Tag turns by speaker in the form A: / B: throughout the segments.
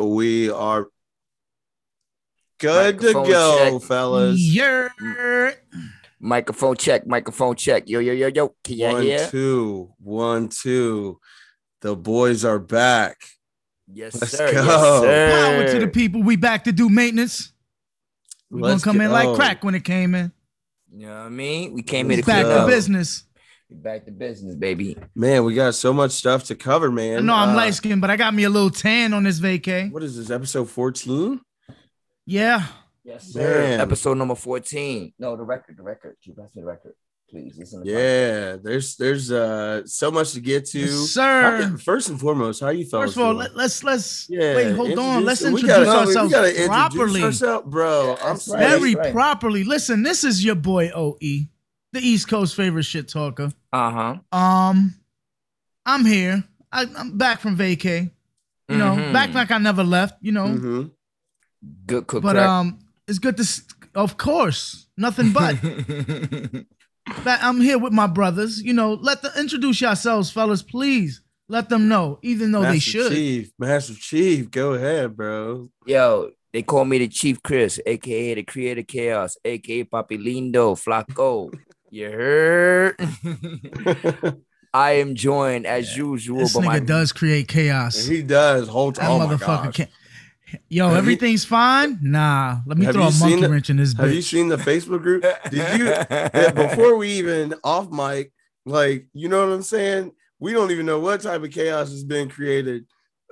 A: We are good to
B: Microphone
A: go,
B: check.
A: fellas.
C: Yeah.
B: Microphone check, microphone check. Yo, yo, yo, yo. Can you
A: One,
B: hear?
A: two, one, two. The boys are back.
B: Yes,
A: Let's
B: sir.
A: go.
B: Yes, sir.
C: Power to the people. We back to do maintenance. We're
A: Let's
C: gonna come in
A: go.
C: like crack when it came in.
B: You know what I mean? We came
A: Let's Made
B: here to
A: it
C: back
B: clean
C: to
B: up.
C: business.
B: Back to business, baby.
A: Man, we got so much stuff to cover, man.
C: I know I'm
A: Uh,
C: light skinned, but I got me a little tan on this vacay.
A: What is this, episode 14?
C: Yeah.
B: Yes,
A: sir. Man.
B: Episode number 14. No, the record, the record. Keep asking the record, please. Listen to
A: Yeah, there's there's uh so much to get to.
C: Yes,
A: How-
C: sir.
A: First and foremost, how you thought?
C: First of all, let, let's let's
A: yeah,
C: wait, hold on. Let's
A: we
C: introduce
A: gotta-
C: ourselves
A: we gotta introduce
C: properly.
A: ourselves, bro.
B: Yeah,
A: I'm
B: that's
A: sorry.
B: right.
C: Very
B: right.
C: properly. Listen, this is your boy OE, the East Coast favorite shit talker.
B: Uh huh.
C: Um, I'm here. I, I'm back from vacay. You know,
A: Mm-hmm.
C: back like I never left. You know,
A: Mhm.
B: Mm-hmm. Good cook.
C: but
B: crack.
C: um, it's good to. s of course, nothing but that I'm here with my brothers. You know, let the introduce yourselves, fellas, please. Let them know, even though
A: Master
C: they should.
A: Chief, Master Chief, go ahead, bro.
B: Yo, they call me the Chief Chris, aka the Creator Chaos, aka Papi Lindo Flaco. you heard? I am joined as
C: Yeah.
B: usual
C: This
B: by
C: nigga
B: my
C: does create chaos.
A: he does whole
C: That
A: time. Oh my
C: motherfucker
A: gosh.
C: can't. Yo,
A: Have you-
C: everything's fine. Nah, let me
A: Have
C: throw
A: you
C: a
A: seen
C: monkey
A: the-
C: wrench in this
A: Have you
C: bitch.
A: seen the Facebook group? Did you yeah, before we even off mic? Like, you know what I'm saying? We don't even know what type of chaos has been created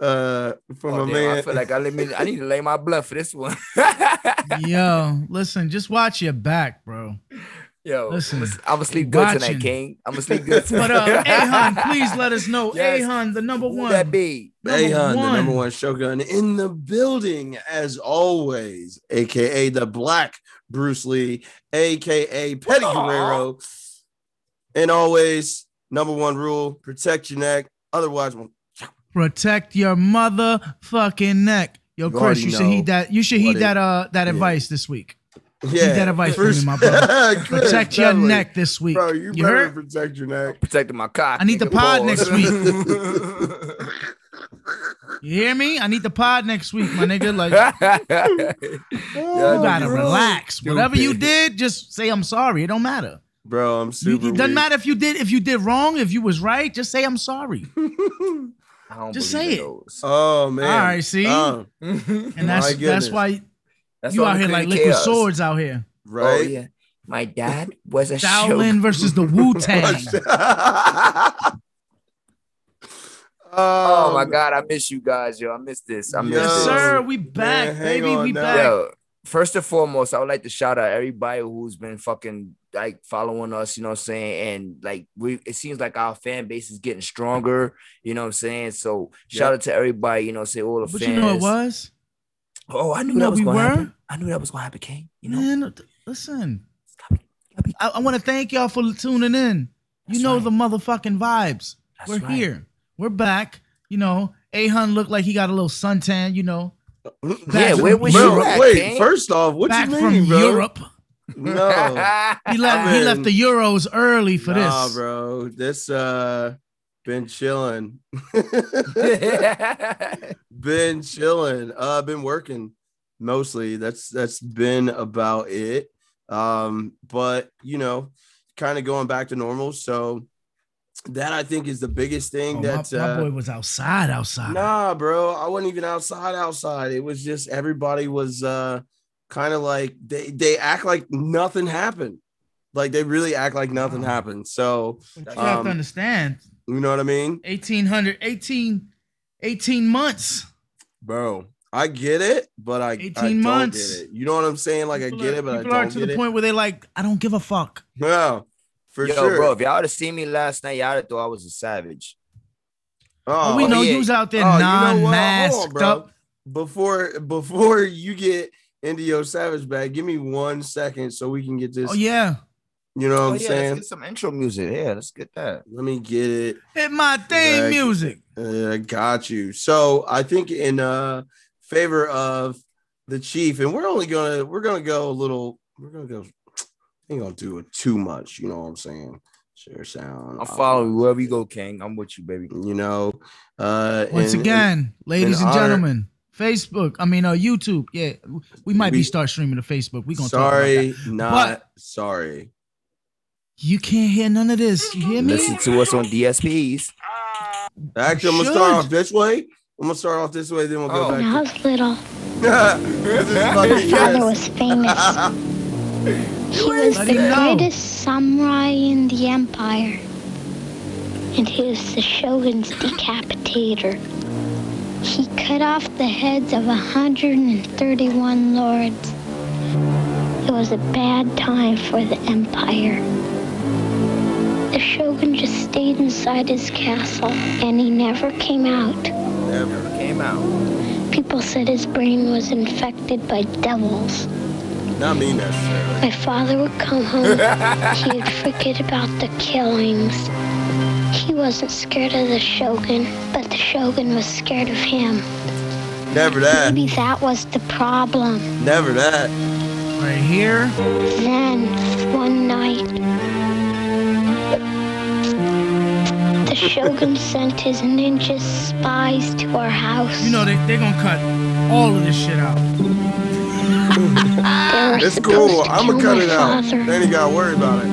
A: uh from
B: Oh,
A: a
B: damn,
A: man.
B: I feel like I, let me, I need to lay my blood for this one.
C: Yo, listen, just watch your back, bro.
B: Yo,
C: Listen,
B: I'm gonna sleep good
C: watching.
B: tonight, King. I'm gonna sleep good tonight.
C: But uh, Ahun, please let us know.
B: Yes.
C: Ahun, the number
B: Who
C: one.
B: That be
C: Number
A: Ahun, the number
C: one.
A: one Shogun in the building, as always, aka the Black Bruce Lee, aka Petty
B: Aw.
A: Guerrero. And always, number one rule protect your neck. Otherwise, we'll-
C: Protect your motherfucking neck.
A: You
C: Yo, Chris, you
A: already
C: should
A: know
C: heed that. You should
A: what
C: heed
A: it-
C: that uh that
A: yeah.
C: advice this week.
A: yeah,
C: that advice for me,
A: Bruce-
C: my brother.
A: Good,
C: Protect your
A: definitely.
C: neck this week.
A: bro. You,
C: You
A: better
C: heard?
A: protect your neck.
B: protecting my cock.
C: I need the
B: nigga.
C: pod
B: Pause.
C: next You hear me? I need the pod next week, my nigga. Like you
A: Oh,
C: gotta
A: bro.
C: relax. Whatever you
B: Stupid.
C: did, just say I'm sorry. It don't matter.
A: bro. I'm
C: You,
A: super.
C: it doesn't
A: weak.
C: matter if you did if you did wrong, if you was right, just say I'm sorry.
B: I don't
C: Just
B: believe
C: say
B: in
C: it.
B: those.
A: Oh man.
C: All right, see?
A: Oh,
C: And
A: My
C: that's
A: goodness.
C: that's why
B: That's
C: you
B: all
C: out
B: the
C: here like
B: creative
C: liquid
B: chaos.
C: swords out here.
B: Oh,
A: right.
B: yeah. My dad was a
C: Shaolin
B: shogun.
C: versus the Wu Tang.
B: Oh my
A: Um,
B: god, I miss you guys, yo. I miss this. I miss
A: Yes,
C: Yes,
B: this.
C: sir. We back,
A: hang
C: baby.
A: on
C: We
A: now.
C: back.
B: Yo, first and foremost, I would like to shout out everybody who's been fucking like following us, you know what I'm saying? And like we it seems like our fan base is getting stronger, you know what I'm saying? So shout
A: Yep.
B: out to everybody, you know, say all the
C: But
B: fans.
C: you know it was?
B: Oh, I knew
C: What
B: that was
C: we
B: gonna
C: were?
B: happen. I knew that was gonna happen, King. You know,
C: Man, th- listen.
B: Gotta be- gotta be-
C: I, I want to thank y'all for tuning in. You
B: That's
C: know
B: right.
C: the motherfucking vibes.
B: That's
C: We're
B: right.
C: here. We're back. You know, Ahun looked like he got a little suntan, you know.
B: Yeah,
C: from
B: where was
C: Europe.
B: you at,
A: wait,
B: King?
A: first off, what
C: back
A: you
C: from
A: mean, bro?
C: Europe.
A: No.
C: He left he
A: been-
C: left the Euros early for
A: nah,
C: this.
A: bro. This uh been chilling. been chilling. Uh been working mostly. That's that's been about it. Um, but you know, kind of going back to normal. So that I think is the biggest
C: Oh,
A: thing
C: my,
A: that's
C: my
A: uh,
C: boy was outside, outside.
A: Nah, bro. I wasn't even outside outside. It was just everybody was uh kind of like they they act like nothing happened. Like they really act like nothing
C: Wow.
A: happened. So,
C: But you have
A: um,
C: to understand,
A: you know what I mean?
C: 1800, 18, 18 months.
A: Bro, I get it, but I, I
C: 18
A: don't
C: months.
A: get it. You know what I'm saying? Like I
C: People
A: get
C: are-
A: it, but I
C: people are
A: don't
C: to
A: get
C: the
A: it.
C: point where they like, I don't give a fuck.
A: No, for
B: Yo,
A: sure.
B: bro, if y'all would have seen me last night, y'all would have thought I was a savage.
A: Oh,
C: we know
B: yeah.
C: you was out there
A: Oh, you know what? Hold on,
C: non-masked
A: bro.
C: up.
A: before before you get into your savage bag, give me one second so we can get this.
C: Oh yeah,
A: You know what
B: oh,
A: I'm
B: yeah,
A: saying?
B: let's get some intro music. Yeah, let's get that.
A: Let me get it.
C: hit my theme
A: Exactly.
C: music.
A: Uh, got you. So I think in uh favor of the chief, and we're only gonna we're gonna go a little. We're gonna go. Ain't gonna do it too much. You know what I'm saying? Share sound.
B: I'm following you wherever you go, King. I'm with you, baby.
A: You know. Uh,
C: Once
A: and-
C: again, ladies
A: in
C: and
A: honor-
C: gentlemen, Facebook. I mean, uh, YouTube. Yeah, we might
A: We-
C: be start streaming to Facebook. We gonna Talk about that.
A: sorry, not
C: But-
A: sorry.
C: You can't hear none of this. You hear me?
B: Listen to us on DSPs.
A: Actually, I'm gonna
C: should.
A: start off this way. I'm gonna start off this way, then we'll go
B: Oh.
D: When I
A: back.
D: was little,
A: This is
D: my
A: fucking
D: father
A: yes.
D: was famous. He was
C: Let
D: the
C: him know.
D: greatest samurai in the empire. And he was the shogun's decapitator. He cut off the heads of 131 lords. It was a bad time for the empire. The shogun just stayed inside his castle and he never came out.
A: Never.
B: Came out.
D: People said his brain was infected by devils.
A: Not me necessarily.
D: My father would come home. He'd forget about the killings. He wasn't scared of the Shogun, but the Shogun was scared of him.
A: Never that.
D: Maybe that was the problem.
A: Never that.
C: Right here.
D: Then, one night, the Shogun sent his ninja spies to our house.
C: You know they they gonna cut all of this shit out.
D: they were
A: It's
D: supposed
A: cool.
D: to
A: I'ma
D: kill
A: cut
D: my
A: it out.
D: father.
A: Then you gotta worry about it.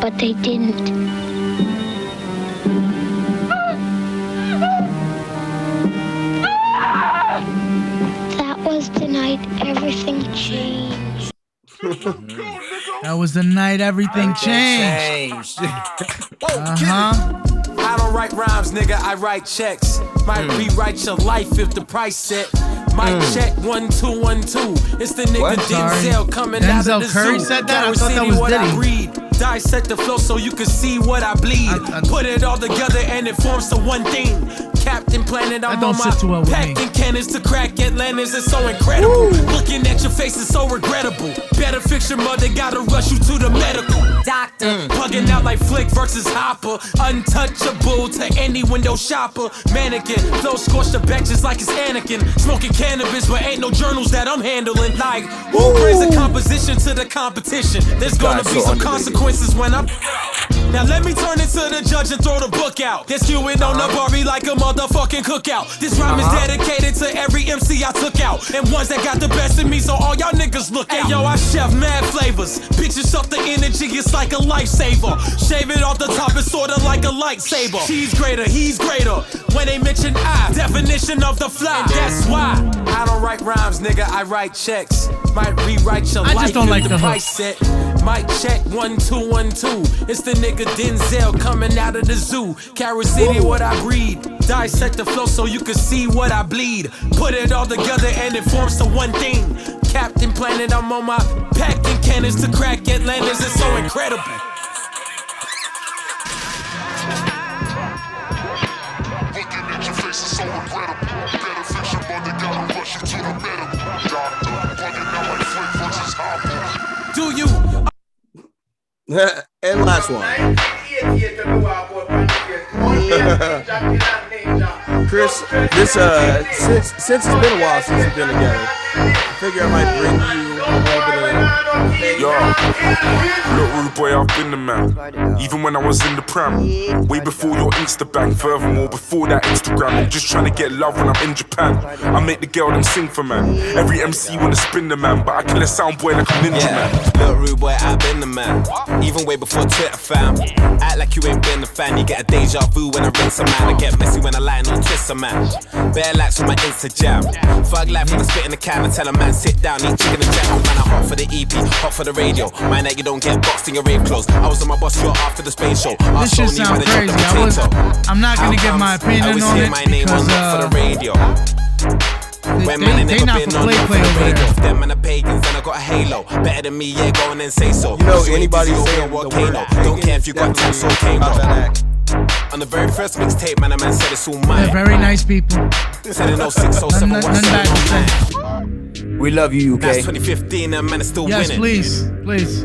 D: but they didn't. That was the night everything changed.
C: That was the night everything changed.
B: Changed.
C: Uh huh.
E: I don't write rhymes, nigga, I write checks. Might
C: Mm.
E: rewrite your life if the price set. Mic check one two one two. It's the nigga
B: What?
E: Denzel coming
C: Denzel
E: out of the
C: Curry
E: zoo.
C: said that? I
E: Down
C: thought that
E: city,
C: was
E: what
C: Diddy.
E: I read. Dissect the flow so you can see what I bleed.
C: I- I-
E: Put it all together and it forms the one thing. Captain Planet, I'm
C: don't
E: on my
C: sit too well with me.
E: pack and cannons to crack Atlantis. It's so incredible. Looking at your face is so regrettable. Better fix your mother, gotta rush you to the medical. Doctor, bugging out like Flick versus Hopper. Untouchable to any window shopper. Mannequin, flow scorched the benches like it's Anakin. Smoking cannabis, but ain't no journals that I'm handling. Like, who brings a composition to the competition? There's gonna
B: guy's
E: be
B: so
E: some
B: underrated.
E: consequences when I'm. Now let me turn it to the judge and throw the book out. This queuing on the Barbie like a motherfucking cookout. This rhyme is dedicated to every MC I took out. And ones that got the best of me, so all y'all niggas look out. Hey, yo, I chef mad flavors. Bitches up the energy, it's like a lifesaver. Shave it off the top, it's sorta like a lightsaber. She's greater, he's greater. When they mention I, definition of the fly. And that's why I don't write rhymes, nigga, I write checks. Might rewrite your
C: I just
E: life
C: don't
E: if
C: like the hook.
E: price set. Mic check one two one two. It's the nigga Denzel coming out of the zoo. Carrot City, what I breed. Dissect the flow so you can see what I bleed. Put it all together and it forms to one thing. Captain Planet, I'm on my packing cannons to crack Atlantis. It's so incredible.
F: Looking at your face is so regrettable. Better fix your mother, gotta rush you to the medical doctor. Bugging out like Frank versus Hopper.
E: Do you
A: and last one. Chris, this uh since since it's been a while since we've been together, I figure I might bring you a little
G: Yo, look rude boy, I've been the man. Even when I was in the pram, way before your Insta bang. Furthermore, before that Instagram, I'm just trying to get love when I'm in Japan. I make the girl them sing for man. Every MC wanna spin the man, but I kill a sound boy like a ninja man.
H: Yeah, little rude boy, I've been the man. Even way before Twitter, fam. Act like you ain't been a fan. You get a deja vu when I rinse a man. I get messy when I lie and I'll twist a man. Bare laps from my Instagram. Thug life when I spit in the can. I tell a man, sit down, eat chicken and jack. Man, I hot for the EP, hot for the radio. Mind that you don't get boxed in your rave clothes. I was on my boss, you're after the space show.
C: This shit sound crazy. I was. I'm not gonna give my opinion on
H: hear
C: it
H: my name
C: because
H: on Lock
C: uh,
H: for the radio.
C: they,
H: When man, ain't
C: they, they
H: never
C: not
H: been
C: for
H: on
C: play
H: nothing
C: play
H: but
C: over
H: raid
C: there.
H: off Them and the pagans, and I got a halo. Better than me, yeah, go on and say so.
A: You know,
H: Straight
A: anybody
H: to your
A: saying
H: real
A: the
H: volcano.
A: word
H: Don't care if you got tax or camo.
A: act.
H: On the very first mixtape, man, a man said it's all
C: They're
H: mine.
C: very nice people.
H: Said in 06, 07,
C: None- none-
H: what's
C: none
H: it
C: back
H: all
C: to
H: mine.
B: We love you, UK.
H: That's 2015, and man is still
C: Yes,
H: winning.
C: please, please.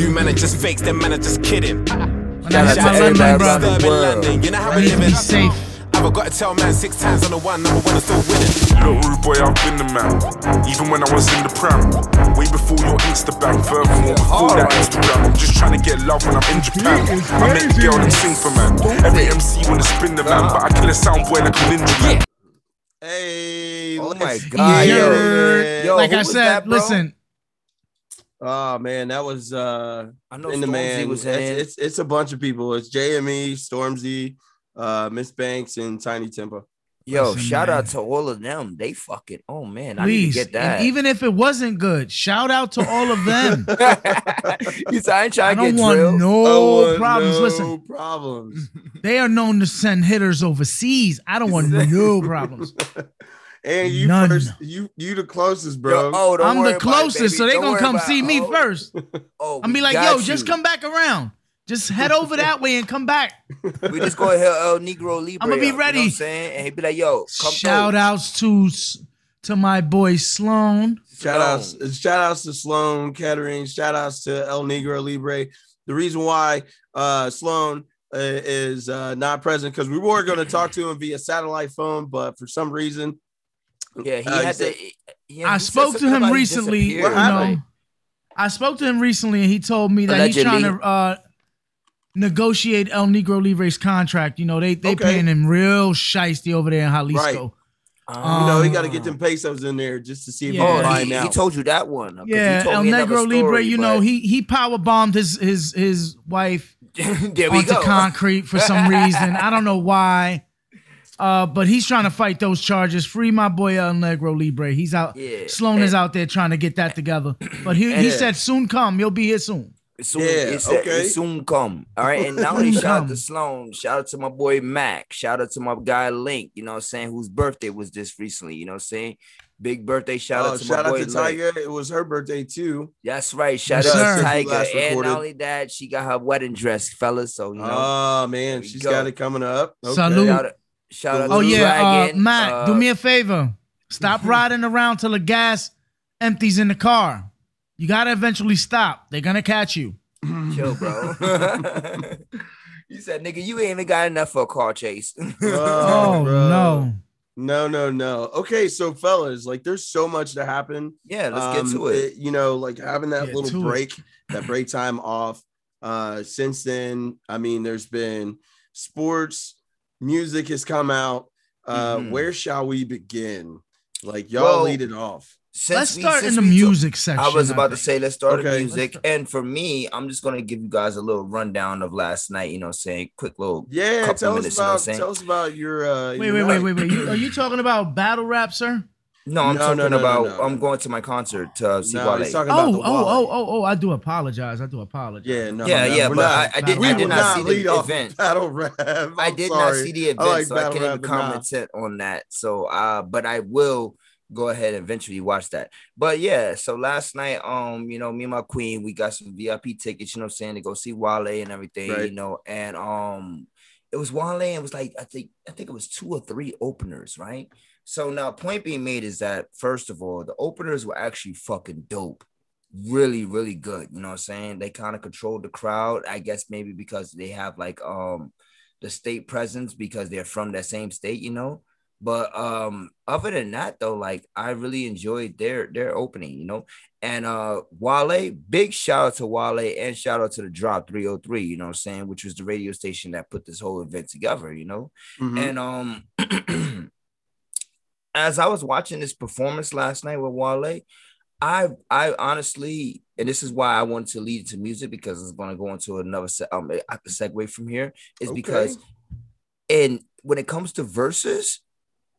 H: You man are just fakes, them man are just kidding.
C: When I hit
B: to
C: my London,
B: everybody.
C: brother.
H: Disturbing
B: Word.
H: London, you know how
C: I
H: we
C: need to
H: living.
C: be safe.
H: I've got to tell man six times on the one, number one is still winning.
G: Look rude boy, I've been the man. Even when I was in the pram, way before your Insta bang. Furthermore, before that Instagram, I'm just trying to get love when I'm in Japan. I make the girl them sing for man. Every MC wanna spin the man, but I kill a sound boy like a ninja man.
A: Hey,
B: Oh my
A: Let's
B: god,
A: hear
B: yo.
A: it.
B: Yo,
C: like
B: who
C: I
B: was
C: said,
B: that, bro?
C: listen,
A: Oh man, that was uh
B: I know
A: in the
B: Stormzy
A: man.
B: was in
A: it's,
B: it.
A: it's it's a bunch of people. It's JME, Stormzy, uh, Miss Banks, and Tiny Tempo.
B: Yo,
C: Listen,
B: shout
C: man.
B: out to all of them. They fucking oh man, I need
C: please.
B: to get that.
C: And even if it wasn't good, shout out to all of them.
B: He said, I ain't
C: I
B: trying to
C: don't
B: get
C: want
B: drilled.
C: no
A: Oh,
C: problems.
A: no
C: Listen,
A: problems.
C: they are known to send hitters overseas. I don't want no problems.
A: and you
C: None.
A: first, you you the closest,
B: Yo,
A: bro.
B: oh, don't
C: I'm
B: worry
C: the
B: about it,
C: closest,
B: baby.
C: so they
B: Don't
C: gonna
B: worry
C: come
B: about
C: see
B: it.
C: me
B: Oh,
C: first.
B: Oh,
C: I'm
B: we
C: be like,
B: got
C: yo, just
B: you.
C: come back around. Just head over that way and come back.
B: We just go ahead, El Negro Libre.
C: I'ma be
B: up, You know what
C: ready.
B: I'm saying, and he be like, yo, come
C: Shout
B: through.
C: outs to s- to my boy Sloan.
A: Shout outs, uh, shout outs to Sloan Kettering, shout outs to El Negro Libre. The reason why uh Sloan uh, is uh not present because we were going to talk to him via satellite phone, but for some reason,
B: Yeah, he
A: Uh,
B: had
A: he said-
B: to. yeah,
C: I
B: he said
C: spoke to
B: something
C: him
B: about he
C: recently. You
B: disappeared,
C: know,
B: like-
C: I spoke to him recently, and he told me that he's trying
B: Allegedly.
C: to uh, negotiate El Negro Libre's contract. You know, they they
A: Okay.
C: paying him real shisty over there in Jalisco.
A: Right.
B: Ah.
A: you know, he got to get them pesos in there just to see if he
C: Yeah.
A: can
B: Oh,
A: buy
B: he,
A: now.
B: he told you that one. 'cause he
C: Yeah,
B: told
C: El
B: me another
C: Negro Libre.
B: story,
C: You know,
B: but-
C: he he power bombed his his his wife
B: there we
C: onto
B: go.
C: concrete for some reason. I don't know why. Uh, but he's trying to fight those charges. Free my boy El Negro Libre. He's out.
B: Yeah.
C: Sloan is out there trying to get that together. But he, he
A: Yeah.
C: said, "Soon come, you'll be here soon."
B: It's soon,
A: Yeah,
B: it's a-
A: okay.
B: it's soon come. All right. And not only
C: Soon
B: shout out
C: come.
B: to Sloan, shout out to my boy Mac, shout out to my guy Link, you know what I'm saying, whose birthday was this recently, you know what I'm saying? Big birthday shout
A: Oh,
B: out to
A: shout
B: my
A: out
B: boy
A: to
B: Link.
A: Tiger. It was her birthday too.
B: That's right. Shout
C: Yes,
B: out
C: sir.
A: Since
B: to
A: we
B: Tiger.
A: last
B: And
A: recorded.
B: not only that, she got her wedding dress, fellas. So you know,
A: Oh man,
B: There we
A: she's
B: go.
A: got it coming up. Okay.
C: Salute.
B: shout out, shout out
A: Oh,
C: Oh
B: to
C: yeah, uh,
B: Dragon.
C: Matt, do
B: uh, Mm-hmm.
C: me a favor. Stop riding around till the gas empties in the car. You gotta eventually stop. They're gonna catch you.
B: chill, bro. you said, nigga, you ain't even got enough for a car chase.
A: Oh,
C: Oh
A: bro.
C: no.
A: No, no, no. Okay, so fellas, like there's so much to happen.
B: yeah, let's
A: Um,
B: get to it.
A: You know, like having that
C: Get
A: little
C: to it.
A: break, that break time off. Uh, since then, I mean, there's been sports, music has come out. Uh,
B: Mhm.
A: where shall we begin? Like y'all
B: Well,
A: lead it off.
B: Since
C: Let's
B: we-
C: start
B: since
C: in the
B: we took-
C: music section.
B: I was about to
C: think.
B: say, let's start
A: Okay.
B: the music. And for me, I'm just gonna give you guys a little rundown of last night. You know, what I'm saying quick little.
A: Yeah,
B: Couple
A: tell us
B: minutes, you know what I'm
A: about
B: saying?
A: tell us about your uh
C: Wait,
A: your
C: wait, wait,
A: night.
C: wait, wait. You, are you talking about battle rap, sir?
B: No, I'm
A: No,
B: talking
A: no, no, no,
B: about.
A: no.
B: I'm going to my concert uh, to see
A: No,
B: Wale.
A: he's talking about
C: Oh,
A: the
C: oh, oh,
A: wallet.
C: oh, oh. I do apologize. I do apologize.
A: Yeah, no,
B: yeah,
A: no,
B: yeah,
A: we're
B: but
A: not-
B: I, I did.
A: we
B: I
A: will
B: did
A: not
B: not, see
A: lead
B: the
A: off
B: event.
A: battle rap. I'm
B: I did not
A: sorry.
B: see the event,
A: like
B: so I
A: battle
B: can't
A: rap,
B: even
A: but nah.
B: comment on that. So, uh, but I will go ahead and eventually watch that. But yeah, so last night, um, you know, me and my queen, we got some VIP tickets. You know, what I'm saying to go see Wale and everything.
A: Right.
B: You know, and um, it was Wale, and it was like I think I think it was two or three openers, right? So now, point being made is that first of all, the openers were actually fucking dope really really good you know what i'm saying they kind of controlled the crowd i guess maybe because they have like um the state presence because they're from that same state you know but um other than that though like i really enjoyed their their opening you know and uh wale big shout out to wale and shout out to the drop 303 you know what i'm saying which was the radio station that put this whole event together you know
A: Mhm.
B: and um, as I was watching this performance last night with Wale, I I honestly, and this is why I wanted to lead to music because it's going to go into another se- um I could segue from here is
A: Okay.
B: because, and when it comes to verses,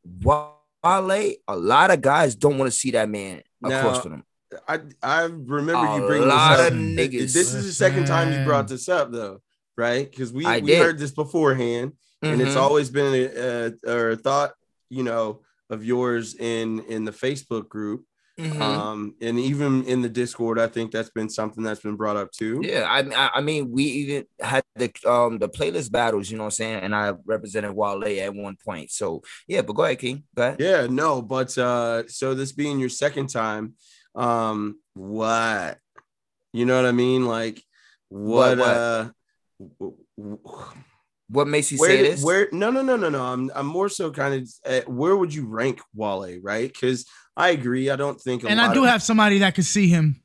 B: Wale, a lot of guys don't want to see that man across
A: Now,
B: to them.
A: I I remember
B: A
A: you bringing
B: lot
A: this up.
B: of niggas.
A: This is the second time you brought this up though, right? Because we,
B: I
A: we
B: did.
A: heard this beforehand, and it's
B: Mhm.
A: always been a, a, or a thought, you know, of yours in in the Facebook group,
B: Mhm.
A: um, and even in the Discord. I think that's been something that's been brought up too.
B: Yeah, I I- I mean we even had the um the playlist battles, you know what I'm saying? And I represented Wale at one point. So yeah, but go ahead, King. Go ahead.
A: Yeah, no, but uh, so this being your second time, um, what? You know what I mean? Like, what?
B: What, what?
A: uh, w- w-
B: What makes you
A: where,
B: say
A: did-
B: this?
A: where no no no no no i'm i'm more so kind of uh, where would you rank wale right because i agree i don't think a
C: And
A: lot
C: I do
A: of-
C: have somebody that could see him.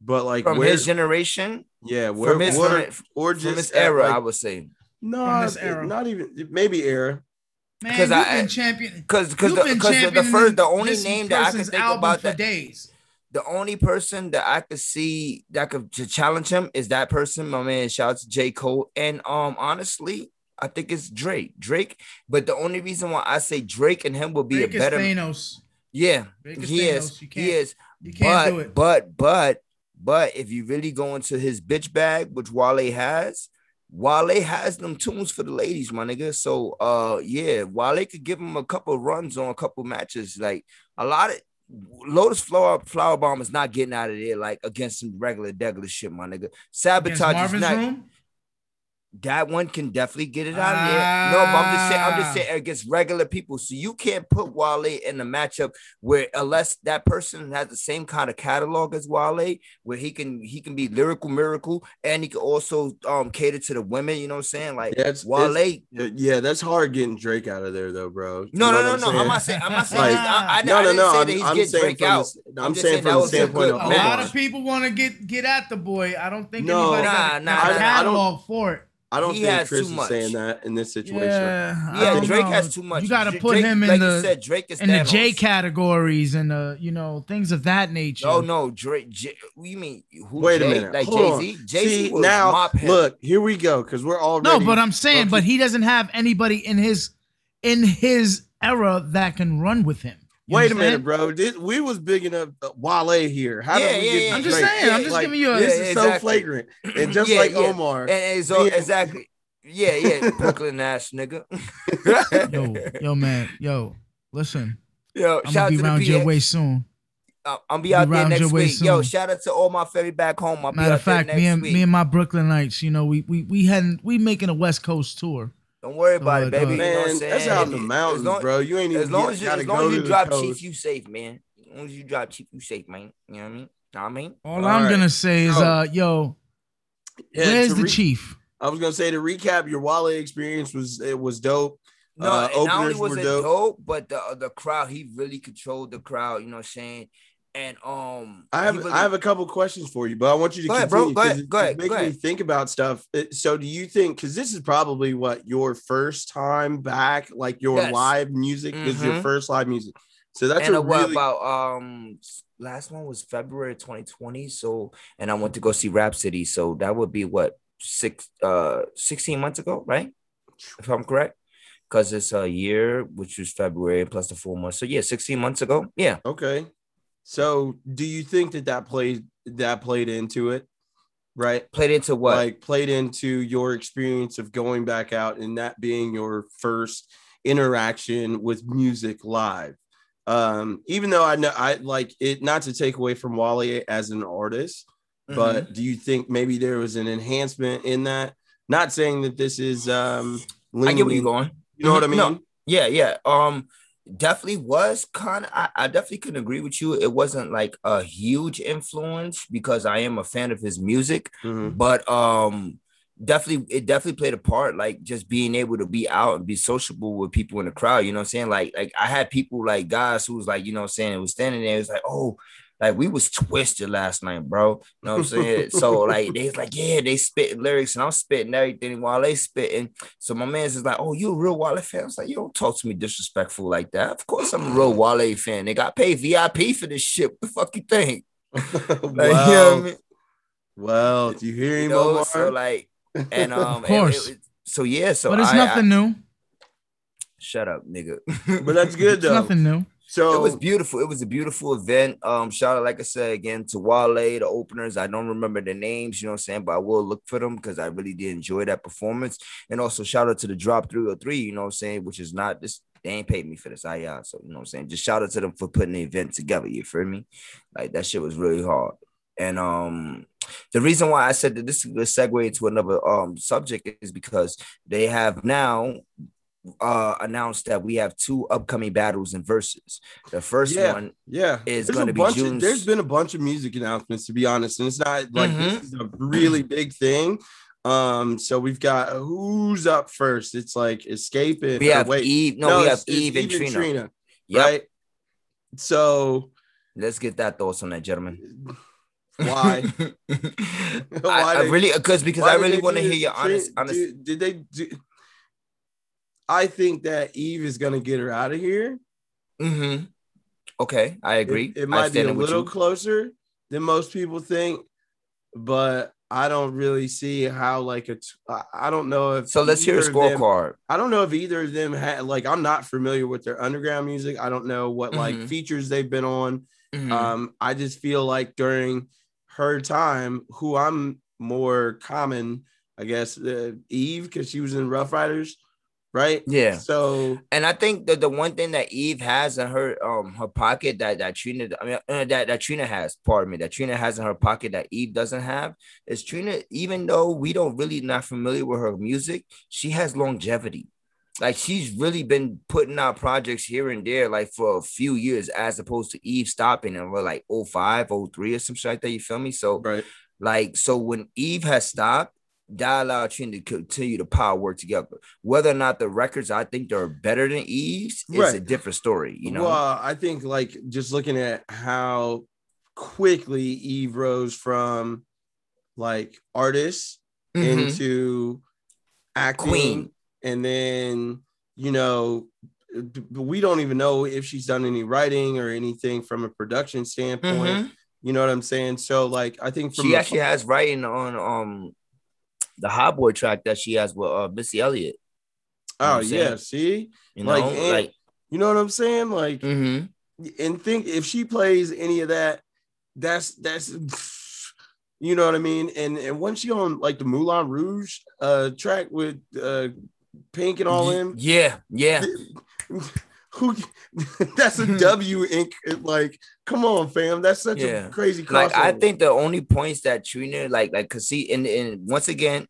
A: but like
B: from
A: where
B: his generation,
A: yeah where
B: from his-
A: where-
B: from it-
A: or
B: from
A: just eh,
B: his
A: at,
B: era,
A: like,
B: I would say.
A: no
C: From his
A: it-
C: era.
A: not even eh, maybe era
C: Man,
B: Because
C: you've
B: I-
C: been champion.
B: because because
C: you've
B: the,
C: been
B: 'cause the- the
C: championing
B: first the only
C: this
B: name that I can
C: person's
B: think
C: album
B: about
C: for
B: that
C: days.
B: the only person that I could see that could to challenge him is that person. My man, shout out to J. Cole. And um, honestly, I think it's Drake. Drake, but the only reason why I say Drake and him will be
C: Drake
B: a
C: is
B: better
C: Thanos.
B: yeah,
C: Drake is
B: he is,
C: Thanos. You
B: he
C: can't.
B: is.
C: You can't
B: But
C: do it.
B: but but but if you really go into his bitch bag, which Wale has, Wale has them tunes for the ladies, my nigga. So uh yeah, Wale could give him a couple runs on a couple matches. Like a lot of Lotus Flower Flower Bomb is not getting out of there like against some regular degular shit, my nigga.
C: Against
B: Sabotage is
C: Marvin's
B: not
C: room.
B: that one can definitely get it out of there. no, but I'm just saying, I'm
C: Ah.
B: just saying against regular people. So you can't put Wale in a matchup where unless that person has the same kind of catalog as Wale, where he can he can be lyrical miracle and he can also um cater to the women, you know what I'm saying? Like
A: That's- eh,
B: Wale.
A: Yeah, that's hard getting Drake out of there though, bro. You
B: no,
A: know
B: no,
A: what
B: no,
A: I'm
B: no. I'm
A: saying?
B: not saying I'm not saying
A: Like,
B: I, I,
A: no, no,
B: I didn't
A: no.
B: say
A: I'm,
B: that he's
A: I'm
B: getting
A: saying
B: Drake
A: from the,
B: out.
A: s- I'm,
B: I'm just
A: saying
B: saying
A: from
B: that
A: the
B: was a
A: standpoint
B: good
A: of
C: A
B: match.
C: lot
A: Omar.
C: of people want to get get at the boy. I don't think
A: No.
C: anybody got a
B: Nah, nah,
C: a
A: nah. I
C: catalog for it.
A: I don't
B: He
A: think
B: has
A: Chris
B: too
A: is
B: much.
A: saying that in this situation.
C: Yeah, I
B: Yeah,
C: don't
B: Drake
C: know.
B: has too much.
C: You got to
B: Dra-
C: put
B: Drake-
C: him in
B: like
C: the
B: you said, Drake is
C: in the J
B: Thanos.
C: categories and the you know things of that nature.
B: Oh no, Drake. J- you mean who?
A: Wait
B: Jay?
A: a minute.
B: Like
A: Hold
B: Jay Z.
A: on.
B: Jay Z
A: See,
B: will
A: now,
B: mop him.
A: Look, here we go because we're already.
C: no, but I'm saying, but he doesn't have anybody in his in his era that can run with him. You
A: Wait a minute,
C: understand?
A: bro. This, we was bigging up uh, Wale here. How
B: Yeah,
A: did we
B: yeah,
A: get?
B: yeah.
A: to
C: I'm just
A: Drake?
C: saying. I'm just
B: Like,
C: giving you a.
A: this
B: yeah,
A: is so
B: exactly.
A: flagrant, and just
B: Yeah,
A: like
B: yeah.
A: Omar.
B: And it's all,
A: Yeah.
B: exactly. Yeah, yeah. Brooklyn ass nigga.
C: yo, yo, man, yo, listen,
B: Yo,
C: I'm gonna
B: shout out
C: be
B: to the
C: round your
B: PX.
C: way soon.
B: Uh, I'll be
C: Be
B: out there
C: round
B: next
C: your way
B: week. Yo,
C: soon.
B: shout out to all my family back home. I'll be
C: Matter
B: out
C: of fact,
B: there
C: me
B: next
C: and
B: week.
C: me and my Brooklyn Knights, you know, we we we hadn't we making a West Coast tour.
B: Don't worry about it,
C: Oh,
B: baby.
C: no.
B: you know what
A: man,
B: I'm saying?
A: that's out in
B: If
A: the
B: you-
A: mountains,
B: as long,
A: bro. You ain't even
B: As long
A: get-
B: as you,
A: gotta
B: as long
A: go
B: as
A: to
B: you
A: the
B: drop
A: coast.
B: chief, you safe, man. As long as you drop chief, you safe, man. You know what I mean? Know what I mean,
C: All,
A: All
C: I'm
A: right.
C: gonna say is,
A: So-
C: uh, yo,
A: Yeah,
C: where's
A: to
C: the
A: re-
C: chief?
A: I was gonna say to recap, your Wale experience was it was dope.
B: No,
A: Uh,
B: and not only
A: openers
B: was
A: were
B: it
A: dope.
B: dope. but the the crowd, he really controlled the crowd. You know what I'm saying? And um,
A: I
B: he
A: have
B: really-
A: I have a couple questions for you, but I want you to
B: Go ahead,
A: continue
B: bro. Go
A: 'cause
B: ahead,
A: it-
B: go
A: it's
B: ahead, go
A: making me
B: ahead.
A: think about stuff. It- So, do you think because this is probably what your first time back, like your
B: Yes.
A: live music this is your
B: Mhm.
A: first live music? So that's
B: and
A: a
B: uh, what
A: really
B: about um last one was February 2020. So and I went to go see Rhapsody. So that would be what six uh 16 months ago, right? If I'm correct. Because it's a year, which was February plus the four months. So yeah, 16 months ago. Yeah.
A: okay. So, do you think that that played that played into it, right?
B: Played into what?
A: like played into your experience of going back out and that being your first interaction with music live um even though i know i like it not to take away from wally as an artist
B: Mm-hmm.
A: but do you think maybe there was an enhancement in that not saying that this is um
B: Mhm. I get where
A: leaning-
B: you're going.
A: you know what i mean
B: No. Yeah, yeah. Um, definitely was kind of. I, I definitely couldn't agree with you. It wasn't like a huge influence because I am a fan of his music,
A: Mhm.
B: but um, definitely it definitely played a part. Like just being able to be out and be sociable with people in the crowd. You know what I'm saying? Like like I had people like guys who was like you know what I'm saying it was standing there. It was like oh. Like we was twisted last night, bro. You know what I'm saying? so like they was like, yeah, they spitting lyrics and I'm spitting everything while they spitting. So my man's is like, oh, you a real Wale fan? I was like, you don't talk to me disrespectful like that. Of course I'm a real Wale fan. They got paid VIP for this shit. What the fuck you think? Like, you know what
A: Mm-hmm.
B: I
A: well,
B: mean?
A: well do you hear
B: You
A: him
B: know,
A: Omar?
B: so like, and um,
C: Of course.
B: and it was- so yeah, so
C: but it's
B: I,
C: nothing
B: I-
C: new.
B: shut up, nigga.
A: but that's good
C: It's
A: though
C: nothing new.
A: so
B: It was beautiful. It was a beautiful event. Um, shout out, like I said again, to Wale, the openers. I don't remember the names, you know what I'm saying, but I will look for them because I really did enjoy that performance. And also shout out to the drop 303, you know what I'm saying, which is not this they ain't paid me for this. I uh, so you know what I'm saying. Just shout out to them for putting the event together, you feel me? Like that shit was really hard. And um the reason why I said that this is a good segue into another um subject is because they have now uh announced that we have two upcoming battles and verses. The first
A: Yeah.
B: one,
A: Yeah,
B: is
A: there's a
B: gonna be
A: bunch.
B: June
A: Of, there's been a bunch of music announcements, to be honest, and it's not like this
C: Mm-hmm.
A: is a really big thing. Um, so we've got who's up first? It's like Escape and
B: we
A: or
B: have
A: wait,
B: Eve. No, we
A: it's-
B: have
A: it's
B: Eve and Trina. Yep.
A: right? So
B: Let's get that thoughts on that, gentlemen.
A: why?
B: I,
A: Why
B: I
A: did-
B: really uh, because because
A: why
B: I
A: did they
B: really
A: do
B: want to
A: this
B: hear your
A: Tri-
B: honest honest.
A: do- Did they do? I think that Eve is gonna get her out of here.
B: Mm-hmm. Okay, I
A: It-
B: agree.
A: It,
B: I
A: might be
B: stand
A: a
B: with
A: little
B: you.
A: closer than most people think, but I don't really see how like a. T- I I don't know if.
B: So let's hear a
A: either of them-
B: scorecard.
A: I don't know if either of them had like. I'm not familiar with their underground music. I don't know what like
B: Mhm.
A: features they've been on.
B: Mhm.
A: Um, I just feel like during her time, who I'm more common, I guess, uh, Eve, because she was in Rough Riders, right?
B: Yeah.
A: So
B: And I think that the one thing that Eve has in her um her pocket that that Trina I mean uh, that that Trina has, pardon me, that Trina has in her pocket that Eve doesn't have is Trina. Even though we don't really not familiar with her music, she has longevity. Like she's really been putting out projects here and there, like for a few years, as opposed to Eve stopping and we're like 05, 03 or some shit like that. You feel me? So
A: right.
B: like, so when Eve has stopped, that allowed Trina to continue to power work together. Whether or not the records I think they're better than Eve's is a
A: Right.
B: different story, you know.
A: Well, I think like just looking at how quickly Eve rose from like artist
B: Mhm.
A: into acting
B: Queen.
A: and then you know b- b- we don't even know if she's done any writing or anything from a production standpoint.
B: Mhm.
A: You know what I'm saying? So like I think from
B: She
A: a-
B: actually has writing on um the Hot Boy track that she has with uh, Missy Elliott. know what
A: oh
B: I'm saying?
A: yeah, see,
B: You know,
A: Like,
B: like,
A: and- you know what I'm saying? Like
B: mhm.
A: and think if she plays any of that, that's that's you know what I mean. And and once she on like the Moulin Rouge uh track with uh Pink and all
B: Y-
A: them,
B: Yeah, yeah.
A: who that's
B: Hmm.
A: a W in like come on fam, that's such
B: Yeah.
A: a crazy crossover.
B: like I think the only points that Trina like like cause see and, and once again,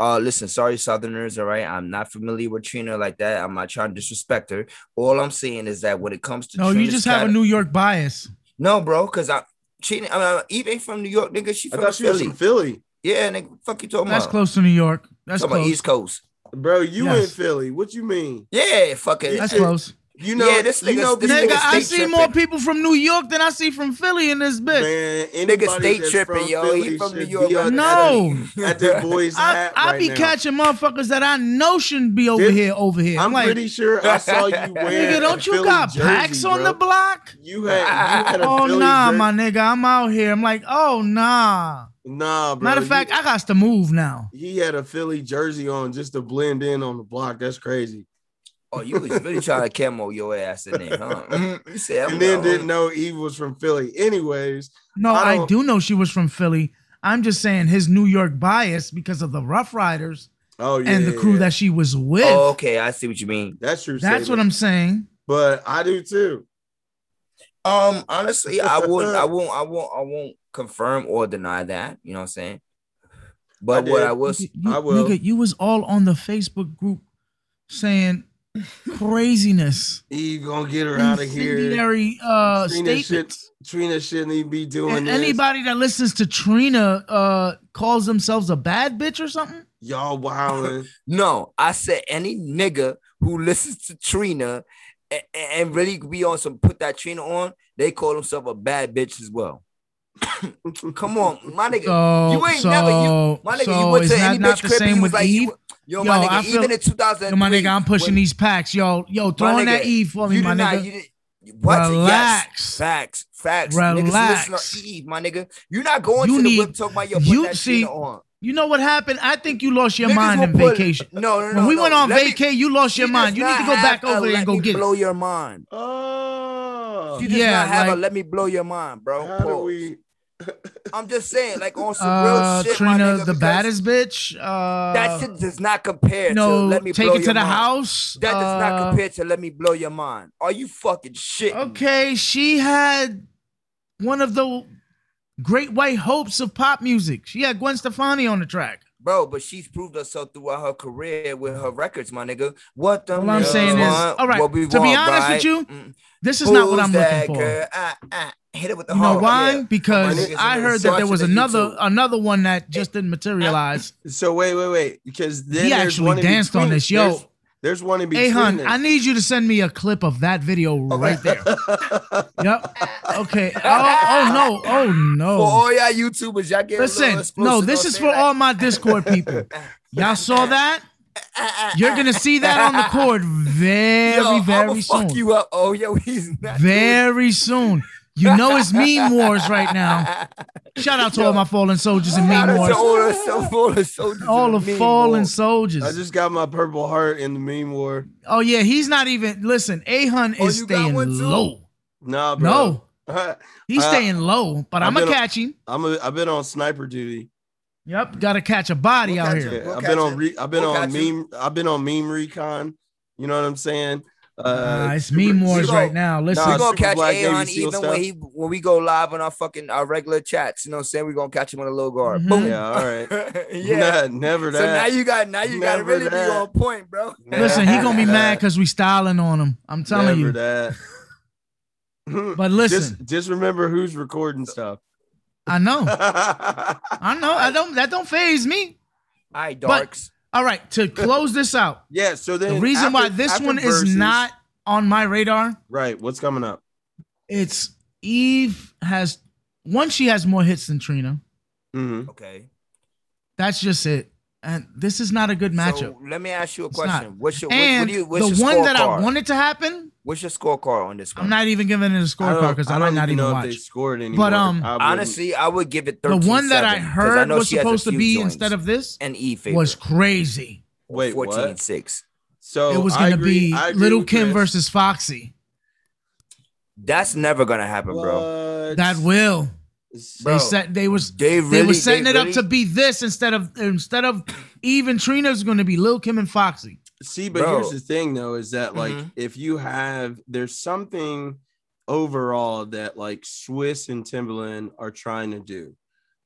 B: uh listen, sorry Southerners, all right. I'm not familiar with Trina like that. I'm not trying to disrespect her. All I'm saying is that when it comes to
C: No, you
B: Trina's
C: just have a
B: cat-
C: New York bias.
B: no, bro, cause I Trina, I mean, Eve ain't from New York, nigga. She
A: I
B: from
A: thought she was
B: Philly.
A: from Philly,
B: yeah, nigga, fuck you talking
C: That's
B: about.
C: close to New York. That's
B: talking about
C: close.
B: East Coast.
A: bro. You in
C: Yes.
A: Philly? What you mean?
B: Yeah, fucking.
C: That's close.
A: You know,
B: Yeah, this
A: you
B: nigga-
A: know,
B: this
A: people-
C: Nigga, I
B: state
C: see
B: tripping.
C: more people from New York than I see from Philly in this bitch.
A: man,
B: Nigga
A: anybody
B: state
A: that's
B: tripping,
A: from
B: yo.
A: Philly
B: he from New
A: should
B: York.
A: be on-
C: No.
A: at the boys'
C: I,
A: hat
C: I
A: right
C: be
A: now.
C: catching motherfuckers that I know shouldn't be over
A: Dude,
C: here. Over here,
A: I'm
C: like,
A: pretty sure I saw you wearing.
C: nigga,
A: a
C: don't you
A: Philly
C: got
A: jersey,
C: packs on
A: bro.
C: the block?
A: You had, you had a
C: Oh
A: Philly
C: nah,
A: jer-
C: my nigga, I'm out here. I'm like, oh nah.
A: Nah, bro.
C: Matter of
A: you-
C: fact, I got to move now.
A: he had a Philly jersey on just to blend in on the block. That's crazy.
B: oh, you was really trying to camo your ass in there, huh? Mhm. You said, I'm
A: and then
B: gonna-
A: didn't know Eve was from Philly. Anyways,
C: No,
A: I
C: I,
A: don't-
C: do know she was from Philly. I'm just saying his New York bias because of the Rough Riders
A: oh yeah,
C: and the
A: yeah,
C: crew
A: yeah.
C: that she was with.
B: Oh, okay, I see what you mean.
A: that's true.
C: That's what
A: statement.
C: I'm saying.
A: But I do too.
B: Um, honestly, I won't, I won't, I won't, I won't confirm or deny that. You know what I'm saying? But
A: I
B: what
A: did.
B: I will, s-
C: Nigga, you,
A: I will.
C: Nigga, you was all on the Facebook group saying craziness.
A: Eve gonna get her out of here.
C: Incendiary, Uh,
A: Trina, should,
C: statements.
A: Trina shouldn't even be doing
C: And
A: this.
C: anybody that listens to Trina uh, calls themselves a bad bitch or something.
A: Y'all wilding.
B: no, I said any nigga who listens to Trina and, and really be on some put that Trina on, they call themselves a bad bitch as well. Come on, my nigga.
C: So,
B: You ain't
C: so,
B: never- you- my nigga,
C: so
B: you went
C: is
B: to
C: that
B: any
C: not
B: bitch
C: the
B: crib and
C: same
B: you
C: with
B: was like,
C: Eve?
B: you, yo,
C: Yo,
B: my
C: I
B: nigga,
C: feel-
B: even in 2000,
C: Yo, my nigga, I'm pushing these packs. Yo, yo, throwing that E for me, my nigga.
B: what?
C: Relax.
B: Yes. Facts. Facts. Niggas
C: Relax.
B: listen to Eve, E, my nigga. You're not going
C: You
B: to the
C: need-
B: whip talking about your
C: you
B: put that
C: see-
B: Trina on.
C: you know what happened? I think you lost your
B: Niggas
C: mind
B: will
C: in
B: put-
C: vacation.
B: No, no, no.
C: when we
B: no.
C: went on
B: Let me-
C: vacay, you lost
B: she
C: your
B: does
C: mind. You need
B: not
C: to go back
B: have a
C: over there
B: let
C: and go
B: me
C: get
B: blow
C: it.
B: your mind.
A: oh,
B: She does
C: Yeah,
B: not have a
C: like-
B: let me blow your mind, bro.
A: how do
B: Pause.
A: we?
B: I'm just saying, like on some
C: Uh,
B: real shit, my
C: Trina,
B: nigga,
C: the
B: because
C: baddest bitch. Uh,
B: That shit does not compare
C: you
B: to
C: know,
B: let me
C: take
B: blow
C: it to
B: your
C: the
B: mind.
C: house.
B: That does
C: uh,
B: not compare to let me blow your mind. Are you fucking shit?
C: Okay, she had one of the great white hopes of pop music. She had Gwen Stefani on the track.
B: bro. But she's proved herself throughout her career with her records, my nigga. What the?
C: All I'm saying is- all right, to be honest with you, This is not what I'm looking for.
B: I, I, Ah, hit it with the
C: You know
B: hard,
C: why?
B: yeah. My
C: Because
B: niggas
C: I
B: in
C: heard that there was
B: instructions
C: another
B: on YouTube.
C: another one that just didn't materialize.
A: So wait, wait, wait. Because then
C: He
A: there's
C: actually
A: one in
C: danced on
A: between.
C: this, yo.
A: There's, there's one in between.
C: Hey, hun,
A: this.
C: I need you to send me a clip of that video right there. yep. Okay. Oh, oh no. Oh
B: For
C: no.
B: all y'all YouTubers, y'all get a little
C: Listen, no,
B: exclusive
C: this
B: on
C: is for
B: saying
C: all my Discord people. Y'all saw that? You're gonna see that on the court very,
B: Yo, I'ma
C: very
B: fuck
C: soon.
B: you up. Oh, yo, he's not. doing
C: Very soon. You know it's meme wars right now. Shout out to all my fallen soldiers and
B: Shout
C: meme
B: out to
C: wars. Oh.
B: all the so- all the soldiers
C: All the
B: in Meme
C: fallen
B: Wars.
A: I
C: soldiers.
A: just got my purple heart in the meme war.
C: Oh yeah, he's not even. Listen, Ahun
B: Oh,
C: is
B: you got
C: staying
B: one too?
C: low.
A: Nah, bro.
C: No,
A: No.
C: he's
A: Uh,
C: staying low, but
A: I've
C: I'm gonna
A: been-
C: catch him.
A: I'm a, I've been on sniper duty.
C: Yep, gotta catch a body
B: We'll
C: out
B: catch
C: here.
B: him.
A: Yeah,
B: We'll
A: I've
B: catch
A: been on
B: it.
A: re, I've been
B: We'll
A: on
B: catch it.
A: meme I've been on meme recon. You know what I'm saying? Uh,
C: Nah, it's
A: super-
C: meme wars
B: Zero.
C: right now. Listen,
B: we
A: Nah,
B: gonna
A: Super
B: catch
A: Black gave you
B: Aon
A: seal
B: even
A: stuff.
B: when he when we go live on our fucking our regular chats. You know what I'm saying? We're gonna catch him on a low guard.
C: Mhm.
B: Boom.
A: Yeah, all right.
B: yeah.
A: Nah, never
B: So now
A: that.
B: you got now you gotta
A: Never
B: really
A: that.
B: be on point, bro.
C: listen, he gonna be
A: Nah.
C: mad because we styling on him. I'm telling
A: never
C: you.
A: that. Hmm.
C: But listen,
A: just just remember who's recording stuff.
C: I know,
A: yeah,
C: I know, I don't. That don't phase me.
B: All right, darks.
C: All right, to close this out,
A: so then
C: the
A: after-
C: reason why this
A: after
C: one
A: verses-
C: is not on my radar,
A: right. What's coming up?
C: it's Eve has one. She has more hits than Trina.
A: hmm
B: okay.
C: That's just it. And this is not a good matchup.
B: So let me ask you a
C: It's
B: question.
C: not.
B: What's your what, what
C: and
B: do you what's
C: the
B: your
C: one
B: scorecard?
C: that I wanted to happen,
B: What's your scorecard on this one?
C: I'm not even giving it a scorecard because I, might not even
A: know if
C: watch.
A: they scored anymore.
C: um,
A: I wouldn't-
B: Honestly, I would give it
C: The
B: 13
C: one that I
B: 7, 'cause
C: heard
B: know
C: was
B: she has a
C: supposed to
B: few
C: be
B: joints.
C: instead of this
B: an E favor
C: was crazy.
A: wait,
B: 14
A: what?
B: and 6.
A: So
C: it was
A: I
C: gonna
A: agree-
C: be
A: I agree
C: Little
A: with
C: Kim
A: Chris.
C: versus Foxy.
B: That's never gonna happen, bro.
A: What?
C: That will.
A: So-
B: Bro,
C: they set. They was. They
B: They really
C: were setting
B: they
C: it up
B: really-
C: to be this instead of instead of even Trina's going to be Lil Kim and Foxy.
A: See, but
B: Bro.
A: here's the thing though, is that like
B: Mhm.
A: if you have there's something overall that like Swiss and Timberland are trying to do,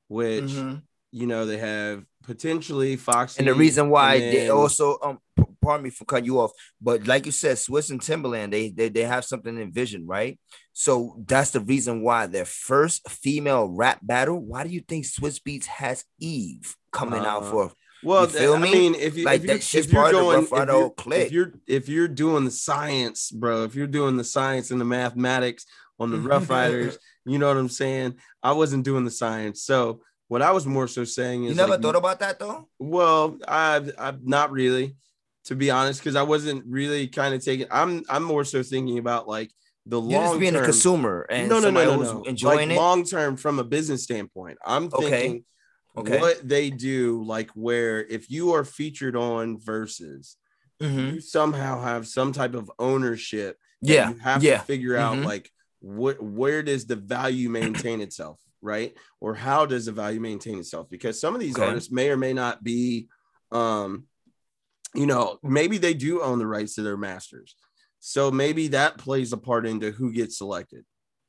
A: which
B: Mhm.
A: you know they have potentially Fox
B: And the reason why they
A: then-
B: also um p- pardon me for cutting you off, but like you said, Swiss and Timberland, they they, they have something in vision, right? So that's the reason why their first female rap battle. Why do you think Swiss Beats has Eve coming out
A: Uh,
B: for?
A: well
B: you feel
A: I
B: me?
A: mean if you
B: Like
A: if, you,
B: that- she's
A: if you're
B: part of the
A: going
B: Rough
A: if
B: Rider
A: you're,
B: old clique.
A: if you're if you're doing the science, bro, if you're doing the science and the mathematics on the Rough Riders, you know what I'm saying? I wasn't doing the science. So what I was more so saying is
B: You never
A: like,
B: thought about that though.
A: Well, I've I've not really, to be honest, because I wasn't really kind of taking. I'm I'm more so thinking about like the
B: You're
A: long
B: just being a
A: term.
B: consumer and
A: no, no, no,
B: somebody
A: no,
B: who's
A: no.
B: enjoying
A: like
B: it.
A: long term from a business standpoint. I'm
B: Okay.
A: thinking
B: Okay.
A: what they do, like where if you are featured on versus,
B: Mhm.
A: you somehow have some type of ownership. that
B: Yeah.
A: you have
B: yeah.
A: to figure out
B: Mhm.
A: like what where does the value maintain itself, right? Or how does the value maintain itself? Because some of these
B: Okay.
A: artists may or may not be, um, you know, maybe they do own the rights to their masters, so maybe that plays a part into who gets selected.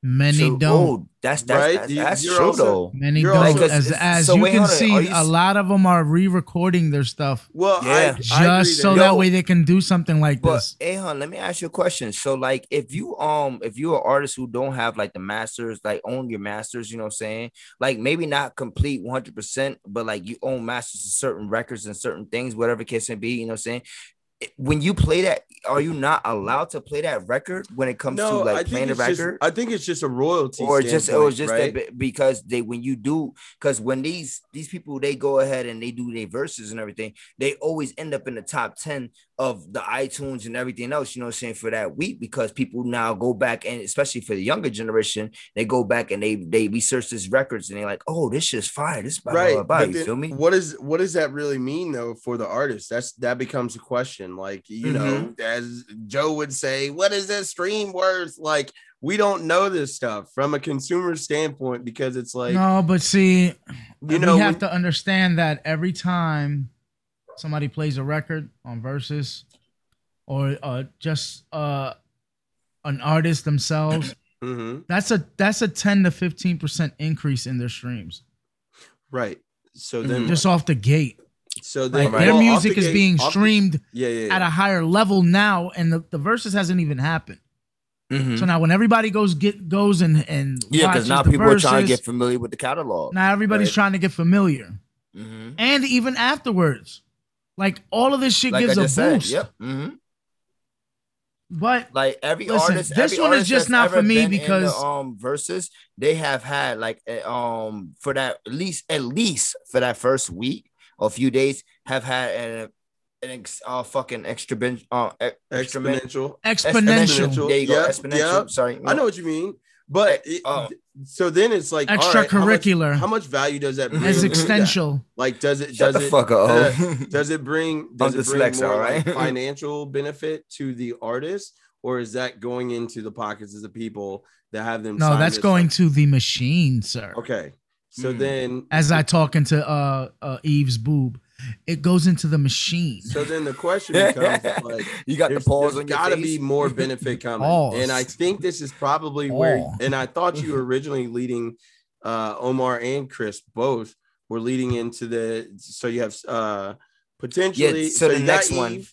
C: Many
B: So-
C: don't.
B: Oh, that's that's
A: Right?
B: that's,
A: You-
B: that's
A: you're
B: true
A: also-
B: though.
C: Many
A: You're
C: don't.
A: also- Like,
B: 'cause
C: as
B: it's-
C: as
B: so
C: you
B: wait,
C: can
B: hold on.
C: see,
B: Are you
C: a
B: s-
C: lot of them are re-recording their stuff
A: Well, I-
B: Yeah.
A: I, agree
C: just so
A: that-
B: Yo.
C: that way they can do something like
B: But
C: this.
B: Ahun, let me ask you a question. So, like, if you um, if you're an artist who don't have like the masters, like own your masters, you know what I'm saying? Like, maybe not complete 100, percent but like you own masters to certain records and certain things, whatever case may be, you know what I'm saying? It- When you play that, are you not allowed to play that record when it comes to
A: no, I
B: like
A: think
B: playing the
A: it's just
B: record?
A: I think it's just a royalty
B: or just or
A: standpoint,
B: just
A: right?
B: that be- because they when you do because when these these people they go ahead and they do their verses and everything they always end up in the top 10 of the itunes and everything else you know what i'm saying for that week because people now go back and especially for the younger generation they go back and they they research these records and they're like oh this shit's fire this blah,
A: right
B: blah, blah,
A: but
B: you
A: then
B: feel me
A: what is what does that really mean though for the artist that's that becomes a question like you
B: Mm-hmm.
A: know as joe would say what is this stream worth like we don't know this stuff from a consumer standpoint because it's like
C: no, but see,
A: you know
C: we have
A: when-
C: to understand that every time somebody plays a record on versus or uh, just uh, an artist themselves,
A: Mhm,
C: that's a that's a ten to fifteen percent increase in their streams
A: right so then
C: Mm-hmm. just off the gate.
A: so then
C: Like their
A: well, off
C: music
A: the
C: is
A: gate-
C: being
A: off the-
C: streamed
A: yeah yeah, yeah.
C: at a higher level now, and the, the verses hasn't even happened.
B: Mhm.
A: Mm-hmm.
C: So now when everybody goes get goes and and
B: yeah because
C: watches
B: now
C: the
B: people are trying to
C: verses,
B: get familiar with the catalog
C: now everybody's
B: Right.
C: trying to get familiar,
B: Mhm.
C: and even afterwards, like all of this shit
B: like
C: gives
B: i
C: a
B: just said
C: boost.
B: yep Mhm.
C: But
B: Like every
C: Listen,
B: artist,
C: this
B: every
C: one is
B: artist
C: just
B: that's
C: not for
B: ever
C: me
B: been in the,
C: because-
B: um versus they have had like eh, um for that at least at least for that first week or few days have had an an ex, uh, fucking extra bench, uh, e- extra men-
A: Exponential.
C: Exponential.
A: Exponential.
B: There you go.
A: Yep,
B: exponential.
A: yep.
B: Sorry,
A: I know what you mean, but it,
B: Oh.
A: so then it's like all right, how much-
C: Extracurricular.
A: How much value does that bring?
C: As
A: to that?
C: extensional.
A: Like, does it
B: Shut
A: does
B: the
A: it
B: fuck up.
A: uh, does it bring does
B: I'm
A: it bring
B: dyslexic,
A: more
B: all
A: like,
B: right?
A: financial benefit to the artist, or is that going into the pockets of the people that have them?
C: No,
A: sign
C: that's
A: this
C: going
A: stuff?
C: to the machine, sir.
A: Okay, so
B: Hmm.
A: then
C: As I talk into uh, uh Eve's boob, it goes into the machine.
A: so then the question becomes like.
B: you got the
A: There's,
B: pause
A: there's
B: on your
A: gotta
B: face?
A: be more benefit coming,
C: Pause.
A: and I think this is probably where.
C: Pause.
A: And I thought you were originally leading uh, Omar and Chris both were leading into the. So you have uh, potentially.
B: Yeah, so
A: so
B: the
A: you
B: next
A: got
B: one.
A: Eve,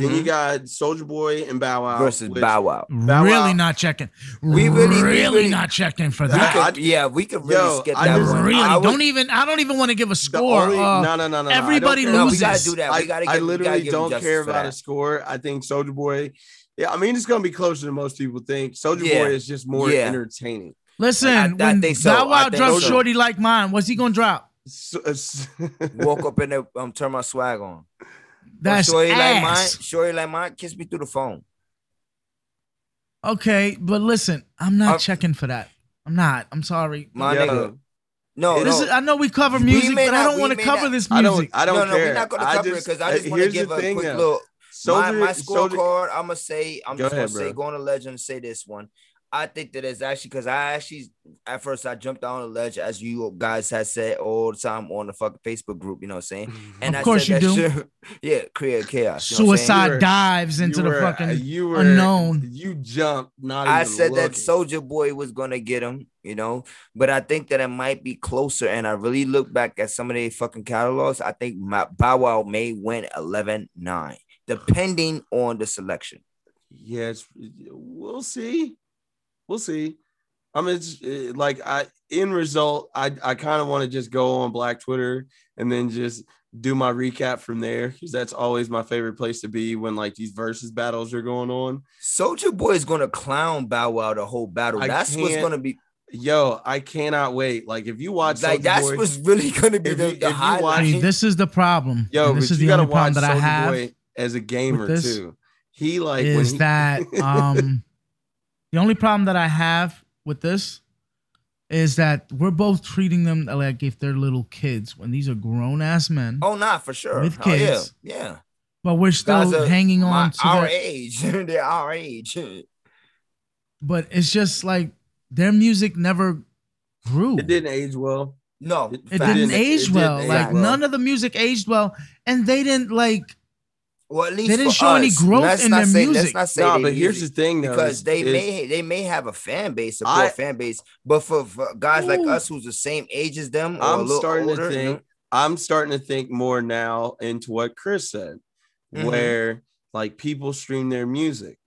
A: Then you got Soldier Boy and Bow Wow
B: mm-hmm, versus
A: which-
B: Bow Wow.
A: Bow
C: really
A: Wow.
C: not checking.
B: We really-
C: really,
B: we really-
C: not checking for
B: We
C: that.
A: I-
B: could- yeah, we could really
A: Yo,
B: skip
A: I
B: that
A: just-
B: one.
C: really
A: I would-
C: don't even. I don't even want to give
A: The
C: a score.
A: only-
C: uh,
A: no, no, no, no, no. I don't
C: everybody
A: care.
B: No, we
C: loses.
B: gotta do that.
A: I,
B: We gotta.
A: I
B: give- we gotta
A: literally
B: give him
A: don't
B: justice
A: care
B: for
A: about
B: that.
A: a score. I think Soldier Boy. Yeah, I mean it's gonna be closer than most people think. Soldier
B: Yeah.
A: Boy is just more
B: Yeah.
A: entertaining.
C: Listen,
B: I- I
C: when
B: think so.
C: Bow
B: I
C: Wow
B: think
C: drops
A: so.
C: shorty like mine, what's he gonna drop?
A: So, it's-
B: Walk up in there, um, turn my swag on.
C: That's
B: shorty like mine.
C: ass.
B: Shorty like mine. Kiss me through the phone.
C: okay, but listen, I'm not
A: Uh,
B: I'm-
C: checking for that. I'm not. I'm sorry.
B: My
A: Yo,
B: nigga. No,
C: This
B: no.
C: is, uh, I know we cover
B: We
C: music,
B: may
C: but I
B: not-
C: don't
B: we
C: want to
B: may
C: cover
B: not-
C: this
A: I
C: music.
A: don't. I
B: no,
A: don't
B: no,
A: care.
B: we're not gonna
A: I
B: cover
A: just- uh,
B: it because I just want to
A: here's
B: give
A: the
B: a
A: thing
B: quick
A: now.
B: look.
A: Soldier,
B: my, my
A: Soldier-
B: scorecard, I'm gonna say, I'm
A: Go
B: just
A: ahead,
B: gonna say,
A: bro.
B: go on a ledge and say this one. I think that it's actually because I actually at first I jumped on a ledge as you guys had said all the time on the fucking Facebook group, you know what I'm saying?
C: Mm-hmm. Of
B: And I
C: course
B: said
C: you
B: that shit- yeah, create chaos. you know what I'm saying?
C: Suicide
A: You were-
C: dives into
A: you
C: the
A: were- uh,
C: fucking.
A: you were,
C: unknown.
A: You jumped. Not.
B: I
A: even
B: said that
A: looking.
B: Soldier Boy was gonna get him, you know, but I think that it might be closer. And I really look back at some of their fucking catalogs. I think my Bow Wow may win 11-9, depending on the selection.
A: Yes, we'll see. We'll see. I'm just uh, like I in result, I I kind of want to just go on Black Twitter and then just do my recap from there because that's always my favorite place to be when like these versus battles are going on.
B: Soldier Boy is gonna clown Bow Wow the whole battle.
A: I
B: That's what's
A: can't
B: gonna be
A: Yo, I cannot wait. Like if you watch
B: like
A: Soulja
B: that's
A: Boy-
B: what's really gonna be
A: if
B: the,
A: you-
B: the
A: if you watch-
C: I
B: highlight.
C: mean, this is the problem.
A: yo,
C: And this
A: but
C: is
A: you
C: the
A: gotta
C: only problem
A: watch
C: that I
A: Soldier
C: have.
A: Boy as a gamer
C: this
A: too. He like when
C: is
A: he,
C: that um the only problem that I have with this is that we're both treating them like if they're little kids when these are grown ass men,
B: oh nah, for sure.
C: With
B: Hell yeah,
C: kids.
B: yeah.
C: but we're still
B: Guys are
C: hanging
B: My-
C: on to
B: our
C: that.
B: age. They're our age.
C: But it's just like their music never grew.
A: it didn't age well.
B: No,
A: It
C: It
B: facts.
C: didn't
A: Didn't- it
C: age
A: didn't
C: well.
A: age
C: like
A: well.
C: none of the music aged well, and they didn't like.
B: Well, at least
C: didn't
B: for
C: show any
B: us.
C: growth
B: Let's
C: in
B: not
C: their
B: say, Let's
C: music.
B: not say
A: No,
B: they
A: but here's the
B: music,
A: thing though,
B: because
A: is-
B: they
A: is-
B: may they may have a fan base, a
A: I-
B: core fan base, but for, for guys like
C: Ooh.
B: us who's the same age as them, or a
A: I'm
B: little
A: starting
B: older,
A: to
B: you know,
A: think. I'm starting to think more now into what Chris said,
B: Mhm.
A: where like people stream their music,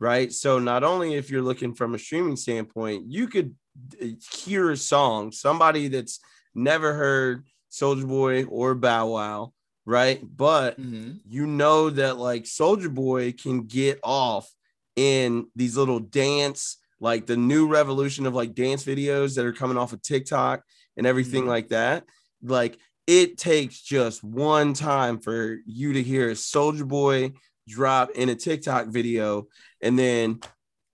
A: right? So not only if you're looking from a streaming standpoint, you could uh, hear a song, somebody that's never heard Soldier Boy or Bow Wow, right? But
C: Mm-hmm.
B: Mhm.
A: you know that like Soldier Boy can get off in these little dance, like the new revolution of like dance videos that are coming off of TikTok and everything
B: Mhm.
A: like that. Like it takes just one time for you to hear a Soldier Boy drop in a TikTok video, and then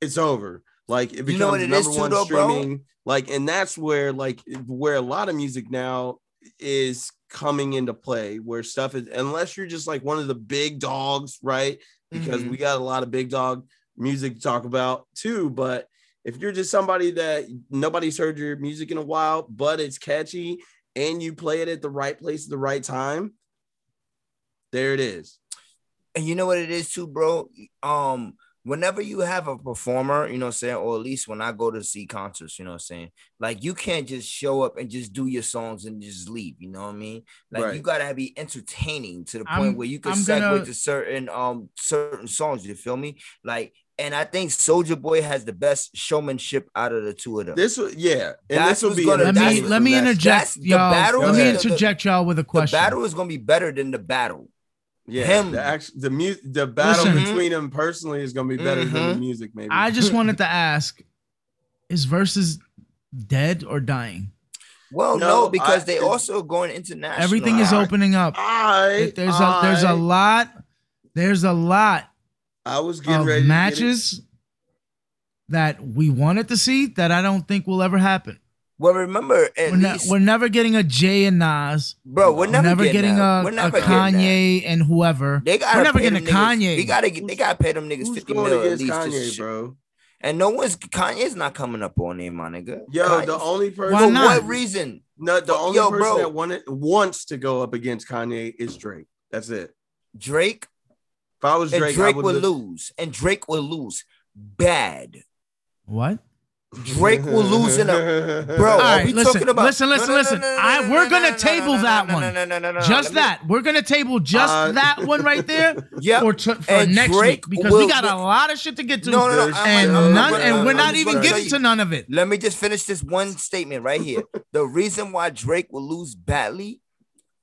A: it's over. Like it becomes
B: You know what it
A: number
B: is too,
A: one
B: though, bro?
A: streaming. Like, and that's where like where a lot of music now is coming into play where stuff is unless you're just like one of the big dogs right because
B: Mhm.
A: we got a lot of big dog music to talk about too but if you're just somebody that nobody's heard your music in a while but it's catchy and you play it at the right place at the right time there it is
B: And you know what it is too, bro? Um, whenever you have a performer, you know what I'm saying, or at least when I go to see concerts, you know what I'm saying, like you can't just show up and just do your songs and just leave, you know what I mean? Like
A: Right.
B: you gotta be entertaining to the point
C: I'm-
B: where you can
C: I'm
B: segue
C: gonna-
B: to certain um certain songs, you feel me? Like and I think Soldier Boy has the best showmanship out of the two of them.
A: this will yeah and
B: That's
A: this will
B: what's
A: be
B: gonna-
C: Let
B: that's
C: me
A: entertaining
B: what-
C: let
A: for
C: me
A: that.
B: that's
C: interject
B: the
C: y'all.
B: battle
C: Let me
A: that-
C: interject y'all with a
B: the
C: question.
B: battle is gonna be better than the battle.
A: yeah
B: him.
A: the act- the mu- the battle
C: Listen. Mm-hmm.
A: between them personally is gonna be better than the
B: Mhm.
A: music maybe
C: I just wanted to ask: Is versus dead or dying?
B: Well,
A: No,
B: no, because
A: I-
B: they also going international.
C: Everything is
B: All right.
C: opening up.
A: I
C: There's a there's a
A: I-
C: lot There's a lot
A: I was getting
C: of
A: ready to get it.
C: matches that we wanted to see that I don't think will ever happen.
B: Well, remember, at
C: We're, ne-
B: least,
C: we're never getting a Jay and Nas.
B: bro, we're
C: We're
B: never, getting, that.
C: a,
B: we're
C: a
B: never getting that.
C: Kanye and whoever.
B: They gotta
C: We're never
B: pay
C: getting
B: them
C: a
B: niggas-
C: Kanye.
B: They gotta get. They gotta pay them niggas
A: Who's
B: fifty
A: going
B: mil at
A: against
B: least. to
A: Kanye,
B: sh-
A: bro?
B: And no one's Kanye's not coming up on him, my nigga.
A: Yo,
B: Kanye's-
A: the only person,
C: Why
B: For
C: not?
B: what reason?
A: no, the
B: Yo,
A: only person
B: bro.
A: that wanted, wants to go up against Kanye is Drake. That's it.
B: Drake
A: If I was
B: and
A: Drake,
B: Drake,
A: I would
B: will
A: look-
B: lose, and Drake will lose bad.
C: What?
B: Drake will lose in a bro.
C: All
B: are
C: right,
B: we
C: listen,
B: talking about?
C: listen, listen, listen. I- we're gonna table that one. just
B: Uh, Let me-
C: that. We're gonna table just
A: Uh,
C: that one right there
B: Yep.
C: for, t- for
B: And
C: next
B: Drake
C: week because
B: will-
C: we got a lot of shit to get to,
B: No, no, no.
A: There's-
B: I'm-
C: and
B: uh, I'm- I'm-
C: none,
B: I'm-
C: and we're
B: I'm
C: not
B: just
C: even
B: gonna tell
C: getting
B: you-
C: to none of it.
B: Let me just finish this one statement right here. the reason why Drake will lose badly,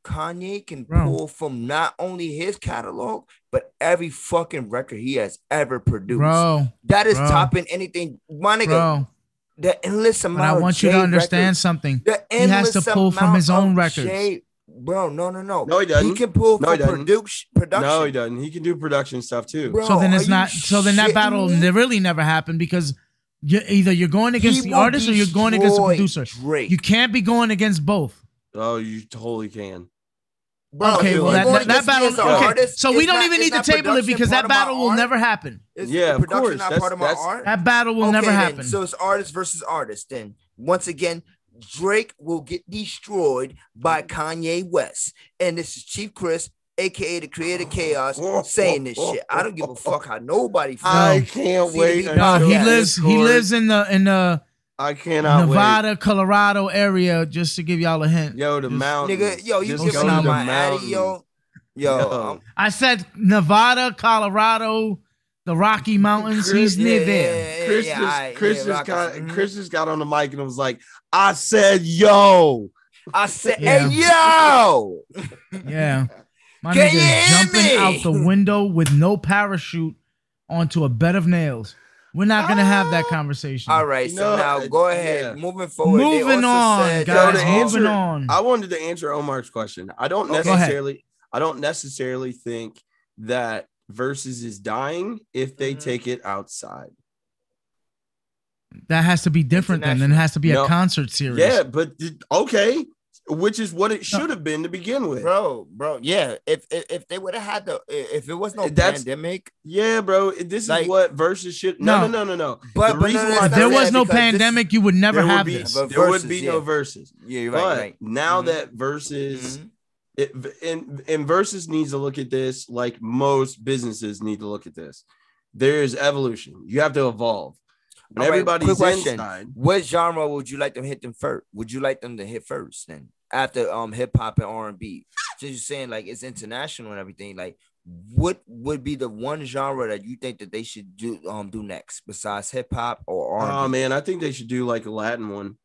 B: Kanye can
C: Bro.
B: pull from not only his catalog, but every fucking record he has ever produced.
C: Bro,
B: that is
C: bro.
B: topping anything. My nigga,
C: bro,
B: the endless
C: but
B: amount
C: I
B: of
C: want you to
B: Jay
C: understand
B: records-
C: something.
B: the
C: He has
B: endless
C: to pull from
B: amount
C: his own
B: of
C: records.
B: Jay- Bro, no, no, no.
A: No, he doesn't.
B: can pull
A: No,
B: from
A: he doesn't.
B: production. production.
A: no, he doesn't. He can do production stuff too.
B: Bro,
C: so then
B: are
C: it's
B: you
C: not. So then that
B: shitting
C: battle
B: me?
C: ne- really never happened because you either you're going
B: He
C: against the
B: will
C: artist or you're going against the
B: destroy
C: producer.
B: Drake.
C: You can't be going against both.
A: Oh, you totally can.
B: Bro,
C: okay,
B: if
C: well
B: you
C: that, that,
B: going
C: that
B: against me
C: battle.
B: as an
C: Okay,
B: artist,
C: so we
B: it's
C: don't
B: not-
C: even
B: it's
C: need to
B: not
C: table it
B: production
C: because
B: part
C: that
B: of my
C: battle will
B: art?
C: never happen.
B: Is
A: Yeah,
B: the
A: of
B: production
A: course.
B: Not
A: That's-
B: part of my
A: that's-
B: art.
C: That battle will never
B: then.
C: happen.
B: So it's artist versus artist. Then once again, Drake will get destroyed by Kanye West, and this is Chief Chris, aka the Creator Chaos, saying this shit. I don't give a fuck how nobody. feels.
A: I can't
B: See,
A: wait.
B: he-
C: no,
A: until
C: he
B: Yeah,
C: lives. He
A: Discord.
C: lives in the in the
A: I cannot
C: Nevada, Colorado area. Just to give y'all a hint.
A: wait. Yo, the
C: Just-
A: mountain.
B: Nigga, yo, you
A: Just
B: giving
A: go
B: out
A: to the
B: my addy,
A: mountain.
B: yo. Yo,
A: Yo.
B: I'm-
C: I said Nevada, Colorado, the Rocky Mountains. He's
B: yeah,
C: near
B: yeah,
C: there.
B: eh, yeah,
A: Chris,
B: yeah,
A: just,
B: all right,
A: Chris
B: yeah,
A: just
B: rock
A: got
B: it. Mhm.
A: Chris just got on the mic and was like, "I said, yo,
B: I said,
C: Yeah.
B: hey yo,
C: Yeah. My
B: Can
C: nigga
B: you
C: is
B: hear
C: jumping
B: me?
C: out the window with no parachute onto a bed of nails. We're not gonna have that conversation.
B: Ah. All right, so
A: No,
B: now
A: uh,
B: go ahead.
A: yeah.
B: Moving forward, they
C: Moving
B: also
C: on,
B: said- um,
A: Yo,
C: guys.
A: the answer-
C: Moving on.
A: I wanted to answer Omar's question. I don't
B: Okay. Go
C: ahead.
A: necessarily, I don't necessarily think that versus is dying if they
B: Mhm.
A: take it outside.
C: That has to be different then. Then it has to be a
A: No.
C: concert series.
A: Yeah, but th- okay, which is what it should have been to begin with.
B: bro, bro, yeah. If if, if they would have had the, i- if it was no
A: That's-
B: pandemic,
A: Yeah, bro, this is
B: Like-
A: what versus should. No,
C: No.
A: no, no, no, no.
B: but, but
A: reason
B: no,
A: why
B: that's
C: If
B: not
C: there
B: it,
C: was no
B: because this-
C: pandemic, you would never
A: there
C: have
A: would be
C: this. Mm-hmm.
B: But
A: there would
B: versus,
A: be no
B: yeah.
A: verses.
B: yeah, you're
A: but
B: right,
A: now
B: Mhm.
A: that
B: you're right.
A: versus
B: Mhm.
A: it, and and versus needs to look at this like most businesses need to look at this. There is evolution. You have to evolve. When
B: All right,
A: everybody's
B: quick question.
A: inside,
B: Mm-hmm. What genre would you like them hit them first? Would you like them to hit first then after um hip hop and R and B? Since you're saying like it's international and everything, like what would be the one genre that you think that they should do um do next besides hip hop or R
A: oh
B: and B?
A: man, I think they should do like a Latin one.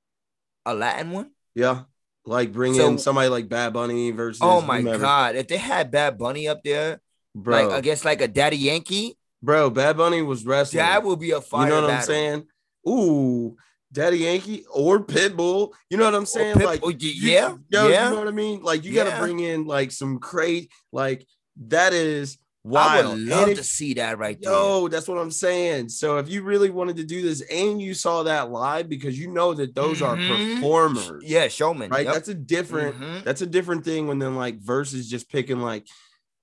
B: A Latin one?
A: Yeah, like bring
B: So-
A: in somebody like Bad Bunny versus.
B: Oh my
A: whomever.
B: god! If they had Bad Bunny up there,
A: bro,
B: like against like a Daddy Yankee,
A: bro, Bad Bunny was wrestling.
B: that would be a fire.
A: you know what
B: battle.
A: I'm saying? Ooh, Daddy Yankee or Pitbull. You know what I'm
B: Or
A: saying?
B: Pip-
A: like,
B: oh, y-
A: you-
B: yeah,
A: yo,
B: yeah.
A: you know what I mean? Like, you
B: Yeah.
A: gotta bring in like some crazy, like that is
B: I
A: wild.
B: would
A: And
B: love
A: if-
B: to see that right there.
A: yo, that's what I'm saying. So if you really wanted to do this and you saw that live, because you know that those
B: Mhm.
A: are performers,
B: yeah, showman.
A: right?
B: Yep.
A: That's a different.
B: Mhm.
A: That's a different thing when then like versus just picking like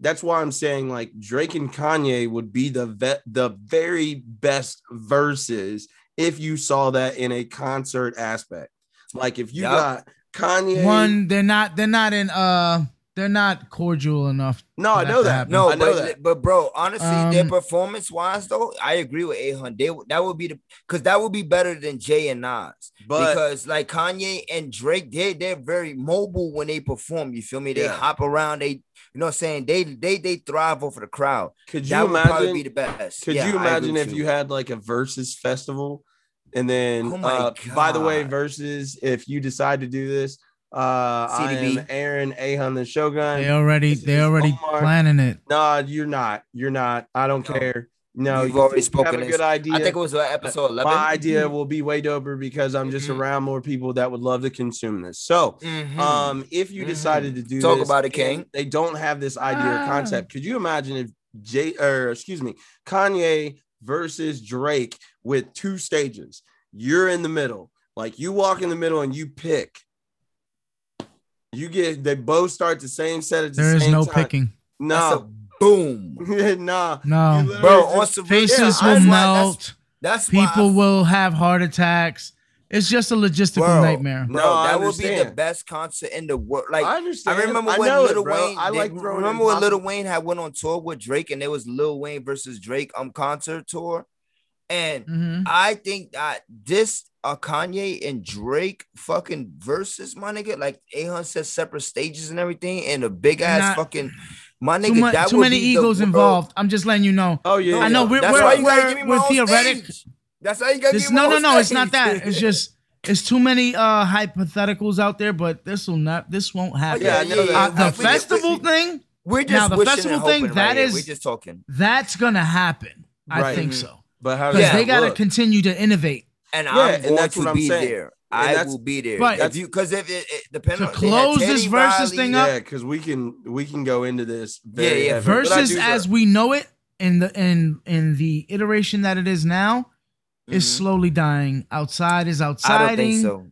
A: that's why I'm saying like Drake and Kanye would be the vet the very best verses if you saw that in a concert aspect. Like if you
B: Yup.
A: got Kanye
C: One, they're not. They're not in. Uh, they're not cordial enough.
A: No, I
C: that
A: know
C: to
A: that.
C: happen.
A: No,
B: No,
A: I know
B: but
A: that.
B: but bro, honestly, their
C: Um,
B: performance wise though, I agree with Ahun. They would- that would be the because that would be better than Jay and Nas
A: But
B: because like Kanye and Drake, they they're very mobile when they perform. You feel me? They
A: Yeah.
B: hop around. They you know what I'm saying they they they thrive off of the crowd.
A: could
B: that
A: you
B: would probably be
A: imagine
B: the best.
A: could
B: Yeah,
A: you
B: I agree
A: imagine
B: with
A: if you had like a versus festival and then
B: Oh my
A: uh, by the way
B: God.
A: versus if you decide to do this uh I am
B: CDB.
A: Aaron Ahun the Shogun
C: They already.
A: This
C: They
A: is
C: already
A: Omar.
C: planning it.
A: No, you're not. You're not. I don't
B: No.
A: care. No,
B: You've already
A: think you
B: spoken
A: Have a
B: this.
A: good idea.
B: I think it was uh, episode eleven.
A: My idea will be way doper because I'm just
B: Mhm.
A: around more people that would love to consume this. So,
B: Mhm.
A: um, if you decided to do
B: Talk
A: this
B: about it,
A: and
B: King.
A: they don't have this idea or
C: Ah.
A: concept. Could you imagine if Jay or excuse me, Kanye versus Drake with two stages. You're in the middle. Like you walk in the middle and you pick. You get they both start the same set at the
C: There is
A: same
C: no
A: time.
C: picking.
B: That's
A: No,
B: a boom.
A: nah.
C: No.
A: You
B: Bro,
A: literally
B: on
A: just-
B: some
C: Faces
B: yeah,
C: will
B: that's why-
C: melt.
B: That's, that's why I
C: People will have heart attacks. It's just a logistical
B: Bro.
C: nightmare.
A: No,
B: Bro,
A: I
B: that would be the
A: understand.
B: best concert in the world. Like
A: I
B: I,
A: understand.
B: remember
A: I
B: when
A: know it,
B: Lil
A: bro.
B: Wayne.
A: I
B: they-
A: like throwing
B: remember when Lil
A: impossible-
B: Wayne had went on tour with Drake, and it was Lil Wayne versus Drake um concert tour, and
C: hmm
B: I think that this uh, Kanye and Drake fucking versus my nigga, like Ahun said, separate stages and everything, and a big ass
C: Not-
B: fucking my nigga.
C: Too, mu-
B: that
C: too
B: would
C: many
B: be the
C: egos
B: world.
C: involved. I'm just letting you know.
A: Oh yeah,
C: I
A: yeah.
C: know we're,
B: That's
C: we're,
B: why you gotta
C: we're-
B: give me
C: we're
B: my own
C: theoretic.
B: stage. That's how you gotta
C: This-
B: give me
C: no,
B: my
C: no,
B: own
C: no. It's not
B: stage.
C: that. It's just it's too many uh hypotheticals out there. But this will not. This
B: Oh,
C: won't happen.
A: yeah, I know that.
C: Uh, the
B: That's- we just-
C: festival thing
B: We're just
C: Now, the
B: wishing and
C: festival thing,
B: hoping
C: that
B: right here.
C: is-
B: We're just talking.
C: that's gonna happen. I
A: Right.
C: think
B: Mhm.
C: so
A: But how does
C: because
B: Yeah,
A: that
C: they gotta
A: look?
C: continue to innovate.
B: and
A: Yeah,
B: I'm
A: and
B: going
A: that's
B: to
A: what I'm
B: be
A: saying.
B: there.
A: And
B: I
A: that's-
B: will be there.
C: Right.
B: If you because if it, it depends
C: To
B: on
C: close this versus thing up,
A: Yeah, because we can we can go into this. Very
B: yeah.
A: heavy. But I
C: Versus
A: do-
C: as we know it in the in in the iteration that it is now is slowly dying. Outside is
B: Mm-hmm. I
C: outsiding.
B: don't think so.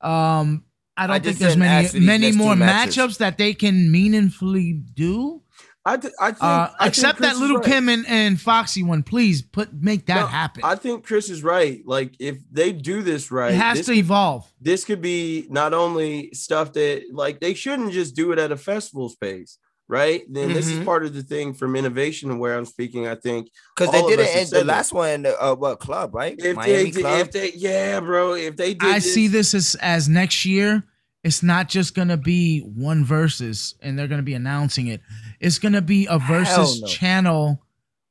C: Um, I don't
B: I
C: think
B: just
C: there's
B: didn't ask for
C: many many
B: these next two
C: more
B: matches.
C: matchups that they can meaningfully do.
A: I, th- I think
C: Uh,
A: I think
C: except
A: Chris
C: that
A: is
C: little
A: right.
C: Kim and, and Foxy one. Please put make that
A: No,
C: happen.
A: I think Chris is right. Like if they do this right,
C: it has
A: this,
C: to evolve.
A: this could be not only stuff that like they shouldn't just do it at a festival space, right? Then this is
C: Mm-hmm.
B: Mhm.
A: part of the thing from innovation and where I'm speaking. I think
B: Because they
A: All of
B: did
A: us
B: it
A: have
B: in
A: said
B: the
A: that.
B: last one in the uh, what club, right?
A: if
B: Miami
A: they did,
B: club.
A: if they yeah, bro, if they did
C: I see this as as next year. It's not just gonna be one versus, and they're gonna be announcing it. It's gonna be a versus
B: no.
C: channel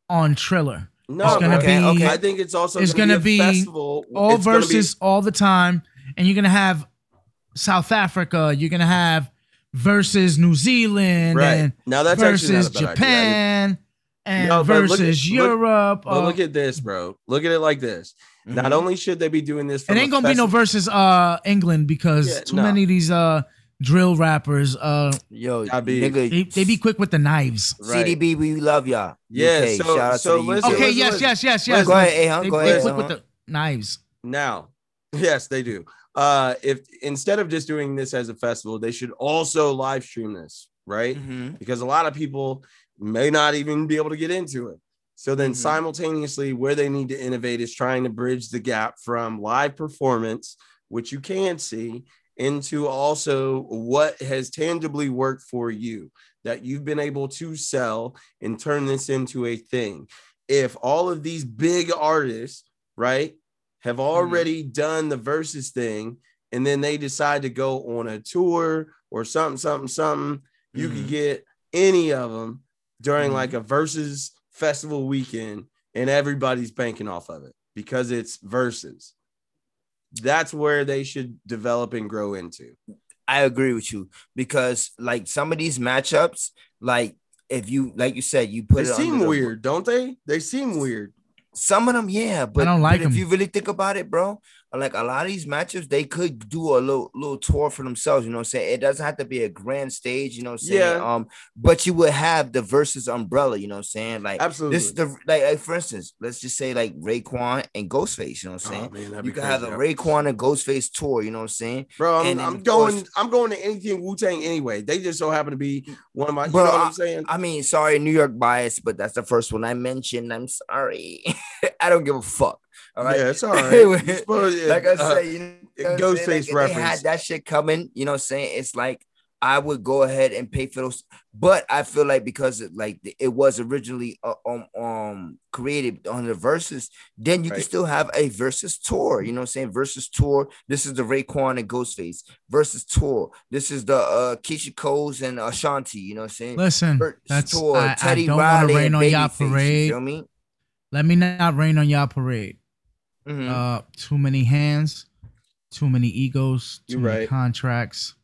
C: on Triller.
A: no,
C: it's gonna
B: okay,
C: be
B: okay.
A: I think it's also
C: it's
A: gonna,
C: gonna
A: be, a
C: be
A: festival.
C: all
A: It's gonna be-
C: verses all the time, and you're gonna have South Africa. You're gonna have versus New Zealand
A: right
C: and
A: now. That's actually
C: versus
A: not a bad idea.
C: Japan and
A: No, but look at-
C: versus
A: look-
C: Europe.
A: But
C: uh,
A: look at this, bro. Look at it like this. Not only should they be doing this,
C: it
A: from
C: ain't
A: a
C: gonna be no
A: festival-
C: versus uh England because
A: Yeah,
C: too
A: no.
C: many of these uh drill rappers uh
B: Yo,
A: I be-
C: they,
B: nigga,
C: they be quick with the knives.
A: Right.
B: CDB, we love y'all.
A: Yeah,
B: UK,
A: so-
B: shout out
A: so
B: to the
A: listen-
B: UK.
C: Okay,
A: listen,
C: yes,
A: listen.
C: yes, yes, yes.
B: Go ahead, Ahan,
C: They,
B: go
C: they
B: ahead.
C: quick with
B: Ahan.
C: the knives.
A: Now, yes, they do. Uh, if instead of just doing this as a festival, they should also live stream this, right?
B: Mhm.
A: Because a lot of people may not even be able to get into it. So then,
B: Mhm.
A: simultaneously, where they need to innovate is trying to bridge the gap from live performance, which you can see, into also what has tangibly worked for you that you've been able to sell and turn this into a thing. If all of these big artists, right, have already done the versus thing and then they decide to go on a tour or something, something, something, you could
B: Mhm.
A: get any of them during
B: Mhm.
A: like a versus festival weekend and everybody's banking off of it because it's versus. That's where they should develop and grow into.
B: I agree with you because like some of these matchups, like if you like you said, you put
A: They
B: it
A: seem
B: under the-
A: weird, don't they? They seem weird.
B: Some of them, yeah, but
C: don't
B: but
C: like
B: if
C: 'em.
B: you really think about it, bro, like a lot of these matchups, they could do a little little tour for themselves. You know what I'm saying? It doesn't have to be a grand stage. You know what I'm saying?
A: Yeah.
B: Um, but you would have the versus umbrella. You know what I'm saying? Like
A: Absolutely.
B: this is the like, like, for instance, let's just say like Raekwon and Ghostface. You know what I'm saying?
A: Oh, man, that'd
B: you
A: be
B: could have a
A: crazy.
B: Raekwon and Ghostface tour. You know what I'm saying?
A: Bro, I'm,
B: And then,
A: I'm
B: of
A: going.
B: course-
A: I'm going to anything Wu Tang anyway. They just so happen to be one of my. You
B: Bro,
A: know what I'm saying?
B: I mean, sorry, New York bias, but that's the first one I mentioned. I'm sorry. I don't give a fuck. All right.
A: Yeah, it's all right. You're supposed to-
B: like I
A: uh,
B: say, you know, what I'm
A: Ghostface
B: saying? Like, if They
A: reference.
B: had that shit coming. You know what I'm saying? It's like I would go ahead and pay for those, but I feel like because it, like it was originally uh, um um created on the verses, then you can
A: Right.
B: still have a versus tour. You know what I'm saying? Versus tour. This is the Raekwon and Ghostface versus tour. This is the uh Keisha Coles and Ashanti. You know what I'm saying?
C: Listen,
B: Versus
C: that's
B: tour,
C: I, I
B: Teddy
C: don't want
B: Riley
C: to rain
B: and
C: on y'all
B: Babyface, you
C: parade.
B: feel me?
C: Let me not rain on y'all parade.
B: Mhm.
C: Uh, too many hands, too many egos, too
A: You're
C: many
A: right.
C: contracts.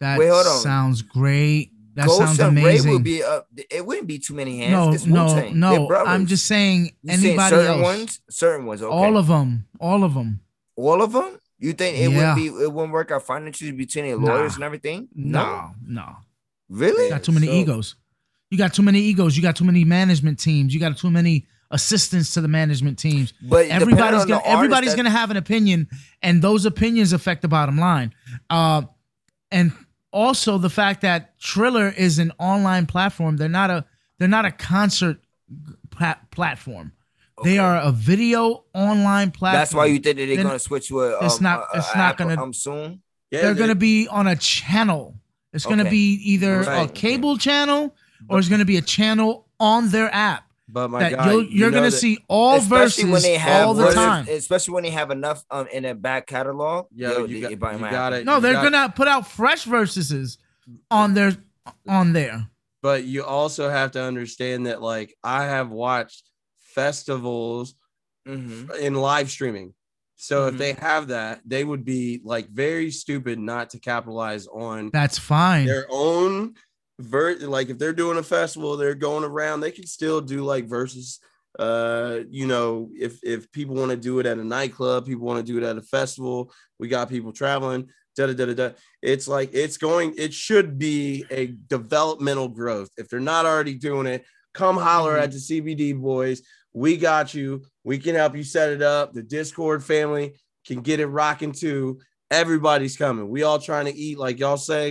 C: That
B: Wait, hold on.
C: sounds great. That
B: Ghost
C: sounds
B: and Ray
C: amazing.
B: would be up. It wouldn't be too many hands.
C: no,
B: it's
C: no,
B: Wu-Tang. They're
C: no.
B: brothers.
C: I'm just saying
B: You saying
C: anybody
B: certain
C: else.
B: ones, certain ones. Okay.
C: All of them. All of them.
B: all of them. You think it
C: Yeah.
B: wouldn't be? It wouldn't work out financially between the
C: Nah.
B: lawyers and everything.
C: No, no.
B: really.
A: Yeah,
C: Got too many
A: so-
C: egos. You got too many egos. You got too many management teams. You got too many assistants to the management teams.
B: But depending
C: everybody's
B: on the
C: gonna
B: artist,
C: everybody's
B: that-
C: gonna have an opinion, and those opinions affect the bottom line. Uh, and also the fact that Triller is an online platform. They're not a they're not a concert pla- platform. They are a video online platform.
B: That's why you think that they're
C: Then
B: gonna switch to a.
C: it's
B: um,
C: not-
B: a- a
C: it's not
B: app,
C: gonna-
B: um, soon.
A: Yeah,
C: they're
A: they-
C: going to be on a channel. It's going to
B: Okay.
C: be either a
B: Right.
C: cable channel or it's going to be a channel on their app
A: But my
C: that
A: God,
C: you'll,
A: you
C: you're
A: know
C: going to
A: that-
C: see all
B: especially
C: verses
B: when they have
C: all the
A: verses-
C: time.
B: Especially when they have enough um in their back catalog.
A: Yo, you
B: they-
A: got-
B: they buy
A: you
B: my
A: gotta-
B: album.
C: no,
A: you
C: they're
A: got-
C: going to put out fresh verses on their on there.
A: but you also have to understand that like I have watched festivals
B: Mhm.
A: in live streaming. So
B: Mhm.
A: if they have that, they would be like very stupid not to capitalize on
C: That's fine.
A: their own vert. Like if they're doing a festival, they're going around, they can still do like versus uh you know if if people want to do it at a nightclub people want to do it at a festival we got people traveling da da da da da it's like it's going it should be a developmental growth if they're not already doing it come holler at the cbd boys we got you we can help you set it up the discord family can get it rocking too everybody's coming we all trying to eat like y'all say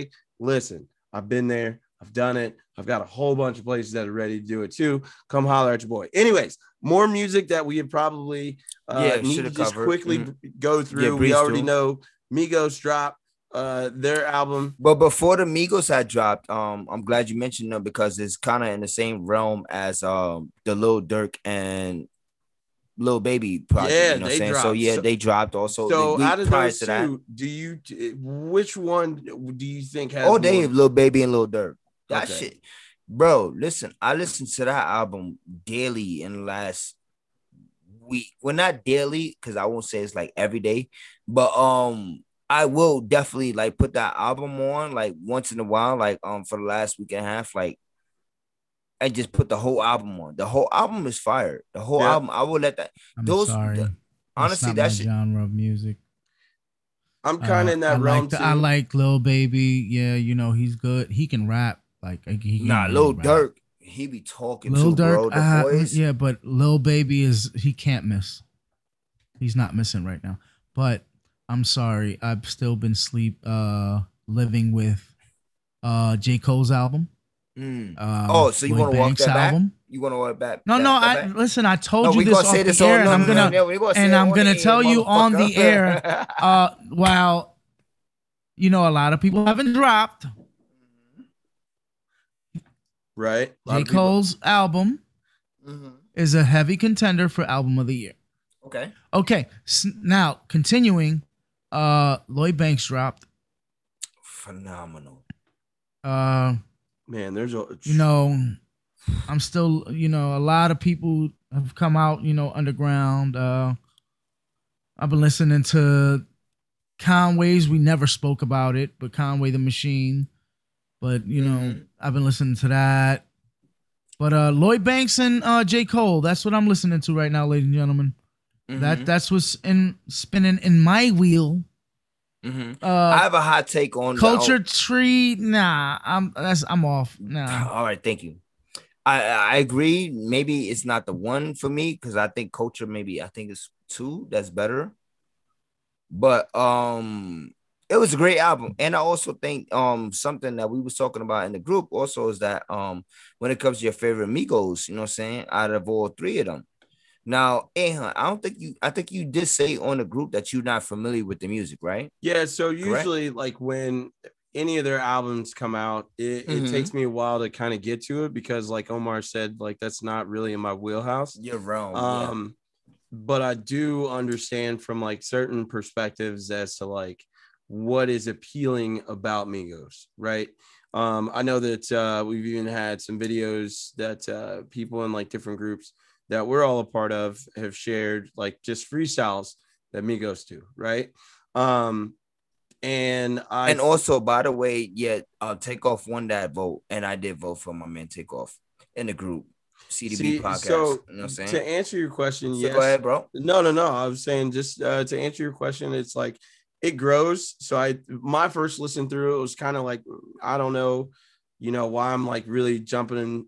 A: listen i've been there i've done it i've got a whole bunch of places that are ready to do it too come holler at your boy anyways more music that we had probably uh,
B: Yeah,
A: need to
B: shoulda
A: just
B: covered.
A: quickly
B: Mhm.
A: b- go through we
B: breeze
A: already
B: through.
A: know migos drop uh their album
B: But before the Migos had dropped, um, I'm glad you mentioned them because it's kind of in the same realm as um the Lil Durk and Lil Baby project.
A: Yeah,
B: you know what
A: they
B: I'm saying? So
A: dropped.
B: yeah,
A: So-
B: they dropped also. the
A: so
B: week
A: out of
B: prior
A: those
B: to that,
A: two do you which one do you think has
B: oh,
A: more-
B: they Lil Baby and Lil Durk. That
A: Okay.
B: shit, bro. Listen, I listened to that album daily in the last week. Well, not daily because I won't say it's like every day, but um, I will definitely like put that album on like once in a while, like um for the last week and a half, like. And just put the whole album on. The whole album is fire. The whole
A: Yeah.
B: album, I will let that.
C: I'm
B: those-
C: sorry.
B: the-
C: That's
B: honestly,
C: not
B: that
C: my
B: shit-
C: genre of music.
A: i'm kind of
C: Uh,
A: in that
C: I
A: realm
C: Like the-
A: too.
C: I like Lil Baby. Yeah, you know he's good. He can rap. Like he can
B: Nah,
C: really
B: Lil
C: rap.
B: Durk, he be talking
C: Lil
B: too, bro.
C: Durk,
B: The
C: uh,
B: voice,
C: yeah, but Lil Baby is he can't miss. He's not missing right now. But I'm sorry, I've still been sleep uh living with uh J Cole's album.
B: Mm.
C: Uh,
B: Oh, so you
C: Lloyd
B: want to walk
C: Banks'
B: that back? You want to walk back?
C: No,
B: that-
C: no.
B: that
C: I
B: back?
C: listen. I told
B: No,
C: you
B: we
C: this
B: gonna
C: off
B: say this
C: the
B: on.
C: air, and
B: no,
C: I'm
B: no, no,
C: gonna
B: no, we gonna say
C: and
B: it
C: I'm
B: on
C: gonna
B: the air,
C: tell you on the air,
B: motherfucker.
C: uh while you know a lot of people haven't dropped
A: right A lot
C: J
A: of people-
C: Cole's album
B: Mhm.
C: is a heavy contender for album of the year.
B: Okay.
C: Okay, s- now continuing, uh, Lloyd Banks dropped.
B: Phenomenal.
C: Uh,
A: man there's a
C: you know, I'm still, you know, a lot of people have come out, you know, underground. Uh, I've been listening to Conway's. We never spoke about it, but Conway the Machine. But you know,
B: Mhm.
C: I've been listening to that. But uh, Lloyd Banks and uh, J Cole. That's what I'm listening to right now, ladies and gentlemen.
E: Mm-hmm.
C: That that's what's in spinning in my wheel.
B: Mhm.
C: Uh,
B: I have a hot take on the-
C: Culture tree, nah. I'm that's I'm off. Nah.
B: All right, thank you. I I agree. Maybe it's not the one for me because I think culture. Maybe I think it's two. That's better. But um, it was a great album, and I also think um something that we was talking about in the group also is that um when it comes to your favorite Migos, you know what I'm saying? Out of all three of them. Now, Ahan, I don't think you. I think you did say on the group that you're not familiar with the music, right?
A: Yeah, so usually like when any of their albums come out, it, it
C: Mm-hmm.
B: Mhm.
A: takes me a while to kind of get to it because like Omar said, like that's not really in my wheelhouse.
B: You're wrong.
A: Um but I do understand from like certain perspectives as to like what is appealing about Migos, right? Um, I know that uh, we've even had some videos that uh, people in like different groups that we're all a part of have shared, like just freestyles that Migos do, right? Um, and I
B: and also, by the way, yeah, uh, Takeoff won that vote, and I did vote for my man Takeoff in the group CDB
A: See,
B: podcast.
A: so
B: you know what I'm saying?
A: to answer your question,
B: So
A: yes,
B: Go ahead, bro.
A: No, no, no. I was saying just uh, to answer your question, it's like it grows. So I my first listen through it was kind of like I don't know you know, why I'm like really jumping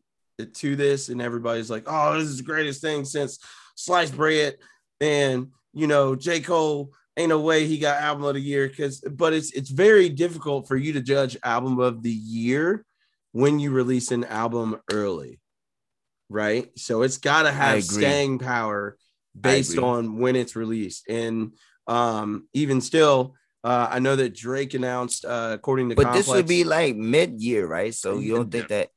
A: to this. And everybody's like, oh, this is the greatest thing since sliced bread. And, you know, J. Cole ain't no way he got album of the year because but it's it's very difficult for you to judge album of the year when you release an album early right so it's got to have
B: agree.
A: staying power based
B: agree.
A: on when it's released and um even still uh i know that drake announced uh according to
B: But
A: Complex,
B: this would be like mid year, right? So you don't think that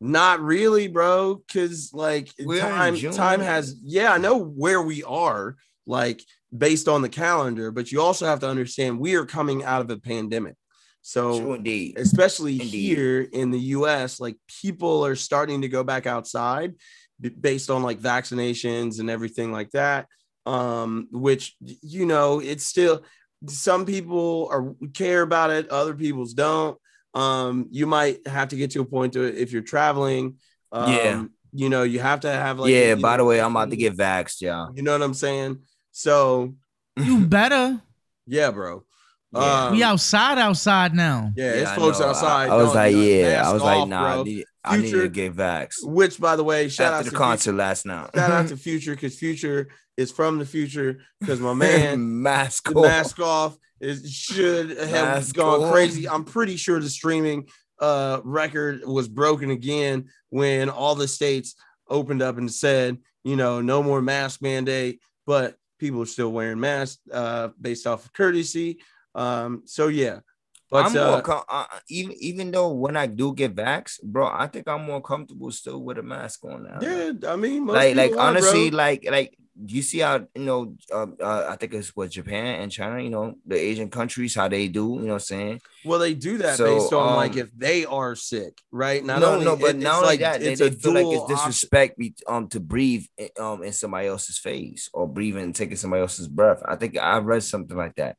A: not really bro because like
B: We're in
A: time
B: June.
A: time has yeah i know where we are like based on the calendar but you also have to understand we are coming out of a pandemic so
B: true indeed.
A: especially
B: Indeed.
A: here in the US, like people are starting to go back outside b- based on like vaccinations and everything like that. Um, which you know, it's still some people are care about it, other people's don't. Um, you might have to get to a point to if you're traveling. Um,
B: Yeah.
A: you know, you have to have like
B: yeah,
A: you
B: by
A: know,
B: the way, I'm about to get vaxxed, y'all.
A: you know what I'm saying? So
C: You better.
A: yeah, bro.
B: Yeah.
A: Um,
C: we outside, outside now.
A: yeah, it's
B: I
A: folks
B: know. I-
A: outside.
B: I, was
A: dog,
B: like,
A: you know,
B: yeah. I
A: mask
B: was like,
A: off,
B: nah, I
A: bro.
B: need, I need
A: Future-
B: to get vaxxed.
A: Which, by the way, shout out to
B: After the
A: Future-
B: concert last night.
A: Shout out to Future because Future is from the future. Because my man,
B: mask
A: the
B: off.
A: mask off, is should have
B: Mask
A: gone
B: off.
A: crazy. I'm pretty sure the streaming uh, record was broken again when all the states opened up and said, you know, no more mask mandate, but people are still wearing masks uh, based off of courtesy. Um, so yeah, but
B: I'm
A: uh,
B: more com- uh, uh, even even though when I do get vaxxed, bro, I think I'm more comfortable still with a mask on now.
A: yeah, I mean, most
B: like like
A: people are,
B: honestly,
A: bro.
B: like like you see how you know uh, uh, I think it's what Japan and China, you know, the Asian countries how they do, you know, what I'm saying.
A: Well, they do that
B: So,
A: based on like
B: um,
A: if they are sick, right? Not
B: no,
A: only-
B: no, but
A: it- it's
B: not only
A: like-
B: that, they,
A: it's a
B: they feel like it's
A: dual option.
B: disrespect be, um to breathe i- um in somebody else's face or breathing and taking somebody else's breath. I think I read something like that.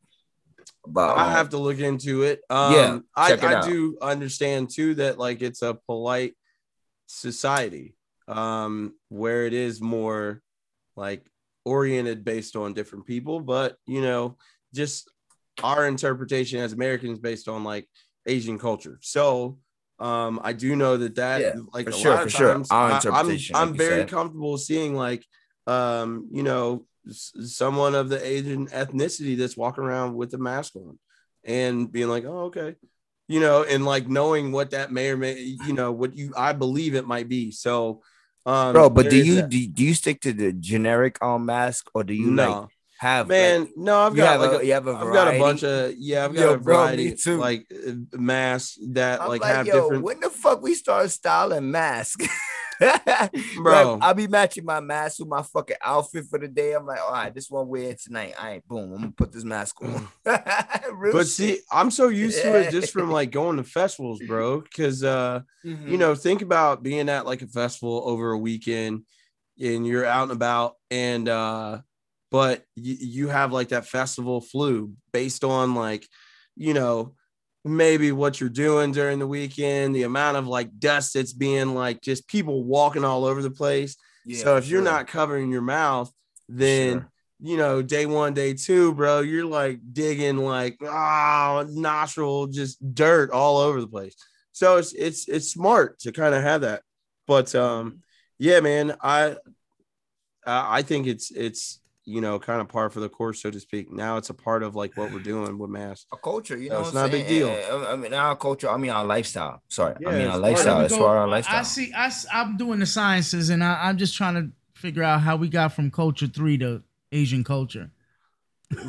B: But um,
A: I have to look into it. Um,
B: yeah,
A: I,
B: check it
A: I
B: out.
A: do understand too that like it's a polite society, um, where it is more like oriented based on different people, but you know, just our interpretation as Americans based on like Asian culture. So, um, I do know that that
B: Yeah,
A: like
B: for
A: a
B: sure,
A: lot of
B: for sure.
A: times,
B: Our
A: I-
B: interpretation,
A: I'm,
B: like
A: I'm
B: you
A: very
B: said.
A: comfortable seeing like, um, you know, s- someone of the Asian ethnicity that's walking around with a mask on and being like, oh, okay, you know, and like knowing what that may or may, you know, what you I believe it might be. So, um,
B: bro, but
A: there
B: do
A: is
B: you
A: that.
B: do, do you stick to the generic um mask or do you like
A: no
B: have
A: man?
B: like,
A: no, I've
B: you
A: got
B: have
A: like a,
B: a, you have a
A: I've
B: variety?
A: got a bunch of yeah, I've got
B: Yo,
A: a
B: bro, me
A: variety
B: too.
A: like uh, masks that
B: I'm
A: like,
B: like,
A: have
B: yo,
A: different.
B: when the fuck we start styling masks? Bro, I'll be matching my mask with my fucking outfit for the day. I'm like, all right, this one wear it tonight. All right, boom, I'm gonna put this mask on. Real
A: Mm. But
B: shit.
A: see, I'm so used to it just
B: Yeah.
A: from like going to festivals, bro. Because uh, you know, think about being at like a festival over a weekend, and you're out and about, and uh, but you, you have like that festival flu based on like, you know, maybe what you're doing during the weekend, the amount of like dust that's being like just people walking all over the place.
B: Yeah,
A: so
B: for
A: if you're
B: sure.
A: not covering your mouth, then
B: Sure.
A: you know, day one, day two, bro, you're like digging like ah nostril just dirt all over the place. So it's it's it's smart to kind of have that. But
B: Mm-hmm.
A: um yeah, man, I I I think it's it's you know kind of par for the course, so to speak. Now it's a part of like what we're doing with masks.
B: a culture, you
A: No,
B: know,
A: it's
B: what I'm
A: not a big
B: saying? I- I I mean, our culture. I mean, our lifestyle. Sorry,
A: Yeah,
B: I mean
A: it's part
B: our
A: of
B: lifestyle.
A: it.
B: It's for our
C: I
B: lifestyle.
C: see. I, am doing the sciences, and I, I'm just trying to figure out how we got from culture three to Asian culture.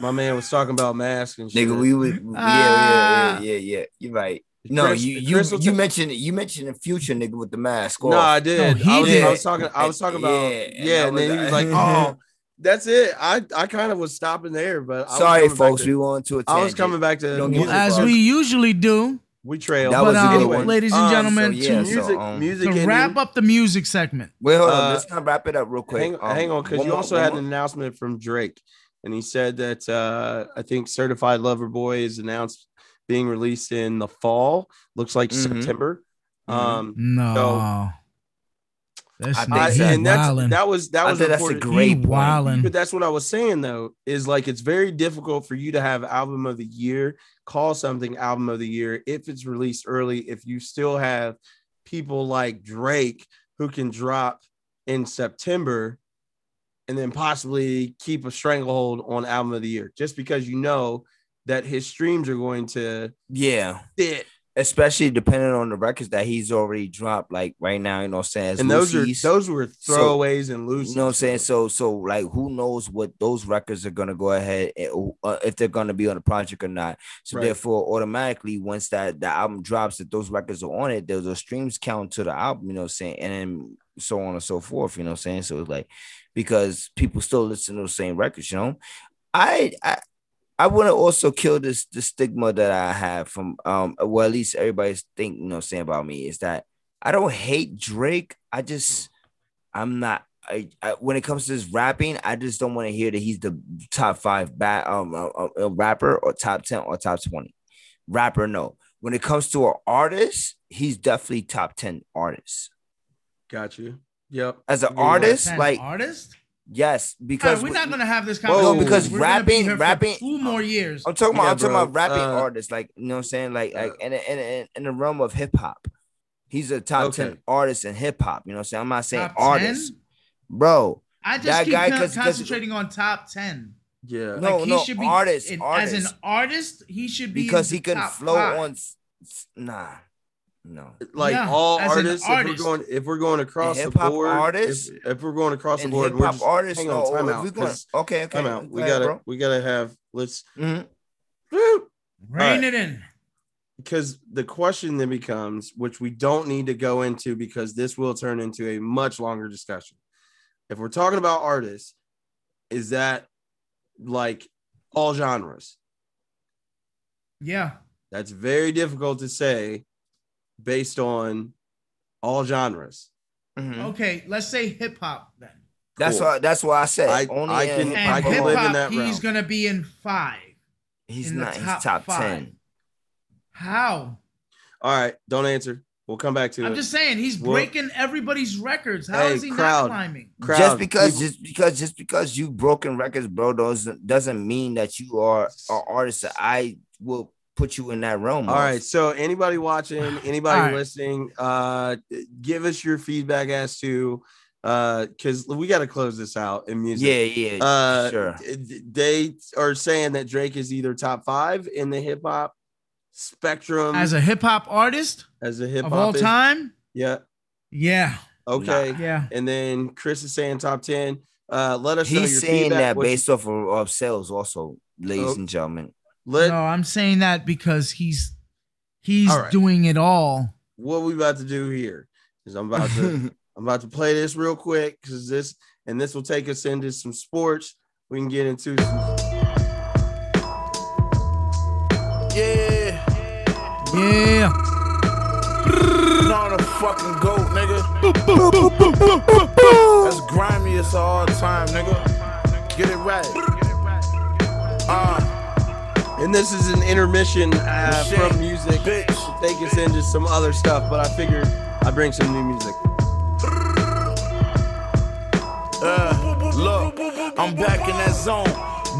A: My man was talking about masks and shit.
B: Nigga, we would.
C: Ah.
B: Yeah, yeah, yeah, yeah, yeah. You're right. No,
A: Chris-
B: you you
A: Chris will
B: you
A: ta-
B: mentioned you mentioned the future nigga with the mask.
A: No,
B: off.
A: I did.
C: he
A: I, was,
B: did.
A: I was talking. I was talking about
B: Yeah,
A: yeah,
B: and
A: and,
B: that was-
A: then he was like, "Oh, that's it." I I kind of was stopping there, but I was
B: Sorry,
A: coming back
B: folks,
A: to-
B: we went to a
A: I
B: tangent.
A: was coming back to
B: Don't get
A: music.
C: As we usually do.
A: we trail.
B: That
C: but
B: was a
C: um,
B: good one.
C: ladies and
A: Um,
C: gentlemen,
B: so, yeah,
C: to,
A: music,
B: um,
A: music.
C: to
A: ending.
C: wrap up the music segment.
B: Wait, hold on.
A: Uh,
B: Let's kind of wrap it up real quick.
A: hang,
B: Um,
A: hang on, because
B: one
A: you
B: more-
A: also
B: one
A: had
B: more-
A: an announcement from Drake, and he said that uh, I think Certified Lover Boy is announced being released in the fall. Looks like
B: Mhm.
A: September.
B: Mhm.
A: Um,
C: No.
A: So-
C: This
B: I think
C: nigga,
A: I,
B: Exactly.
C: he
A: and that's
C: wildin'.
A: that was that
B: I
A: was
B: think that's a
A: reported-
B: great
C: he
B: point.
C: wildin'.
A: But that's what I was saying though, is like it's very difficult for you to have album of the year, call something album of the year if it's released early, if you still have people like Drake who can drop in September and then possibly keep a stranglehold on album of the year just because you know that his streams are going to
B: Yeah.
A: fit.
B: Especially depending on the records that he's already dropped, like right now, you know what I'm saying? It's
A: and those
B: Lucy's.
A: are those were
B: So,
A: throwaways and loose.
B: You know what I'm saying? So, so like, who knows what those records are gonna go ahead and, uh, if they're gonna be on the project or not? So,
A: Right.
B: therefore, automatically, once that the album drops, that those records are on it, those, those streams count to the album. You know what I'm saying? And then so on and so forth. You know what I'm saying? So it's like because people still listen to the same records. You know, I I. I want to also kill this the stigma that I have from um well at least everybody's think you know what I'm saying about me is that I don't hate Drake I just I'm not. I, I when it comes to this rapping, I just don't want to hear that he's the top five bat um uh, uh, uh, rapper or top ten or top twenty rapper. No, when it comes to an artist, he's definitely top ten artist
A: Got you. Yep.
B: as an
A: Yeah.
B: artist.
C: Ten
B: Like
C: artist?
B: yes, because
C: Alright, we're not gonna have this
A: Whoa.
C: conversation.
A: Because
C: We're gonna be
B: rapping-
C: here for
B: rapping-
C: two more years.
B: I'm talking about
A: Yeah,
B: I'm talking
A: bro.
B: about rapping
A: Uh,
B: artists, like you know what I'm saying, like like
A: uh,
B: in in, in, in the realm of hip hop. He's a top ten
A: Okay.
B: artist in hip hop. You know what I'm saying? I'm not saying
C: Top
B: artist,
C: 10?
B: bro.
C: I just
B: That
C: keep
B: guy,
C: con-
B: 'cause- 'cause-
C: concentrating on top ten.
A: Yeah.
B: No,
C: like he
B: no,
C: should be
B: artist,
C: in- as
B: artist.
C: an artist, he should be in
B: because
C: the
B: he can
C: top
B: flow
C: five.
B: on. s- s- Nah, no.
A: like
C: Yeah,
A: all
C: as an
A: artists,
C: artist.
A: if we're going if we're going across the
B: hip-hop
A: board,
B: artists
A: if, if we're going across the
B: And
A: board,
B: hip
A: and we're
B: hop
A: just,
B: artists.
A: hang
B: no,
A: on, time
B: if we
A: out,
B: going,
A: let's-
B: okay, okay.
A: time out. We
B: go ahead,
A: gotta Mm-hmm, we gotta have let's
B: bro. Mhm.
C: Rein it in.
A: because the question then becomes, which we don't need to go into because this will turn into a much longer discussion. If we're talking about artists, is that like all genres?
C: Yeah.
A: That's very difficult to say based on all genres.
B: Mhm.
A: Hmm.
C: Okay. Let's say hip hop then.
B: That's
A: mm-hmm. Cool.
B: why. That's why I said
A: I-
B: only.
A: I
B: in
A: can-
B: hip-hop.
A: I
C: And
A: can
C: hip
A: live in that
C: hop, he's
A: realm.
C: gonna be in five.
B: He's
C: in the
B: not.
C: top
B: he's top
C: five.
B: ten.
C: How?
A: All right, don't answer. We'll come back to
C: I'm
A: it.
C: just saying he's
A: Well-
C: breaking everybody's records. How is
A: Hey,
C: he
A: crowd.
C: not climbing?
A: Crowd,
B: just because,
A: we-
B: just because, just because you broken records, bro, doesn't doesn't mean that you are an artist. That I will put you in that realm.
A: All
B: of.
A: right. So anybody watching, anybody
C: All right.
A: listening, uh, give us your feedback as to uh, because we got to close this out in music.
B: Yeah, yeah,
A: Uh,
B: sure.
A: d- They are saying that Drake is either top five in the hip hop spectrum
C: As a hip hop artist
A: as a Um, hip
C: of all
A: hop
C: time?
A: Yeah.
C: Yeah.
A: Okay.
C: Yeah.
A: And then Chris is saying top ten. Uh, let us know your
B: He's saying
A: feedback.
B: that
A: What you-
B: based off of, of sales, also, ladies
A: Oh.
B: and gentlemen.
A: let
C: no, I'm saying that because he's he's
A: All right.
C: doing it all.
A: what we about to do here is I'm about to I'm about to play this real quick because this and this will take us into some sports. We can get into some.
I: Yeah,
C: Yeah.
I: not a fucking
A: Mm-hmm.
I: goat, nigga. That's grimiest of all time, nigga. Get it right. Uh,
A: And this is an intermission uh,
I: Shit.
A: from music to
I: bitch.
A: take us into some other stuff. But I figured I bring some new music.
I: Uh, look, I'm back in that zone.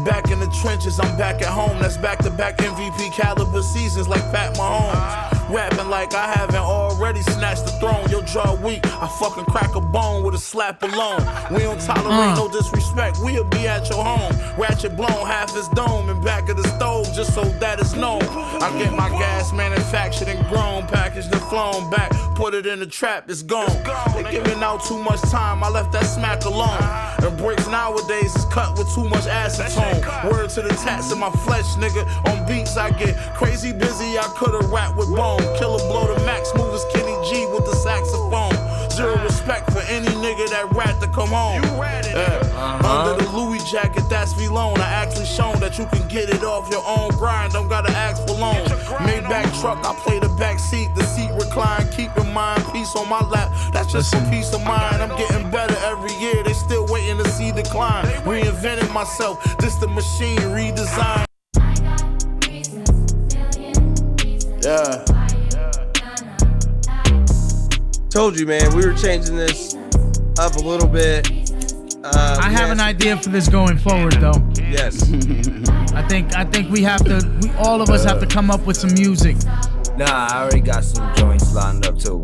I: Back in the trenches, I'm back at home. That's back to back MVP caliber seasons like Pat Mahomes. Rapping like I haven't already snatched the throne. Your jaw weak, I fucking crack a bone with a slap alone. We don't tolerate
C: Uh.
I: no disrespect, we'll be at your home. Ratchet blown, half his dome, and back of the stove, just so that it's known. I get my gas manufactured and grown, packaged and flown back, put it in the trap, it's gone. They giving out too much time, I left that smack alone. And bricks nowadays is cut with too much acetone. Word to the tats in my flesh, nigga. On beats, I get crazy busy, I could've rap with bone. Killer blow the max, move as Kenny G with the saxophone. Zero respect for any nigga that rat to come home. Yeah. Under the Louis jacket, that's V loan. I actually shown that you can get it off your own grind. Don't gotta ask for loan. Maybach truck, I play the back seat, the seat recline. Keep in mind, peace on my lap. That's just for
C: Listen.
I: peace of mind. I'm getting better every year. They still waiting to see decline. Reinvented myself. This the machine redesigned. Yeah.
A: Told you, man, we were changing this up a little bit. Uh,
C: I
A: we had-
C: have an idea for this going forward, though.
A: Yes.
C: I think I think we have to. We, all of us have to come up with some music.
B: Nah, I already got some joints lined up too.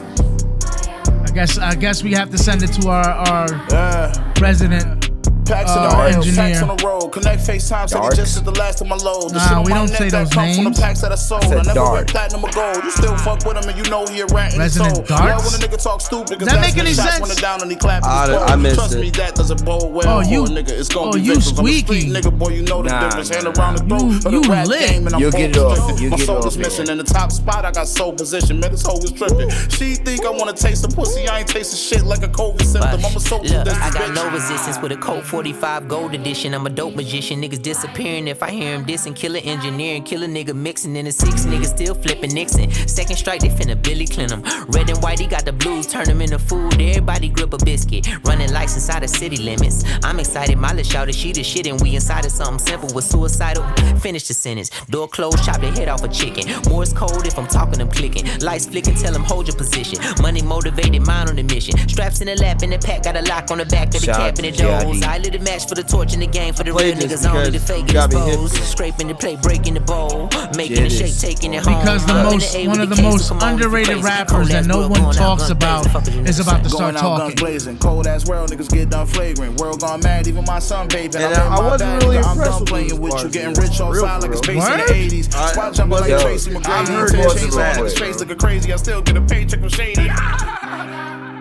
C: I guess I guess we have to send it to our our
I: Yeah.
C: resident.
I: Packs in
C: Uh,
I: the road,
C: engineer.
I: packs on the road. Connect FaceTime, said it
B: Darks.
I: just is the last of my load. The
C: Nah,
I: shit on
C: we
I: my
C: don't
I: neck
C: say
I: that
C: those
I: come from
C: names.
I: the packs that I sold.
B: said
I: I, never
B: dark.
I: went platinum or gold. You still fuck with him and you know he a rat in his
C: Resident
I: soul.
C: Darks?
I: Love when a nigga talk stupid, 'cause
C: Does that
I: that's
C: make
I: when
C: any
I: the shots
C: sense?
I: went down and he clapped his
A: I-
I: bowl.
A: I missed
I: Trust
A: it.
I: me, that doesn't bode well
C: Oh,
I: for
C: you-
I: a nigga. It's gonna
C: oh,
I: be
C: you
I: victims. I'm a street
C: squeaky.
I: Nigga, boy, you know the
B: Nah,
I: difference. Hand
B: nah,
I: around the
C: nah.
I: throat for
C: You-
I: the
C: you
I: rap
C: lit.
I: game and I'm
B: You'll get it
I: bold
B: off.
I: restricted.
B: You'll
I: My
B: get it
I: soul
B: off,
I: is
B: yeah.
I: missing in the top spot. I got soul position. Man, this hoe was tripping. She think I wanna taste the pussy. I ain't tasting shit like a COVID symptom. I'm a soul
J: Look, I
I: bitch.
J: got no resistance with a Colt 45 Gold Edition. I'm a dope magician. Niggas disappearing if I hear him dissing. Killer engineering, killer nigga mixing. And the six niggas still flipping Nixon. Second strike, they finna Billy Clinton. Red and white, he got the blues. Turn him into food. Everybody grip a biscuit. Running lights inside the city limits. I'm excited. My little shouted, she the shit. And we inside of something simple with suicidal. Finish the sentence. Door closed, chop the head off a chicken. Moore's cold if I'm talking, I'm clicking. Lights flicking, tell him hold your position. Money motivated, mind on the mission. Straps in the lap, in the pack, got a lock on the back of the
B: Shout out
J: cap and the
B: to
J: doors.
B: JID.
J: I lit a match for the torch in the game for the real
A: Played this
J: niggas only. The
A: because
J: fake
A: you gotta be hip
J: exposed.
A: to it.
J: Scraping the plate, breaking the bowl. Making the
A: Get
J: shake,
A: it.
J: taking it home.
C: Because the
J: Up in
C: most
J: air
C: one
J: with
C: of the
J: case,
C: most
J: so come on, if you
C: underrated
J: crazy,
C: rappers
J: cold
C: that
J: ass
C: no
J: blood
C: one
J: going out,
C: talks
J: gun
C: about
J: blazing, fuck what you
C: is
J: niggas
C: about to
J: say.
C: start
I: Going out guns
C: talking.
I: blazing, cold ass world niggas get done flagrant. World gone mad, even my son baby.
A: And I- I wasn't really
I: I'm
A: impressed
I: done
A: with
I: playing
A: these
I: with you,
A: bars,
I: getting
A: man.
I: rich on
A: Real,
I: side like
A: for
I: a
A: real.
I: space in the
C: What?
I: 80s.
A: I-
I: Squad jumping like
A: yo,
I: Tracy
A: I
I: McGrady.
A: heard
I: Ten
A: it wasn't
I: chains
A: wrong.
I: on his face looking crazy. I still get a paycheck from Shady.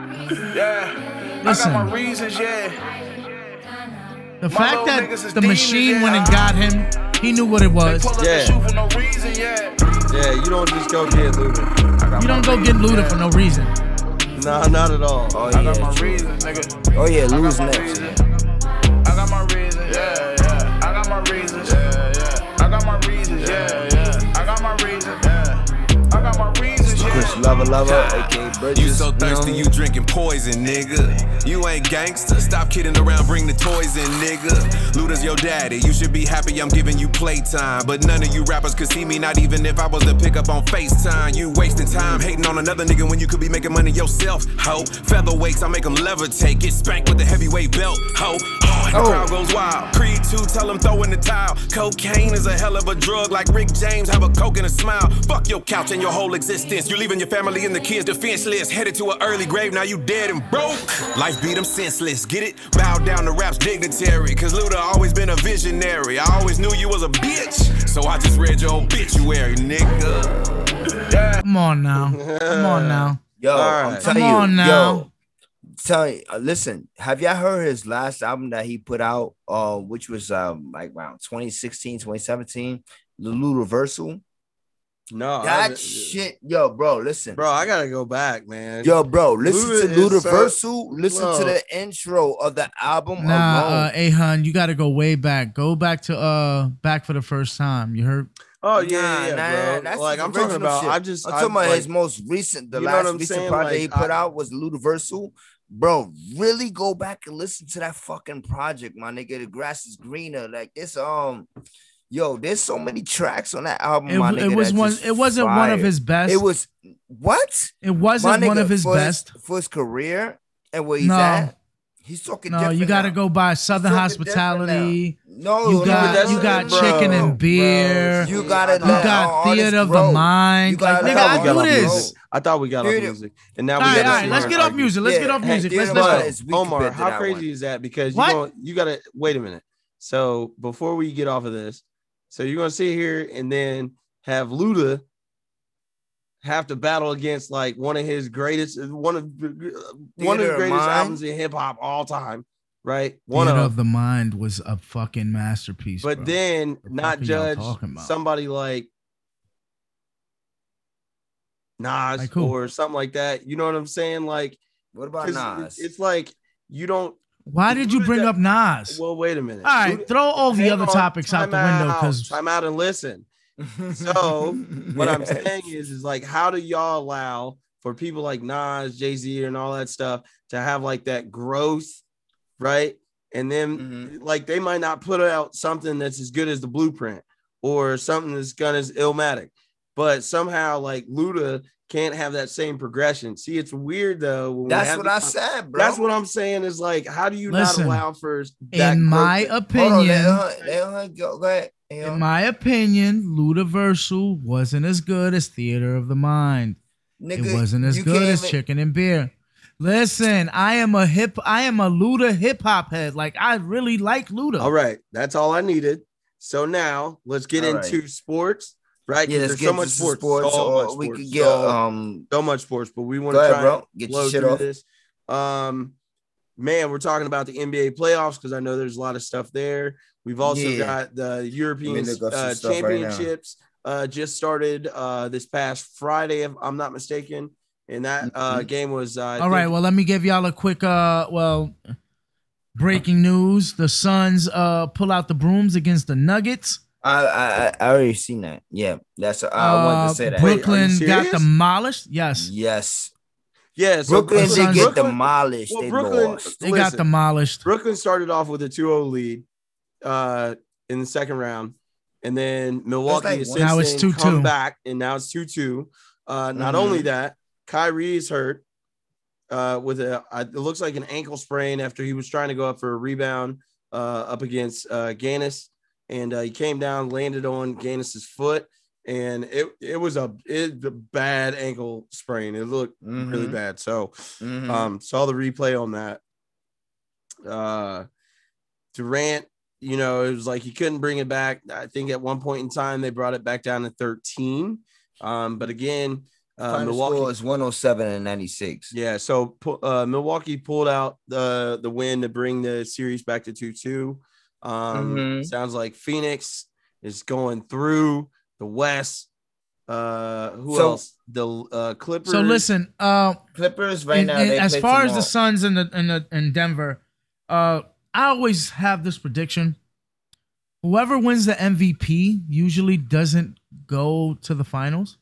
I: Yeah, I got
C: Listen.
I: my reasons. Yeah,
C: The
I: My
C: fact
I: little
C: that
I: niggas is
C: the
I: demons,
C: machine
I: yeah.
C: went and got him, he knew what
I: they
C: it was.
I: pull up
A: Yeah.
I: and shoot for no reason. Yeah,
A: Yeah, you don't just go get looted.
C: You don't go get looted for no reason.
A: Nah, not at all.
B: Oh
I: I got
B: yeah.
I: my
B: true.
I: reasons, nigga.
B: Oh yeah,
I: I
B: lose
I: got my
B: next.
I: reason. I got my reason. Yeah, yeah. I got my reasons. Yeah, yeah. I got my reasons. Yeah, yeah. I got my reasons. Yeah. I got my reasons.
B: Chris
I: Yeah.
B: Lover Lover, aka Bridges.
H: You so thirsty,
B: know?
H: you drinking poison, nigga. You ain't gangster. Stop kidding around, bring the toys in, nigga. Luda's your daddy. You should be happy I'm giving you playtime. But none of you rappers could see me, not even if I was to pick up on FaceTime. You wasting time hating on another nigga when you could be making money yourself, ho. Featherweights, I make them levitate. Get spanked with a heavyweight belt, ho. Oh, and the crowd goes wild. Creed 2, tell them throw in the towel. Cocaine is a hell of a drug, like Rick James. Have a coke and a smile. Fuck your couch and your whole existence. You're leaving your family and the kids defenseless. Headed to an early grave, now you dead and broke. Life beat them senseless, get it? Bow down to rap's dignitary. Cause Luda always been a visionary. I always knew you was a bitch. So I just read your obituary, nigga.
C: Come on now. Come on now.
B: Yo, I'm
A: Alright.
B: telling
C: Come
B: you,
C: on now.
B: yo. Tell you, uh, listen. Have y'all heard his last album that he put out? Uh, which was um like around 2016, 2017, The Ludiversal.
A: No, Oh, I
B: that
A: haven't-
B: shit, yo, bro. Listen,
A: bro. I gotta go back, man.
B: yo, bro. Listen
A: Luda
B: to
A: is so-
B: Ludiversal. listen
A: Bro.
B: to the intro of the album
C: Nah, uh,
B: alone.
C: Ahun, you got to go way back. Go back to uh back for the first time. You heard?
A: oh yeah,
B: Nah,
A: yeah,
B: nah,
A: bro.
B: that's
A: like
B: his
A: I'm talking
B: original
A: about.
B: shit.
A: I just
B: I'm talking
A: I,
B: about
A: like,
B: his most recent, the
A: you know what
B: last
A: I'm
B: recent
A: saying?
B: project
A: Like,
B: he put
A: I-
B: out was Ludiversal. Bro, really go back and listen to that fucking project, my nigga. The grass is greener. Like this, um, yo, there's so many tracks on that album,
C: It,
B: my
C: w-
B: nigga.
C: it was
B: that's
C: one.
B: just
C: It wasn't one of
B: fire.
C: his best.
B: It was what?
C: It wasn't
B: My
C: one
B: nigga,
C: of his
B: for
C: best.
B: for his career and where he's
C: No.
B: at. He's talking.
C: No, you
B: different
C: got to
B: now.
C: go by Southern
B: It's looking different
C: Hospitality.
B: No,
C: You
B: no,
C: got-
A: that's-
C: you got
A: bro,
C: chicken and
A: bro,
C: beer.
A: shit.
B: You gotta
A: I
C: You
A: thought-
B: let-
A: I
B: all
C: got
B: artists
C: Theater of
B: grow.
C: the Mind.
B: You gotta
C: Like,
A: thought
C: nigga,
A: we
B: let
C: I
A: got
C: do
A: off
B: artists
C: this.
A: music. I thought we got off
B: Dude,
A: music, and now
C: All
A: we
C: right,
A: got.
C: all
A: a
C: right. Let's
A: smart
C: get off
A: argument.
C: music. Let's
B: Yeah,
C: get off
B: hey,
C: music.
B: Theater
C: Let's
B: of
A: But
B: the
C: let's
B: Mind
C: go.
B: is we
A: Omar,
B: compared to
A: how
B: that
A: crazy
B: one.
A: is that? Because you
C: What?
A: going you gotta wait a minute. So before we get off of this, so you're gonna sit here and then have Luda have to battle against like one of his greatest, one of uh, one of
B: Theater
A: the
B: of
A: greatest
B: Mind.
A: albums in hip hop all time, right? One
C: Theater
A: of,
C: of the Mind was a fucking masterpiece.
A: but
C: bro.
A: then
C: The
A: not
C: fuck are y'all
A: judge
C: talking about?
A: somebody like Nas
C: Like who?
A: or something like that. You know what I'm saying? Like,
B: What about
A: 'cause it-
B: Nas?
A: it's like you don't.
C: why did you
A: Luda
C: bring
A: that-
C: up Nas?
A: Well, wait a minute.
C: All right,
A: Luda-
C: throw all the
A: Hang
C: other
A: on,
C: topics
A: time
C: out the window because
A: time out and listen. So, What I'm saying is, is like, how do y'all allow for people like Nas, Jay Z, and all that stuff to have like that growth, right? And then
C: Mm-hmm.
B: Mhm.
A: like they might not put out something that's as good as the blueprint or something that's gonna as illmatic. but somehow like Luda can't have that same progression. See, it's weird though. when we
B: That's
A: have
B: what
A: the-
B: I said, bro.
A: That's what I'm saying is like, how do you
C: Listen,
A: not allow for that?
C: In my
A: growth?
B: Hold on, let
C: opinion,
B: her- let her go. Go ahead. Hang
C: in
B: on.
C: my opinion, Ludiversal wasn't as good as Theater of the Mind.
B: Nigga,
C: it wasn't as
B: you
C: good
B: can't
C: as
B: even-
C: chicken and beer. Listen, I am a hip, I am a Luda hip hop head. Like I really like Luda.
A: all right, that's all I needed. So now let's get
B: All right.
A: into sports, right? 'Cause
B: Yeah, let's
A: there's
B: get
A: so much
B: to
A: sports,
B: sports,
A: so
B: or
A: much
B: we
A: sports,
B: could get
A: so-
B: um.
A: so much sports, but we want
B: Go
A: to
B: ahead,
A: try
B: bro.
A: and
B: Get your
A: blow
B: shit
A: through
B: off.
A: this. Um, man, we're talking about the NBA playoffs because I know there's a lot of stuff there. We've also
B: Yeah.
A: got the European
B: look up some
A: uh,
B: stuff right now.
A: championships uh, just started uh, this past Friday, if I'm not mistaken, and that
B: Mm-hmm.
A: uh, game was uh, I
C: All right,
A: think-
C: well, let me give y'all a quick uh well breaking news. The Suns uh pull out the brooms against the Nuggets.
B: I, I I- I already seen that. Yeah, that's I wanted
C: Uh,
B: to say that.
A: Wait, are you
C: Brooklyn got
A: serious?
C: demolished. Yes.
B: yes,
A: yeah, so
B: Brooklyn
C: Brooklyn-
B: did get
A: Brooklyn-
B: demolished.
A: well,
B: they
A: Brooklyn-
B: lost.
C: They got
A: Listen.
C: demolished.
A: Brooklyn started off with a 2-0 lead uh, in the second round, and then Milwaukee
B: like
A: is
B: one-
A: since
C: Now it's
A: then
C: 2-2.
A: come back, and now it's two two. Uh, not
B: Mhm.
A: only that, Kyrie is hurt uh, with a I- it looks like an ankle sprain after he was trying to go up for a rebound uh, up against uh, Gannis, and uh, he came down, landed on Gannis's foot, and it it was a it a bad ankle sprain. It looked really
B: Mhm.
A: bad. So.
B: Mhm.
A: Um, saw the replay on that. Uh, Durant, you know, it was like he couldn't bring it back. I think at one point in time they brought it back down to 13. Um, but again, uh,
B: Final
A: Milwaukee,
B: score is one hundred seven and ninety six.
A: yeah. So pu- uh, Milwaukee pulled out the the win to bring the series back to two two. Um,
B: Mhm.
A: Sounds like Phoenix is going through the West. Uh, who
B: So-
A: else? The uh, Clippers.
C: So listen, uh
B: Clippers right
C: And-
B: now.
C: and
B: they
C: as
B: play
C: far as the
B: tomorrow.
C: Suns and the and the and Denver, uh, I always have this prediction: whoever wins the MVP usually doesn't go to the finals.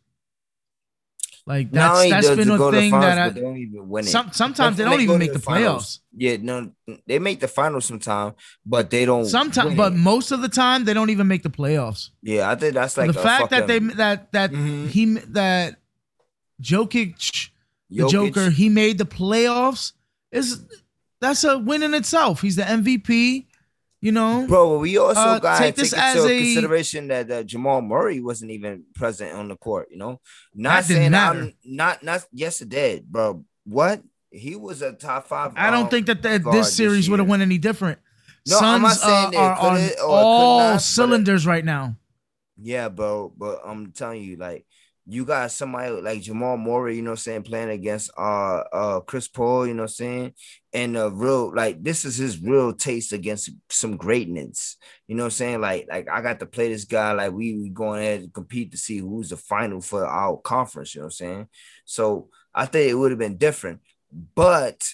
C: Like
B: Not
C: that's
B: only
C: that's
B: does
C: been
B: it
C: a
B: go to
C: thing
B: finals, but
C: that
B: they
C: I,
B: don't even win it.
C: some, sometimes they
B: That's when
C: don't
B: go
C: even
B: to
C: make the
B: finals.
C: playoffs.
B: Yeah, no, they make the finals sometime, but they don't.
C: Sometimes,
B: win
C: but
B: it.
C: most of the time they don't even make the playoffs.
B: yeah, I think that's like oh,
C: the
B: a
C: fact that they
B: fucking
C: that that
B: Mhm.
C: he that Jokic the
B: Jokic-
C: Joker. He made the playoffs. Is that's a win in itself. He's the MVP. You know,
B: Bro, we also
C: Uh,
B: got
C: take
B: take,
C: this
B: this
C: as
B: into
C: a-
B: consideration that uh, Jamal Murray wasn't even present on the court. You know, not
C: That didn't
B: saying
C: matter.
B: I'm not not. Yes, it did, bro. What he was a top five.
C: I don't
B: um,
C: think that that
B: guard
C: this series
B: year.
C: would have went any different.
B: No, I'm not
C: Suns uh,
B: saying they
C: are
B: could
C: on
B: it or could not,
C: all
B: but-
C: cylinders right now.
B: Yeah, bro. But I'm telling you, like, you got somebody like Jamal Murray, you know what I'm saying, playing against uh uh Chris Paul, you know what I'm saying? And uh real like this is his real taste against some greatness. You know what I'm saying? Like, like I got to play this guy, like we, we going ahead and compete to see who's the final for our conference, you know what I'm saying? So I think it would have been different. But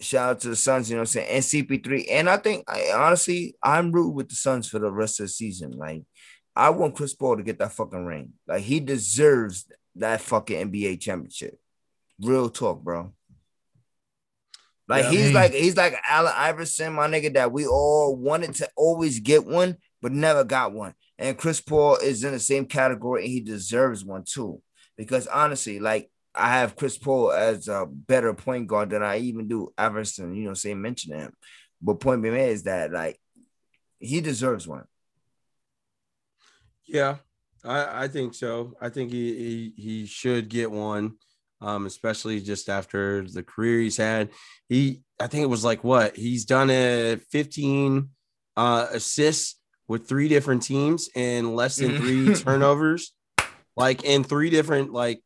B: shout out to the Suns, you know what I'm saying, and CP3. And I think I honestly I'm rude with the Suns for the rest of the season. Like I want Chris Paul to get that fucking ring. Like he deserves that fucking NBA championship. Real talk, bro. Like
A: Yeah.
B: he's
C: Mm.
B: like he's like Allen Iverson, my nigga, that we all wanted to always get one, but never got one. And Chris Paul is in the same category, and he deserves one too. Because honestly, like I have Chris Paul as a better point guard than I even do Iverson. You know, say mention him. But point being is that like he deserves one.
A: Yeah, I, I think so. I think he, he he should get one, um, especially just after the career he's had. He I think it was like what he's done a 15 uh, assists with three different teams and less than three turnovers, like in three different like,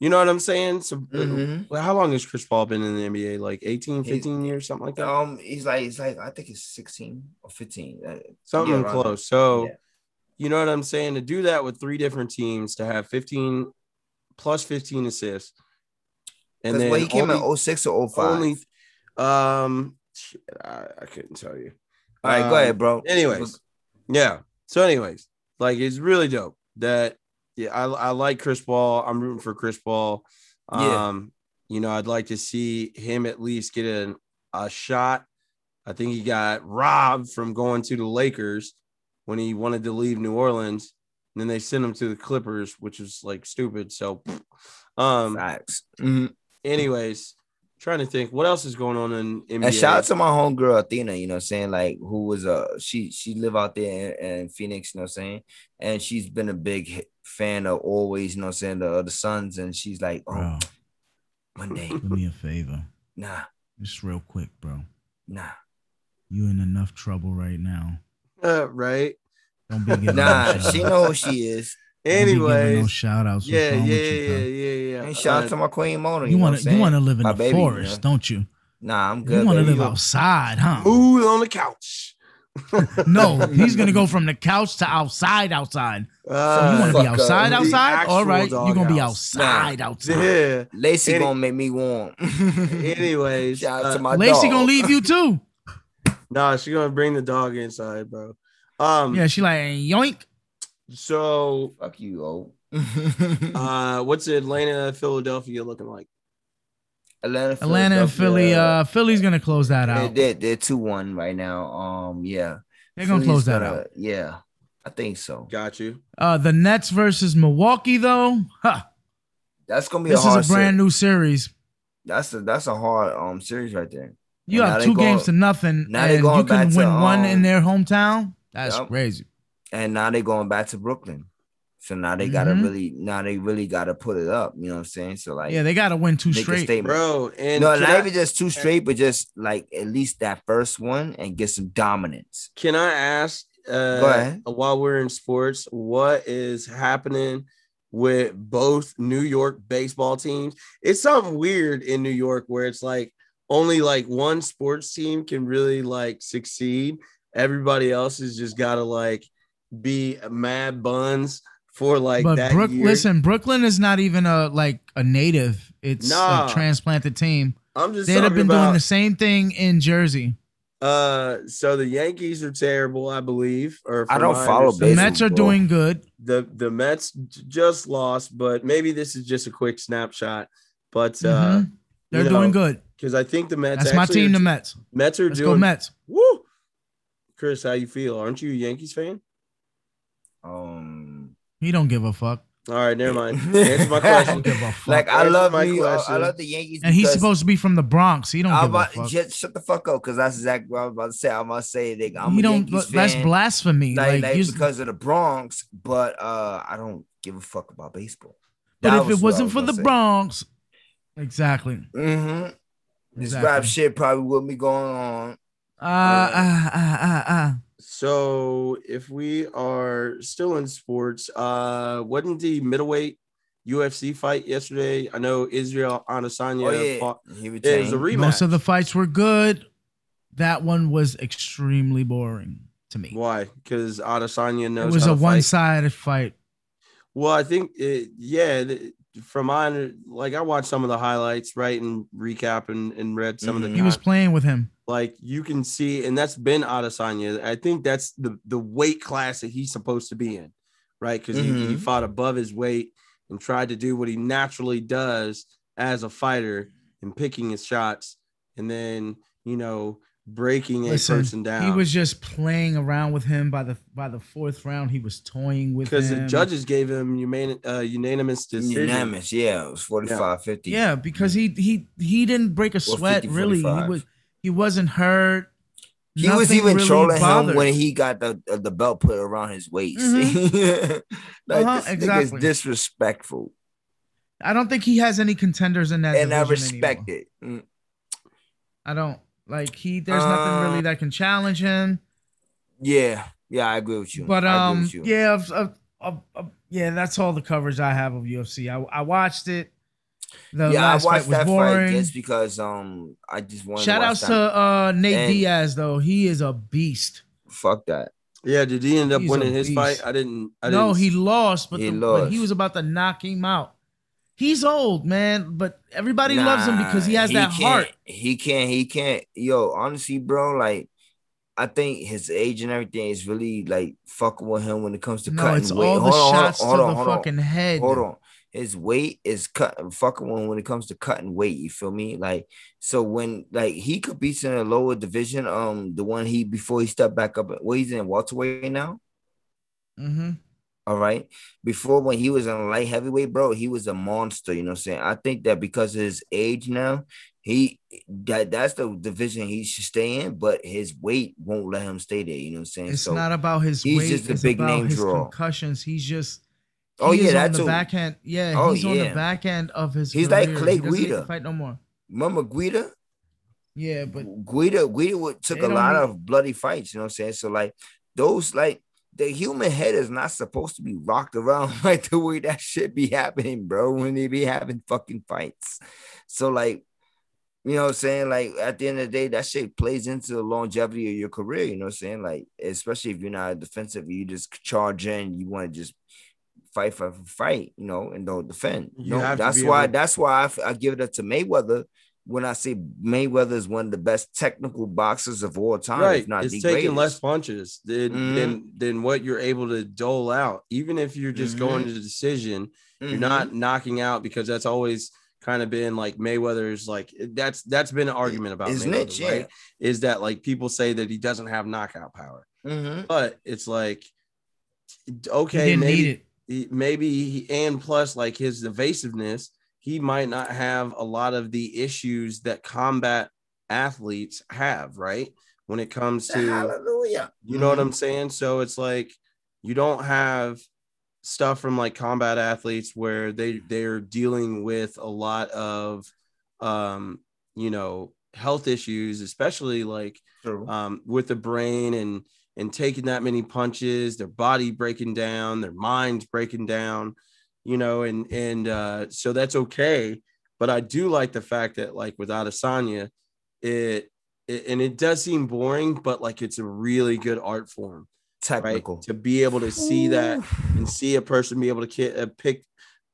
A: you know what I'm saying? So uh,
B: Mhm.
A: well, how long has Chris Paul been in the NBA? Like 18,
B: He-
A: 15 years, something like that.
B: Um, he's like, he's like, I think it's 16 or 15. Uh,
A: something
B: Yeah, around
A: close.
B: there.
A: So,
B: Yeah.
A: you know what I'm saying? To do that with three different teams, to have 15 plus 15 assists, and
B: 'cause,
A: then
B: well, he came
A: only,
B: in 06 or 05.
A: only um, shit, I, I couldn't tell you.
B: All right, go
A: Um,
B: ahead, bro.
A: Anyways, yeah. So, anyways, like it's really dope that yeah, I, I like Chris Paul. I'm rooting for Chris Paul.
B: Yeah.
A: Um, you know, I'd like to see him at least get an, a shot. I think he got robbed from going to the Lakers when he wanted to leave New Orleans. And then they sent him to the Clippers, which is like stupid. So, um,
B: Facts.
A: anyways, trying to think what else is going on in NBA.
B: And shout out to my homegirl Athena, you know what I'm saying? Like who was uh she she live out there in, in Phoenix, you know what I'm saying? And she's been a big hit- fan of always, you know what I'm saying, the other Suns, and she's like, Oh,
C: Bro,
B: one day,
C: do me a favor.
B: nah,
C: Just real quick, bro.
B: nah,
C: You in enough trouble right now.
A: Uh, right.
C: Don't be giving no
B: nah, she
C: shout-outs.
B: know who she is.
C: Don't be giving no
A: Anyways,
C: shout outs.
A: yeah, yeah, yeah, yeah, yeah.
B: And shout
A: Uh,
B: out to my Queen Mona. You,
C: You
B: know what
C: want
B: I'm
C: to you
B: saying?
C: want to live in
B: My
C: the
B: baby, you
C: forest,
B: know?
C: don't you?
B: Nah, I'm
C: You
B: good.
C: want to
B: baby.
C: live outside, huh?
A: Mood on the couch.
C: No, he's gonna go from the couch to outside, outside. So you want to
A: Uh,
C: be
B: fuck up.
C: outside,
A: The
C: outside?
A: actual
C: All right, you're gonna be
A: doghouse.
C: outside, outside.
A: yeah.
B: Lacey
A: Any-
B: gonna make me warm.
A: Anyways,
B: shout out
A: uh,
B: to my
C: Lacey
B: dog.
C: gonna leave you too.
A: nah, she's gonna bring the dog inside, bro. Um,
C: Yeah, she like yoink.
A: so
B: Fuck you, oh.
A: uh, what's Atlanta, Philadelphia looking like?
B: Atlanta,
C: Atlanta and Philly.
B: Philadelphia.
C: Uh, Philly's gonna close that
B: They-
C: out.
B: They're, they're two one right now. Um, yeah,
C: They're gonna
B: Philly's
C: close that
B: gonna-
C: out.
B: Yeah, I think so.
A: Got you.
C: Uh, the Nets versus Milwaukee, though. Huh,
B: That's gonna be
C: this
B: a hard.
C: is a brand new series.
B: se- That's a that's a hard um series right there.
C: You
B: And now
C: have
B: they
C: two
B: going-
C: games to nothing,
B: now they
C: and
B: going
C: you
B: back
C: can
B: to,
C: win one in
B: um,
C: their hometown. That's
B: Yup.
C: crazy.
B: And now they're going back to Brooklyn. So now they gotta
C: Mhm.
B: really now they really gotta put it up. You know what I'm saying? So like
C: Yeah, they gotta win two
B: make a
C: straight.
B: statement.
A: Bro, and
B: no,
A: can
B: not
A: I-
B: even just two straight, but just like at least that first one and get some dominance.
A: Can I ask uh
B: Go ahead.
A: while we're in sports, what is happening with both New York baseball teams? It's something weird in New York where it's like only like one sports team can really like succeed. Everybody else has just gotta like be mad buns for like
C: but
A: that
C: Brook,
A: year.
C: listen, Brooklyn is not even a like a native. It's
A: Nah.
C: a transplanted team.
A: I'm just
C: They'd
A: talking
C: have been
A: about
C: doing the same thing in Jersey.
A: uh so the Yankees are terrible, I believe. Or
B: I
A: from
B: don't
A: my
B: follow
A: understanding.
C: The
B: Basically,
C: Mets are
B: bro.
C: doing good.
A: the the Mets j- just lost, but maybe this is just a quick snapshot. But uh
C: Mhm. They're
A: you know,
C: doing good.
A: because I think the Mets.
C: That's my
A: actually
C: team,
A: are-
C: the Mets.
A: Mets are
C: Let's
A: doing.
C: go Mets.
A: Woo! Chris, how you feel? Aren't you a Yankees fan?
B: Um
C: He don't give a fuck.
A: All right, never mind. Answer my question.
C: Don't give a fuck.
B: like I
A: Answer
B: love
A: my
B: New York. I
A: question.
B: love the Yankees.
C: and he's
B: because-
C: supposed to be from the Bronx. He don't
B: I'm
C: give a
B: about,
C: fuck.
B: just shut the fuck up because that's exactly what I was about to say. I'm about to say that I'm
C: He
B: a
C: don't.
B: Yankees fan,
C: That's blasphemy.
B: like,
C: Like,
B: like,
C: you-
B: because of the Bronx, but uh, I don't give a fuck about baseball. That
C: but if it
B: was what I
C: wasn't
B: was
C: for
B: gonna
C: the
B: say.
C: Bronx, exactly.
B: hmm this rap
C: Exactly.
B: shit probably wouldn't be going on.
C: Uh, uh, uh, uh, uh.
A: So, if we are still in sports, uh, wasn't the middleweight UFC fight yesterday? I know Israel Adesanya.
B: oh yeah,
A: fought-
B: he
A: Yeah, it was a
B: retained.
A: rematch.
C: Most of the fights were good. That one was extremely boring to me.
A: Why? Because Adesanya
C: It
A: knows
C: was
A: how
C: a
A: to fight.
C: one-sided fight.
A: Well, I think it, yeah, th- from my like I watched some of the highlights, right, and recap and, and read some of
B: Mhm.
A: the
C: He was playing with him.
A: like you can see, and that's been Adesanya. I think that's the the weight class that he's supposed to be in, right? Because he, he
B: Mhm.
A: fought above his weight and tried to do what he naturally does as a fighter and picking his shots, and then you know breaking
C: Listen,
A: a person down.
C: He was just playing around with him by the by the fourth round. He was toying with him.
A: because the judges gave him uman- uh, unanimous decision.
B: unanimous. Yeah, it was 45 50.
C: Yeah, because he he he didn't break a sweat
B: 50,
C: really. He
B: 45.
C: was he wasn't hurt.
B: he was
C: Nothing
B: even
C: really
B: trolling him
C: bothered.
B: when he got the uh, the belt put around his waist. like
C: Uh-huh,
B: this nigga
C: exactly.
B: is disrespectful,
C: I don't think he has any contenders in that.
B: and I
C: division
B: respect
C: anymore.
B: it. Mm.
C: I don't like he. There's nothing really
B: Um,
C: that can challenge him.
B: Yeah, yeah, I agree with you.
C: But
B: I agree
C: um,
B: with you.
C: yeah, of, of, of, of- yeah, that's all the coverage I have of UFC. I, I watched it. The
B: yeah, I
C: last
B: watched
C: fight was
B: that
C: boring.
B: fight just because um I just wanted
C: Shout
B: to
C: outs
B: watch
C: to
B: that.
C: uh, Nate
B: And-
C: Diaz though. He is a beast.
B: fuck that.
A: Yeah, did he end up
C: He's a
A: winning his
C: beast.
A: fight? I didn't. I
C: no,
A: didn't
C: he lost, but
B: He
C: the,
B: lost.
C: but he was about to knock him out. He's old, man, but everybody loves him because he
B: Nah,
C: has that
B: can't,
C: heart.
B: He can't. He can't. Yo, honestly, bro, like I think his age and everything is really like fucking with him when it comes to
C: No,
B: cutting
C: it's
B: weight.
C: all the
B: Hold on, hold on,
C: shots
B: hold on,
C: to the
B: hold on.
C: fucking head.
B: Hold on. His weight is cutting fucking when when it comes to cutting weight, you feel me? Like so when like he could be in a lower division, um the one he before he stepped back up well he's in welterweight now.
C: Mm-hmm.
B: All right. Before when he was in light heavyweight, bro, he was a monster. You know what I'm saying? I think that because of his age now, he that that's the division he should stay in, but his weight won't let him stay there. You know what I'm saying?
C: It's not about his
B: he's
C: weight.
B: just a
C: it's
B: big
C: about
B: name
C: his
B: draw.
C: concussions. He's just.
B: Oh,
C: he
B: yeah,
C: is
B: that
C: on the
B: too.
C: back end. Yeah,
B: Oh,
C: he's on the
B: yeah.
C: back end of his.
B: He's like
C: career.
B: Clay
C: He doesn't need to
B: Guida.
C: Fight no more.
B: remember Guida?
C: Yeah, but
B: Guida Guida would, took
C: They
B: a
C: don't
B: lot
C: need-
B: of bloody fights, you know what I'm saying? So like those like the human head is not supposed to be rocked around like the way that shit be happening, bro, when they be having fucking fights. So like you know what I'm saying? Like at the end of the day, that shit plays into the longevity of your career, you know what I'm saying? Like, especially if you're not defensive, you just charge in, you want to just fight for fight, you know, and don't defend.
A: You
B: No,
A: have to
B: that's
A: be
B: why
A: able-
B: that's why I f- I give it up to Mayweather when I say Mayweather is one of the best technical boxers of all time,
A: right.
B: if not
A: It's
B: the
A: taking
B: greatest.
A: less punches than,
B: Mhm.
A: than than what you're able to dole out. Even if you're just
B: Mhm.
A: going to
C: Mm-hmm.
A: decision,
B: Mm-hmm.
A: you're not knocking out because that's always kind of been like Mayweather's like that's that's been an argument about
B: his
A: Mayweather,
B: niche, yeah.
A: right? Is that like people say that he doesn't have knockout power,
B: Mm-hmm.
A: but it's like
C: he
A: okay,
C: didn't need
A: maybe
C: it.
A: he- maybe he, and plus like his evasiveness, he might not have a lot of the issues that combat athletes have, right? When it comes to
B: Hallelujah.
A: you know what
B: Mm-hmm.
A: I'm saying? So it's like you don't have stuff from like combat athletes where they they're dealing with a lot of um you know health issues, especially like
B: True.
A: um with the brain and and taking that many punches, their body breaking down, their minds breaking down, you know, and and uh so that's okay. But I do like the fact that like without Asanya, it it, and it does seem boring, but like it's a really good art form,
B: Technical.
A: right? To be able to see that and see a person be able to ki- uh, pick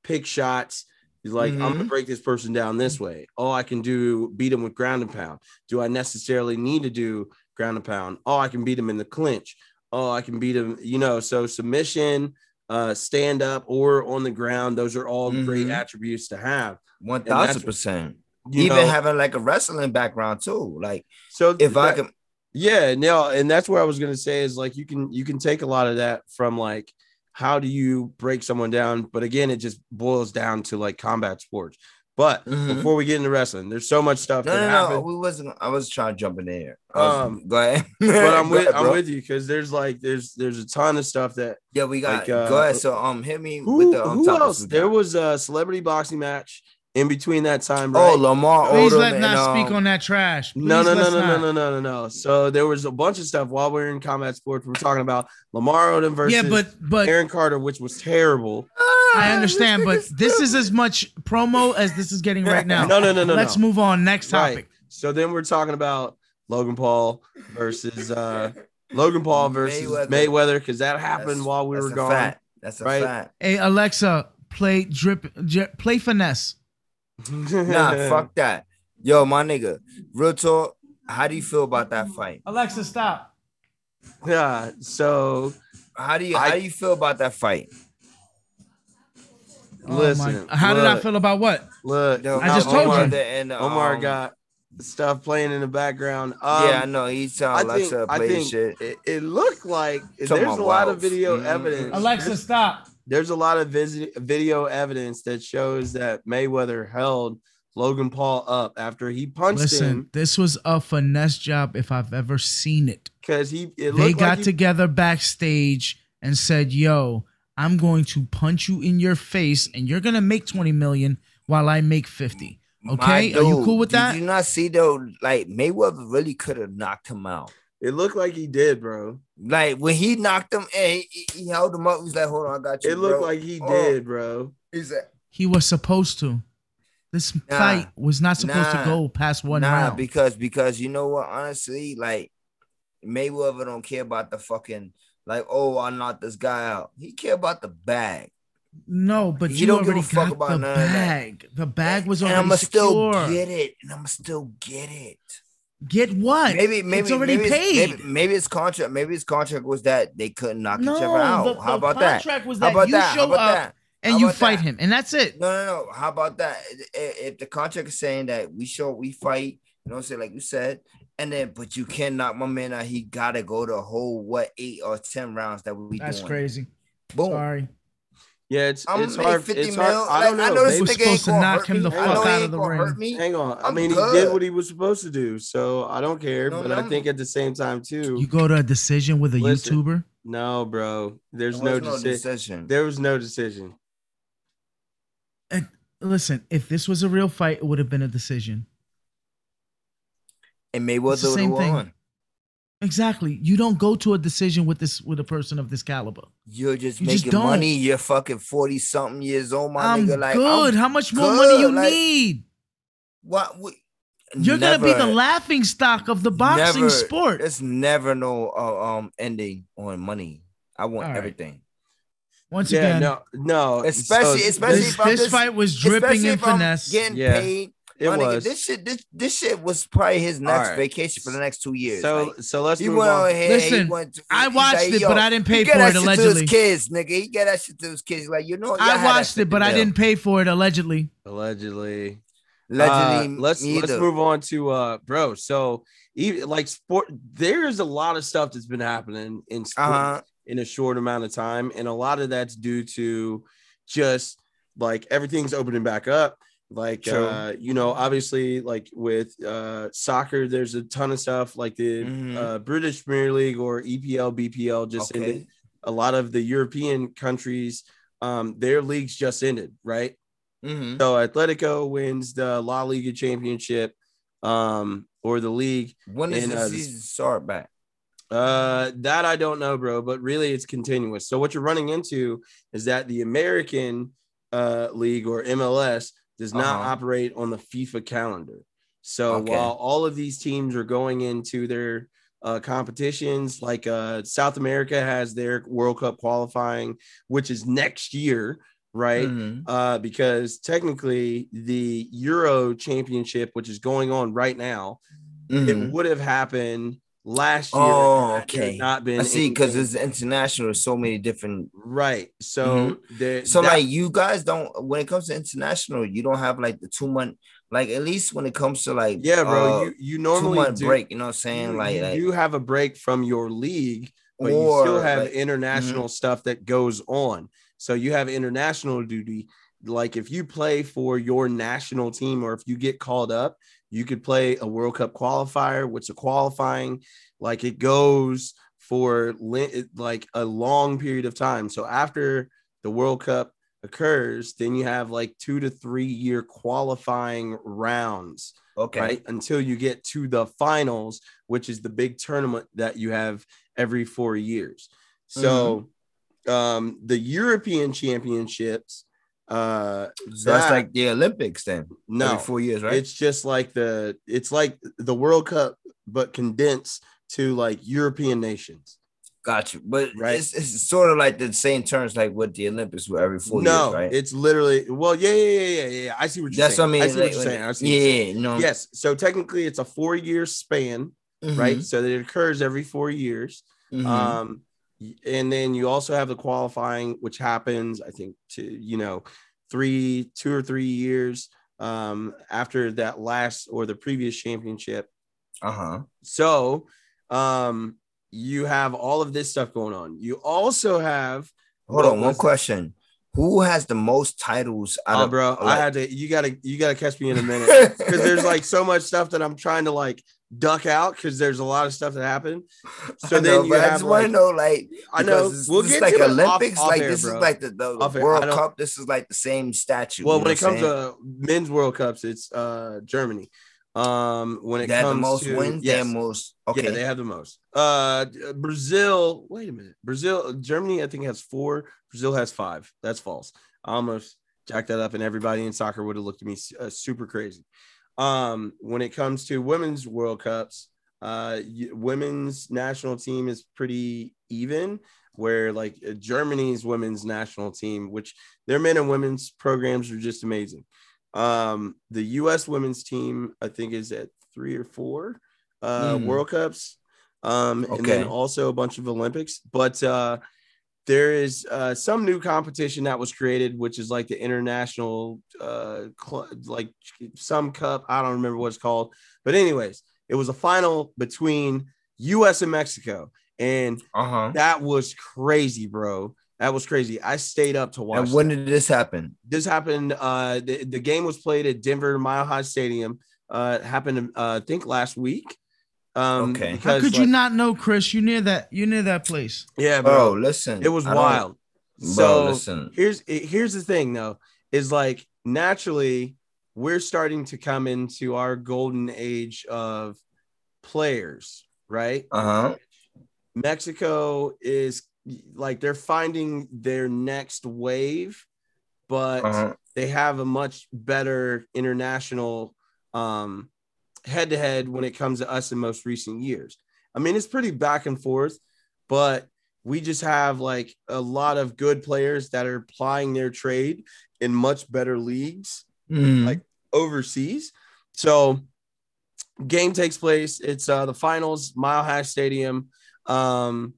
A: pick shots. He's like, I'm gonna
B: Mhm.
A: break this person down this way. Oh, I can do beat him with ground and pound. Do I necessarily need to do ground and pound? Oh, I can beat him in the clinch. Oh, I can beat him, you know. So submission, uh, stand up, or on the ground, those are all great
B: Mhm.
A: attributes to have.
B: One
A: that's-
B: thousand percent.
A: You
B: Even
A: know,
B: having like a wrestling background too. Like
A: so
B: if I
A: that-
B: can
A: Yeah, no, and that's where I was gonna say is like you can you can take a lot of that from like how do you break someone down, but again, it just boils down to like combat sports. But
B: Mhm.
A: before we get into wrestling, there's so much stuff
B: no
A: that
B: no no,
A: happened.
B: we wasn't I was trying to jump in there. I was-
A: Um,
B: go ahead.
A: But I'm
B: Go
A: with
B: ahead,
A: I'm
B: bro.
A: with you because there's like there's there's a ton of stuff that
B: Yeah, we got
A: Like, uh,
B: go ahead. So um hit me
A: who,
B: with the um,
A: who
B: topics
A: else?
B: we
A: There
B: got.
A: was a celebrity boxing match in between that time. Right?
B: Oh, Lamar
C: Please
B: Odom
C: let
B: and,
C: not speak
B: um,
C: on that trash. Please
A: No, no, no,
C: let's
A: no, no,
C: not.
A: no, no, no, no. So there was a bunch of stuff while we were in combat sports. We are talking about Lamar Odom versus
C: Yeah, but but
A: Aaron Carter, which was terrible.
C: I understand, but this is as much promo as this is getting right now.
A: No, no, no, no.
C: Let's
A: no.
C: move on. Next topic.
A: So then we're talking about Logan Paul versus uh Logan Paul versus
B: Mayweather.
A: Mayweather because that happened
B: That's-
A: while we
B: that's
A: were
B: a
A: gone.
B: fact. That's a
A: right?
B: fact.
C: Hey Alexa, play drip, j- play finesse.
B: Nah, fuck that. Yo, my nigga, real talk. How do you feel about that fight?
C: Alexa, stop.
A: Yeah. So
B: How do you
A: I-
B: how do you feel about that fight?
C: Oh,
A: listen,
C: my- how did I
A: look,
C: feel about what?
A: Look,
B: The-
C: I just told
B: Omar
C: you.
B: the- And, the,
A: Omar
B: um,
A: got stuff playing in the background. Um,
B: yeah, I know. He's telling Alexa to
A: I
B: play
A: think
B: shit.
A: It, it looked like there's
B: Talking
A: a
B: about
A: lot of
B: wild.
A: video
B: Mhm.
A: evidence.
C: Alexa, stop.
A: there's a lot of visi- video evidence that shows that Mayweather held Logan Paul up after he punched
C: Listen,
A: him
C: this was a finesse job if I've ever seen it.
A: because he it
C: they
A: looked
C: got
A: like he-
C: together backstage and said, "Yo, I'm going to punch you in your face, and you're gonna make 20 million while I make 50."
B: My
C: Okay, are you
B: dude,
C: cool with that?
B: Did you not see though? Like Mayweather really could have knocked him out.
A: it looked like he did, bro.
B: Like when he knocked him, and he, he held him up. He was like, "Hold on, I got you."
A: It looked
B: bro."
A: like he
B: Oh,
A: did, bro.
B: He said,
C: He was supposed to. This fight was not supposed
B: Nah.
C: to go past one
B: nah,
C: round.
B: because because you know what? Honestly, like Mayweather don't care about the fucking like. Oh, I knocked this guy out. He care about the bag.
C: no, but
B: He
C: you
B: don't give a
C: already
B: fuck
C: got
B: about
C: the
B: none of that.
C: bag. The bag was
B: and
C: already
B: I'ma still
C: secure.
B: get it, and I'ma still get it.
C: Get what?
B: Maybe, maybe
C: it's already
B: maybe
C: paid.
B: Maybe, maybe his contract. Maybe his contract was that they couldn't knock
C: no,
B: each other out.
C: the,
B: How
C: the
B: about that?
C: contract was
B: How
C: that
B: about
C: you
B: that? How
C: show
B: about
C: up
B: that?
C: and
B: How
C: you
B: about
C: fight
B: that?
C: him, and that's it.
B: No, no, no. How about that? I- i- If the contract is saying that we show we fight, you know what I'm saying, like you said, and then but you uh, can't knock my man out, he gotta go the whole what eight or ten rounds that we
C: That's
B: doing. Oh.
C: crazy.
B: Boom.
C: Sorry.
A: Yeah, it's
B: I'm
A: it's
B: gonna make
A: hard.
B: 50
A: It's
B: mil.
A: hard. I don't
B: Like,
A: know.
B: I know
A: Maybe-
B: this
C: was
B: nigga ain't
C: supposed to
B: gonna
C: knock
B: hurt
C: him
B: me.
C: the
B: I know
A: fuck
B: he
C: out of
B: ain't
C: the
B: gonna
C: ring.
B: hurt me.
A: Hang on. i
B: I'm
A: mean, he
B: good.
A: did what he was supposed to do, so I don't care.
B: No,
A: but I
B: no.
A: think at the same time, too,
C: You go to a decision with a
A: Listen.
C: YouTuber.
A: no, bro. There's
B: There
A: no,
B: was
A: decision.
B: Oh, decision.
A: There was no decision.
C: And listen, if this was a real fight, it would have been a decision.
B: and
C: It's the
B: Mayweather would have
C: same thing.
B: won.
C: Exactly. You don't go to a decision with this with a person of this caliber.
B: You're just
C: You just
B: making
C: don't.
B: money. You're fucking forty something years old, my
C: I'm
B: nigga. Like
C: good.
B: I'm,
C: How much more money
B: good,
C: you
B: like-
C: need?
B: what? what
C: You're gonna be the
B: never-
C: laughing stock of the boxing
B: never-
C: sport.
B: There's never no uh, um ending on money. I want
C: All right.
B: everything.
C: Once
A: yeah,
C: again,
A: no, no.
B: Especially-
A: so
B: especially
C: this,
B: if I'm
C: this
B: just-
C: fight was dripping
B: Especially
C: in
B: if I'm
C: finesse.
B: Getting
A: Yeah,
B: paid.
A: it
B: my nigga,
A: was.
B: this shit. This this shit was probably his next
A: right.
B: vacation for the next two years.
A: so
B: like,
A: so let's
B: He
A: move
B: went
A: on.
B: out here.
C: Listen,
B: he went to,
C: I
B: he's
C: watched
B: like,
C: it, but
B: yo,
C: I didn't pay
B: he
C: for
B: got that
C: it,
B: shit
C: allegedly.
B: To his kids, nigga, he got that shit to his kids. Like you know, y'all
C: I
B: had that
C: watched
B: shit
C: it, but I
B: together.
C: didn't pay for it allegedly.
A: Allegedly.
B: Allegedly,
A: Uh, let's
B: me
A: let's
B: either.
A: move on to uh bro. So even like sport, there's a lot of stuff that's been happening in sports
B: Uh-huh.
A: in a short amount of time, and a lot of that's due to just like everything's opening back up. Like
B: True.
A: uh, you know, obviously, like with uh soccer, there's a ton of stuff like the
B: Mhm.
A: uh, British Premier League or E EPL, BPL just ended
B: Okay.
A: a lot of the European countries, um, their leagues just ended, right?
B: Mm-hmm.
A: So Atletico wins the La Liga championship, um, or the league.
B: When does
A: And,
B: the
A: uh,
B: season start back?
A: Uh, that I don't know, bro, but really it's continuous. So what you're running into is that the American uh, league or MLS does not
B: Uh-huh.
A: operate on the FIFA calendar. So
B: Okay.
A: while all of these teams are going into their uh, competitions, like uh, South America has their World Cup qualifying, which is next year, right?
B: Mhm.
A: uh, because technically the Euro Championship, which is going on right now,
B: Mhm.
A: it would have happened last year.
B: Oh,
A: had there
B: okay.
A: Not been
B: I see, because
A: anything-
B: it's international. There's so many different.
A: right. So there,
B: Mm-hmm. So
A: that-
B: like, you guys don't. When it comes to international, you don't have like the two month. Like at least when it comes to like
A: yeah, bro.
B: uh,
A: you you
B: two
A: normally
B: month
A: do,
B: break. You know what I'm saying?
A: You,
B: like,
A: you
B: like
A: do have a break from your league, but you
B: or
A: still have
B: like,
A: international stuff that goes on. So you have international duty. Like if you play for your national team or if you get called up, you could play a World Cup qualifier, which a qualifying, like it goes for li- like a long period of time. So after the World Cup occurs, then you have like two to three year qualifying rounds
B: okay.
A: right? Until you get to the finals, which is the big tournament that you have every four years. So,
B: Mm-hmm.
A: um, the European Championships, uh,
B: So that's
A: that-
B: like the Olympics then.
A: no,
B: Every four years, right?
A: it's just like the it's like the World Cup, but condensed to like European nations.
B: Got you. But
A: Right.
B: it's, it's sort of like the same terms like what the Olympics were every four
A: no,
B: years, right?
A: it's literally well, yeah, yeah, yeah, yeah, yeah. I see what you're
B: That's what I
A: saying.
B: mean.
A: see what
B: like,
A: you're saying. I see what you're saying.
B: yeah, no,
A: Yes, so technically it's a four year span, right?
B: mhm,
A: So that it occurs every four years.
B: mhm.
A: Um, y- and then you also have the qualifying, which happens, I think, to you know, three, two or three years um, after that last or the previous championship.
B: uh-huh.
A: So, um, you have all of this stuff going on. You also have, What
B: Hold on, one
A: was it?
B: question. Who has the most titles out
A: oh,
B: of
A: bro, I
B: like-
A: had to, you gotta, you gotta catch me in a minute because there's like so much stuff that I'm trying to like duck out because there's a lot of stuff that happened. So
B: I
A: then
B: know,
A: you
B: but I
A: have
B: just want
A: like,
B: to know like
A: I
B: because
A: know
B: this,
A: we'll
B: this
A: get
B: is like
A: to it off-
B: Olympics,
A: off
B: like
A: air,
B: this
A: bro.
B: is like the, the
A: Off air, I
B: World
A: don't-
B: Cup. This is like the same statue.
A: Well,
B: you know
A: when it
B: what I'm
A: comes
B: saying?
A: to men's World Cups, it's uh Germany. Um, when it
B: they have
A: comes
B: the most
A: to
B: wins, they
A: yes,
B: have most okay.
A: yeah, they have the most. Uh, Brazil. Wait a minute, Brazil. Germany, I think has four. Brazil has five. That's false. I almost jacked that up, and everybody in soccer would have looked at me uh, super crazy. Um, when it comes to women's World Cups, uh, y- women's national team is pretty even. Where like uh, Germany's women's national team, which their men and women's programs are just amazing. Um, the U.S. women's team, I think, is at three or four uh,
B: Hmm.
A: World Cups, um, and then
B: Okay.
A: also a bunch of Olympics. But uh, there is uh, some new competition that was created, which is like the international, uh, cl- like some cup. I don't remember what it's called, but anyways, it was a final between U.S. and Mexico, and
B: uh huh.
A: that was crazy, bro. That was crazy. I stayed up to watch.
B: And when did this happen?
A: this happened. Uh, the, the game was played at Denver Mile High Stadium. Uh, it happened, uh, I think, last week. Um,
B: Okay. How
A: because,
C: How could you
A: like-
C: not know, Chris? You near that. You near that place.
A: Yeah, bro.
B: Bro, listen.
A: It was
B: I don't-
A: wild.
B: Bro,
A: so
B: listen.
A: here's here's the thing though is like naturally we're starting to come into our golden age of players, right?
B: Uh-huh.
A: Mexico is like they're finding their next wave, but
B: Uh-huh.
A: they have a much better international um head to head when it comes to us in most recent years. I mean, it's pretty back and forth, but we just have like a lot of good players that are applying their trade in much better leagues
B: Mm.
A: Like- overseas. So game takes place. It's uh, the finals, Mile High Stadium, um,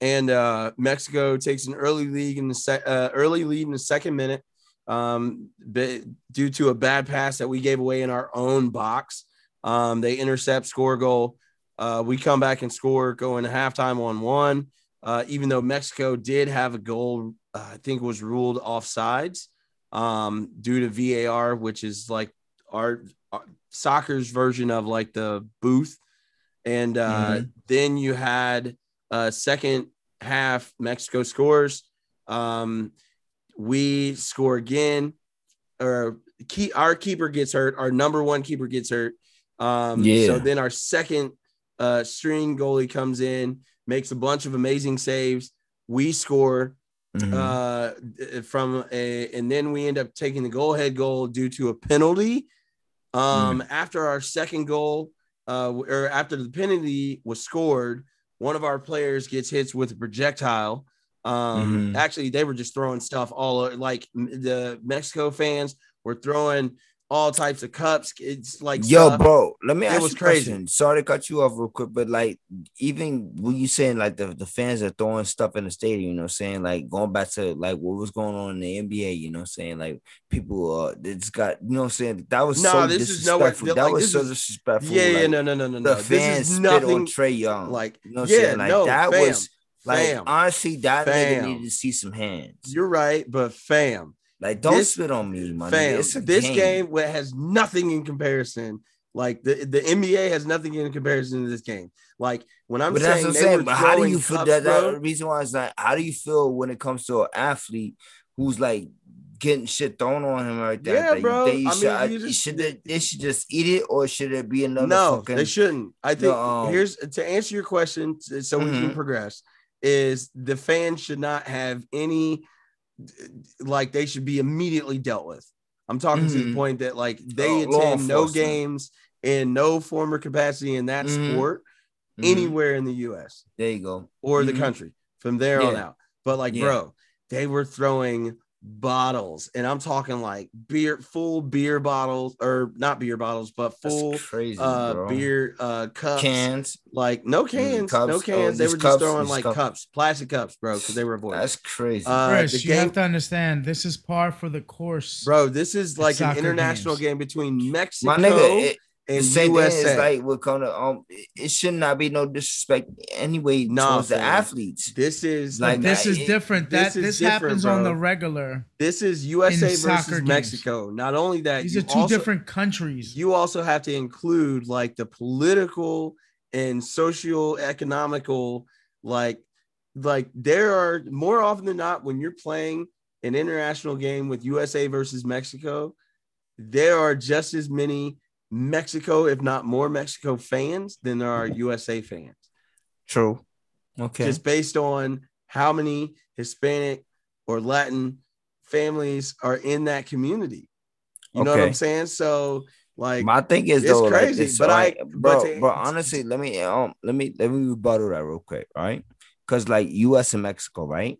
A: and uh, Mexico takes an early lead in the se- uh, early lead in the second minute um, b- due to a bad pass that we gave away in our own box. Um, they intercept, score a goal. Uh, we come back and score, go into halftime on one. Uh, even though Mexico did have a goal, uh, I think was ruled offsides um, due to VAR, which is like our, our soccer's version of like the booth. And uh, then you had uh, second half, Mexico scores. Um, we score again, or key, our keeper gets hurt. Our number one keeper gets hurt. Um,
B: Yeah.
A: So then our second uh, string goalie comes in, makes a bunch of amazing saves. We score
B: Mhm.
A: uh d- from a and then we end up taking the goal head goal due to a penalty um
B: Mm-hmm.
A: after our second goal uh w- or after the penalty was scored one of our players gets hit with a projectile um
B: Mhm.
A: actually they were just throwing stuff all o- like m- the mexico fans were throwing all types of cups it's like
B: Yo,
A: stuff.
B: bro, let me
A: It
B: ask
A: was
B: you a
A: crazy.
B: question. Sorry to cut you off real quick, but like, even when you saying like the, the fans are throwing stuff in the stadium, you know what I'm saying? Like, going back to like what was going on in the NBA, you know what I'm saying? Like, people, uh, it's got, you know what I'm saying? That was
A: No,
B: so
A: this is nowhere-
B: disrespectful.
A: like,
B: that
A: this
B: was so
A: is-
B: disrespectful.
A: yeah yeah
B: like,
A: no no no no
B: The
A: no
B: fans
A: this is
B: spit on
A: nothing
B: Trey Young.
A: like
B: you know what I'm
A: yeah
B: saying? Like,
A: no
B: that
A: fam,
B: was like,
A: fam,
B: honestly, that
A: Fam.
B: nigga needed to see some hands.
A: you're right but fam
B: Like, don't
A: this-
B: spit on me, man.
A: Fam,
B: It's a
A: this
B: game.
A: game. wa- has nothing in comparison. Like the, the NBA has nothing in comparison to this game. Like when I'm
B: but
A: saying,
B: that's what I'm
A: they
B: saying.
A: were
B: But how do
A: throwing
B: you feel
A: cups,
B: that, that
A: bro,
B: the reason why it's like how do you feel when it comes to an athlete who's like getting shit thrown on him right there?
A: Yeah,
B: that
A: bro.
B: You think you
A: I
B: should,
A: mean,
B: I-
A: you
B: you
A: just-
B: should they, they should just eat it or should it be another
A: no,
B: fucking
A: they shouldn't. I think
B: No, um,
A: here's to answer your question, s- so we can
B: Mhm.
A: progress. Is the fans should not have any, like they should be immediately dealt with. I'm talking to the
B: Mhm.
A: point that like
B: Oh,
A: they
B: law
A: attend no
B: enforcement.
A: games in no former capacity in that
B: Mhm.
A: sport
B: Mhm.
A: anywhere in the U.S.
B: There you go.
A: or
B: Mhm.
A: the country from there on
B: Yeah.
A: out. But like,
B: Yeah.
A: bro, they were throwing bottles, and I'm talking like beer, full beer bottles, or not beer bottles, but
B: That's
A: full
B: crazy,
A: uh
B: bro.
A: beer uh cups.
B: cans.
A: Like no cans,
B: cups.
A: no
B: Oh,
A: cans. they
B: these
A: were just
B: cups,
A: throwing
B: these
A: like
B: cups.
A: cups, plastic cups, bro, because they were avoiding.
B: That's crazy.
A: Uh, the
C: Chris, you
A: game,
C: have to understand this is par for the course.
A: bro. This is like an
C: soccer
A: international
C: games.
A: game between Mexico
B: My nigga, it,
A: and
B: the same thing
A: USA.
B: is like what kind of um, it, it should not be no disrespect anyway
A: Nah,
B: towards the
A: fam.
B: athletes.
A: this is
B: Like,
A: like
C: this
B: nah,
C: is
B: it-
C: different. That
A: this is
C: this
A: different,
C: happens
A: bro.
C: on the regular.
A: this is USA
C: soccer
A: versus
C: games.
A: Mexico. Not only that,
C: These
A: you
C: are two
A: also-
C: different countries.
A: you also have to include like the political and socio-economical like like there are more often than not when you're playing an international game with USA versus Mexico there are just as many Mexico if not more Mexico fans than there are USA fans
B: True. Okay.
A: just based on how many Hispanic or Latin families are in that community you know what
B: Okay.
A: I'm saying so like
B: My thing is
A: it's
B: though, like,
A: crazy,
B: it's
A: but
B: like,
A: I- but
B: bro,
A: to-
B: bro, honestly, let me um, let me let me rebuttal that real quick, right? Because like U.S. and Mexico, right?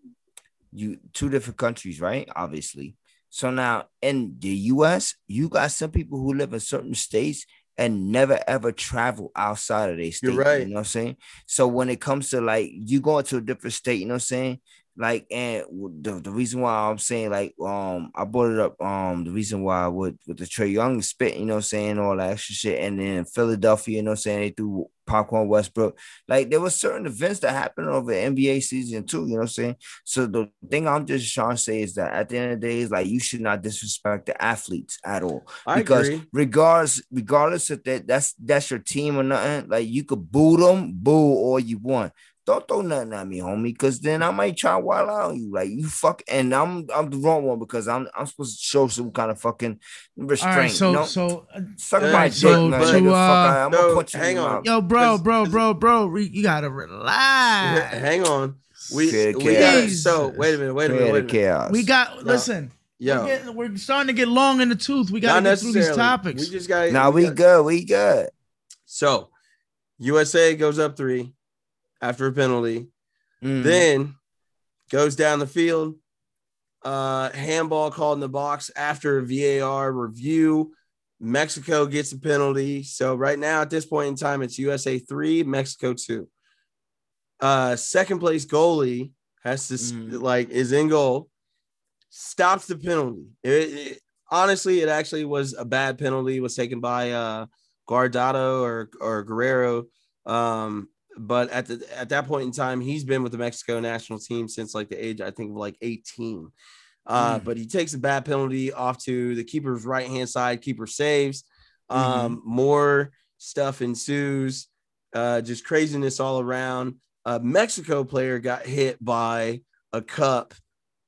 B: You two different countries, right? Obviously. So now in the U.S., you got some people who live in certain states and never ever travel outside of their state.
A: right.
B: You know what I'm saying? So when it comes to like you going to a different state, you know what I'm saying? Like and w- the, the reason why I'm saying like um I brought it up um the reason why with with the Trey Young spit you know what I'm saying all that extra shit and then Philadelphia you know what I'm saying they threw Popcorn Westbrook. Like there were certain events that happened over NBA season too. You know what I'm saying? So the thing I'm just trying to say is that at the end of the day, is like you should not disrespect the athletes at all.
A: I
B: because
A: agree.
B: regards regardless if that that's that's your team or nothing, like you could boo them, boo all you want. Don't throw nothing at me, homie, because then I might try to wild out on you. Like you fuck, and I'm I'm the wrong one because I'm I'm supposed to show some kind of fucking
C: All
B: restraint.
C: right, so
B: you know?
C: so uh,
B: Suck
A: Yeah,
B: my dick,
A: so-
B: man.
A: but-
B: Nigga,
C: to, uh,
B: fuck, I- I'm gonna
A: no,
B: put you
A: hang
B: in the
A: on.
B: mouth.
C: yo, bro,
A: Cause-
C: bro, bro, bro, re- you gotta relax.
A: Hang on. We,
B: Fair
A: we
B: care.
A: got so wait a minute, wait a minute,
B: Create
A: wait
B: a
A: a minute.
B: chaos.
C: We got listen. We're,
A: Yo,
C: getting, we're starting to get long in the tooth. We gotta
A: not
C: get through
A: necessarily.
C: these topics.
A: We just got
B: Nah, we good. We good.
A: So USA goes up three after a penalty,
B: Mm.
A: then goes down the field. Uh, handball called in the box after a VAR review. Mexico gets a penalty. So right now at this point in time, it's USA three, Mexico two. Uh, second place goalie has to s-
B: Mhm.
A: like is in goal, stops the penalty. It- it- honestly, it actually was a bad penalty. It was taken by uh, Guardado or or Guerrero. Um, but at the at that point in time, he's been with the Mexico national team since like the age I think of like 18. Uh, but he takes a bad penalty off to the keeper's right hand side. Keeper saves. Um, more stuff ensues. Uh, just craziness all around. A Mexico player got hit by a cup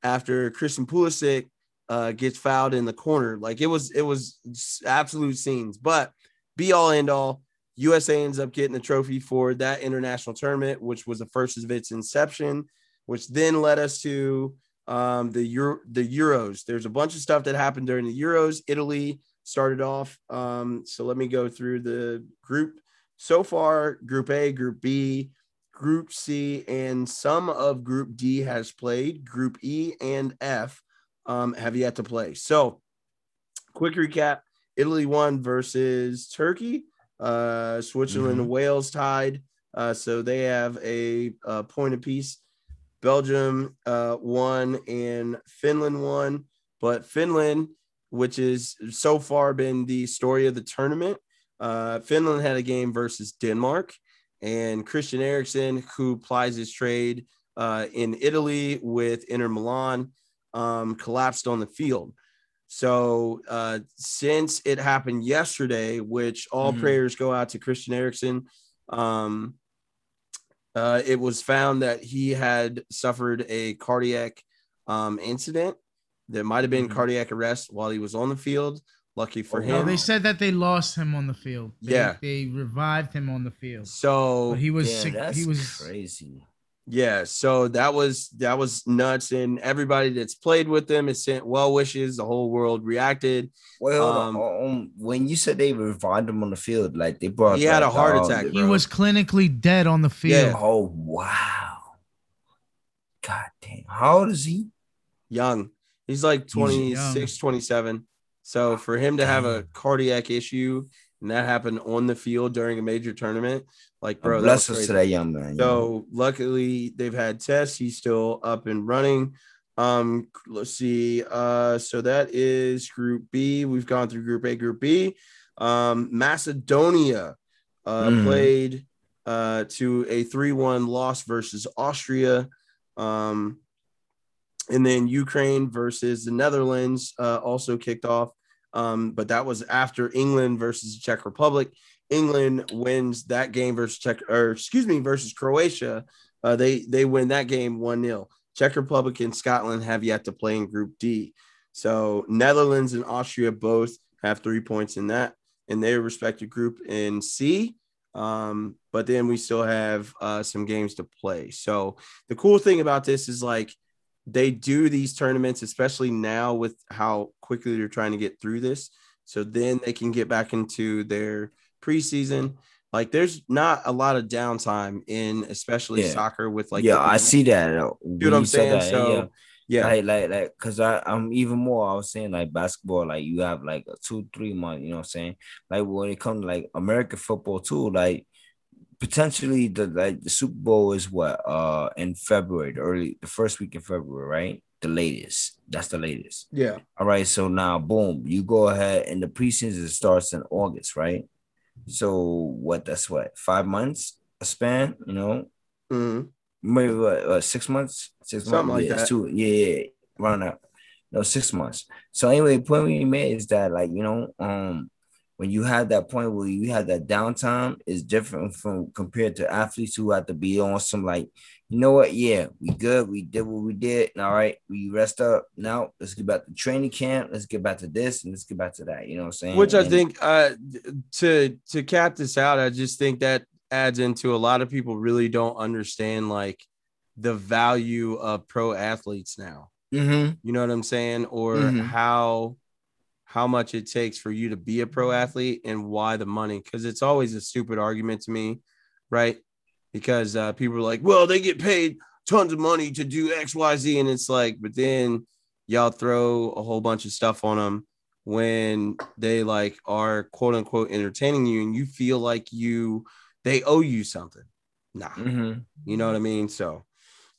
A: after Christian Pulisic uh, gets fouled in the corner. Like it was, it was s- absolute scenes. But be all end all, USA ends up getting the trophy for that international tournament, which was the first of its inception, which then led us to um, the Euro- the Euros. There's a bunch of stuff that happened during the Euros. Italy started off. Um, so let me go through the group so far: Group A, Group B. Group C and some of Group D has played. Group E and F um, have yet to play. So, quick recap: Italy won versus Turkey. Uh, Switzerland and Wales tied, uh, so they have a, uh point apiece. Belgium uh, won and Finland won, but Finland, which is so far been the story of the tournament, uh, Finland had a game versus Denmark, and Christian Eriksen, who plies his trade uh, in Italy with Inter Milan, um, collapsed on the field. So uh, since it happened yesterday, which all
B: Mhm.
A: prayers go out to Christian Eriksen, um, uh, it was found that he had suffered a cardiac um, incident. There might have been
B: Mhm.
A: cardiac arrest while he was on the field. Lucky for
B: Oh,
A: him,
C: Mm-hmm. No, they said that they lost him on the field. They,
A: Yeah.
C: they revived him on the field.
A: so
C: But he was
B: Damn,
C: sick.
B: that's
C: He was
B: crazy.
A: Yeah, so that was that was nuts, and everybody that's played with them has sent well wishes. The whole world reacted.
B: Well, hold
A: Um,
B: on. Um, when you said they revived him on the field, like they brought,
A: He had
B: like,
A: a heart
B: the-
A: attack,
C: he
A: bro.
C: was clinically dead on the field.
A: Yeah.
B: Oh wow! God damn, how old is he?
A: Young, he's like
B: young.
A: 26, 27. So for him to have a cardiac issue and that happened on the field during a major tournament, like bro, that's
B: bless
A: crazy.
B: us to that young man. you know?
A: So luckily they've had tests. He's still up and running. Um, let's see. Uh, so that is Group B. We've gone through Group A, Group B. Um, Macedonia uh,
B: Mhm.
A: played uh, to a three-one loss versus Austria. Um, and then Ukraine versus the Netherlands uh, also kicked off. Um, but that was after England versus the Czech Republic. England wins that game versus Czech, or excuse me, versus Croatia. Uh, they they win that game one 0 Czech Republic and Scotland have yet to play in Group D. So Netherlands and Austria both have three points in that in their respective group in C. Um, but then we still have uh, some games to play. So the cool thing about this is like they do these tournaments, especially now with how quickly they're trying to get through this. So then they can get back into their preseason. Like there's not a lot of downtime in especially
B: Yeah.
A: soccer with like
B: yeah,
A: the-
B: I see that. uh,
A: You know
B: when
A: what I'm
B: you said
A: saying?
B: that,
A: so
B: yeah.
A: yeah.
B: Like, like, like, cause I, I'm even more. I was saying like basketball, like you have like a two, three month. You know what I'm saying? Like when it comes to like American football too, like potentially the like the Super Bowl is what uh in February, the early, the first week in February, right? The latest. That's the latest.
A: yeah.
B: All right. So now, boom, you go ahead and the preseason starts in August, right? So what? That's what five months a span. You know,
A: Mhm.
B: maybe what, uh, six months, six
A: Something
B: months,
A: like
B: yeah, it's
A: that.
B: two, yeah, yeah, yeah, around that. No, six months. So anyway, the point we made is that like you know, um, when you have that point where you have that downtime, is different from compared to athletes who have to be on some like, you know what? Yeah, we good. We did what we did. All right, we rest up. Now let's get back to training camp. Let's get back to this and let's get back to that. You know what I'm saying?
A: Which I
B: And-
A: think uh d- to to cap this out, I just think that adds into a lot of people really don't understand like the value of pro athletes now.
B: Mhm.
A: You know what I'm saying? Or
B: Mhm.
A: how how much it takes for you to be a pro athlete and why the money because it's always a stupid argument to me, right? Because uh, people are like, well, they get paid tons of money to do X, Y, Z, and it's like, but then y'all throw a whole bunch of stuff on them when they like are quote unquote entertaining you and you feel like you they owe you something. Nah,
B: Mhm.
A: you know what I mean? So,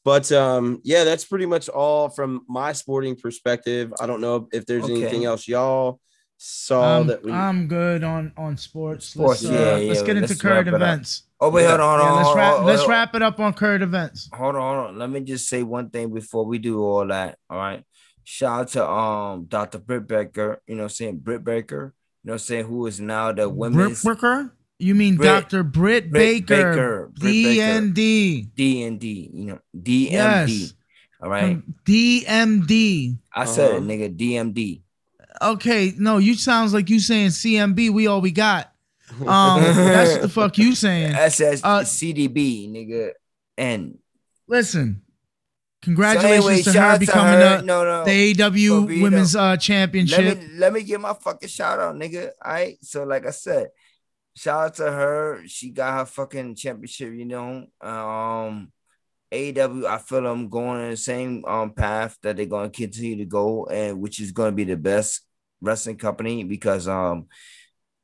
A: but um, yeah, that's pretty much all from my sporting perspective. I don't know if there's
B: Okay.
A: anything else y'all saw
C: I'm,
A: that we
C: Um, I'm good on on sports.
B: Sports,
C: let's,
B: yeah,
C: uh, let's
B: yeah,
C: get into
B: let's
C: current
B: wrap it up.
C: events.
B: Oh wait, hold on, hold
C: Yeah,
B: on.
C: let's
B: hold
C: wrap
B: on,
C: let's
B: hold on.
C: wrap it up on current events.
B: hold on, hold on. Let me just say one thing before we do all that. All right. Shout out to um Dr. Britt Baker, you know what I'm saying? Britt Baker, you know what I'm saying, who is now the
C: Britt
B: women's
C: Baker? You mean
B: Britt-
C: Dr. Britt,
B: Britt Baker,
C: Baker,
B: Britt Baker.
C: DND.
B: DND, you know, DMD.
C: Yes. Um,
B: All right.
C: DMD.
B: I said it,
A: Uh-huh.
B: nigga, DMD.
C: Okay, no, you sounds like you saying CMB, we all we got. Um, that's what the fuck you saying.
B: SS
C: Uh,
B: CDB, nigga. And
C: Listen,
B: So
C: congratulations
B: anyway,
C: to
B: shout
C: her
B: out
C: becoming
B: her.
C: the,
B: no, no.
C: the AW
B: Bobito.
C: Women's uh,
B: Let
C: Championship.
B: me let me get my fucking shout out, nigga. All right. So like I said, shout out to her. She got her fucking championship, you know. Um AW, I feel I'm going in the same um path that they're gonna continue to go, and which is gonna be the best wrestling company because um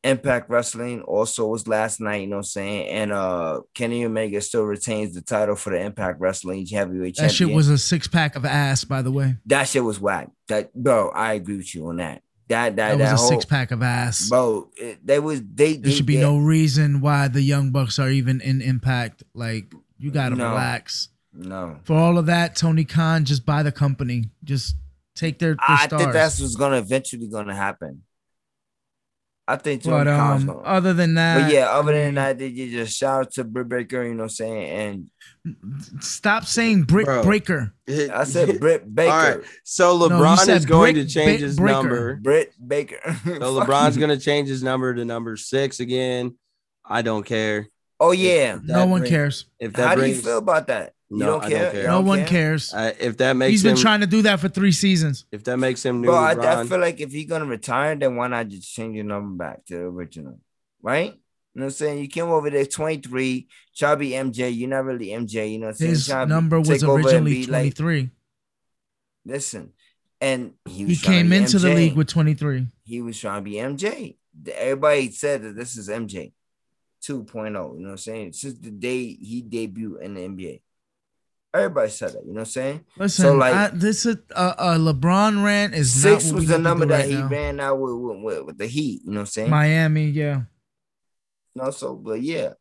B: Impact Wrestling also was last night, you know what I'm saying? And uh Kenny Omega still retains the title for the Impact Wrestling Heavyweight
C: that shit
B: Champion.
C: was a six pack of ass, by the way.
B: that shit was whack. That bro, I agree with you on that. That that
C: That
B: that,
C: was a
B: whole,
C: six pack of ass.
B: bro. It, they was they.
C: There
B: they-
C: should be
B: they-
C: no reason why the Young Bucks are even in impact. Like, you gotta
B: No.
C: relax.
B: no.
C: For all of that, Tony Khan, just buy the company. Just take their, their
B: I
C: stars.
B: think that's what's gonna eventually gonna happen. I think Tony
C: but
B: Khan's
C: um,
B: gonna.
C: other than that,
B: but yeah, other
C: I
B: than
C: mean,
B: that, they ju- just shout out to Britt Baker, you know what I'm saying?
C: stop saying brick
A: Bro.
C: breaker.
B: And I said Britt Baker.
A: All right. So
C: um, you
A: LeBron
C: said
A: is going
C: brick-
A: to change
C: bit
A: his
C: breaker.
A: number.
B: Britt Baker.
A: So
B: Fuck
A: LeBron's
B: you.
A: going to change his number to number six again. I don't care.
B: Oh yeah.
A: That
C: No one
A: brings-
C: cares.
A: If that
B: How do you
A: brings,
B: feel about that? You
A: No,
B: don't
A: I
B: care.
A: don't care.
B: You
C: No
B: don't
C: one
B: care?
C: cares.
A: uh, if that makes
C: He's
A: him,
C: been trying to do that for three seasons.
A: if that makes him new,
B: Bro, I, I
A: LeBron,
B: feel like if you're gonna retire, then why not just change your number back to the original, right? You know what I'm saying? You came over there 23, chubby MJ. You're not really MJ. You know what I'm saying?
C: His
B: Try to
C: number was
B: take over and
C: originally
B: be like-
C: 23.
B: listen, and he,
C: he
B: was trying to
C: came
B: be
C: into the
B: MJ.
C: league with 23.
B: he was trying to be MJ. Everybody said that this is MJ 2.0. oh, You know what I'm saying? Since the day he debuted in the NBA, everybody said that. You know what I'm saying?
C: Listen,
B: like-
C: I, this is a uh, uh, LeBron rant is
B: Six
C: not what
B: was
C: we need
B: the
C: to
B: number
C: do
B: that
C: right
B: he
C: now.
B: ran out with, with, with, with the Heat. You know what I'm saying?
C: Miami, yeah.
B: no, so but yeah.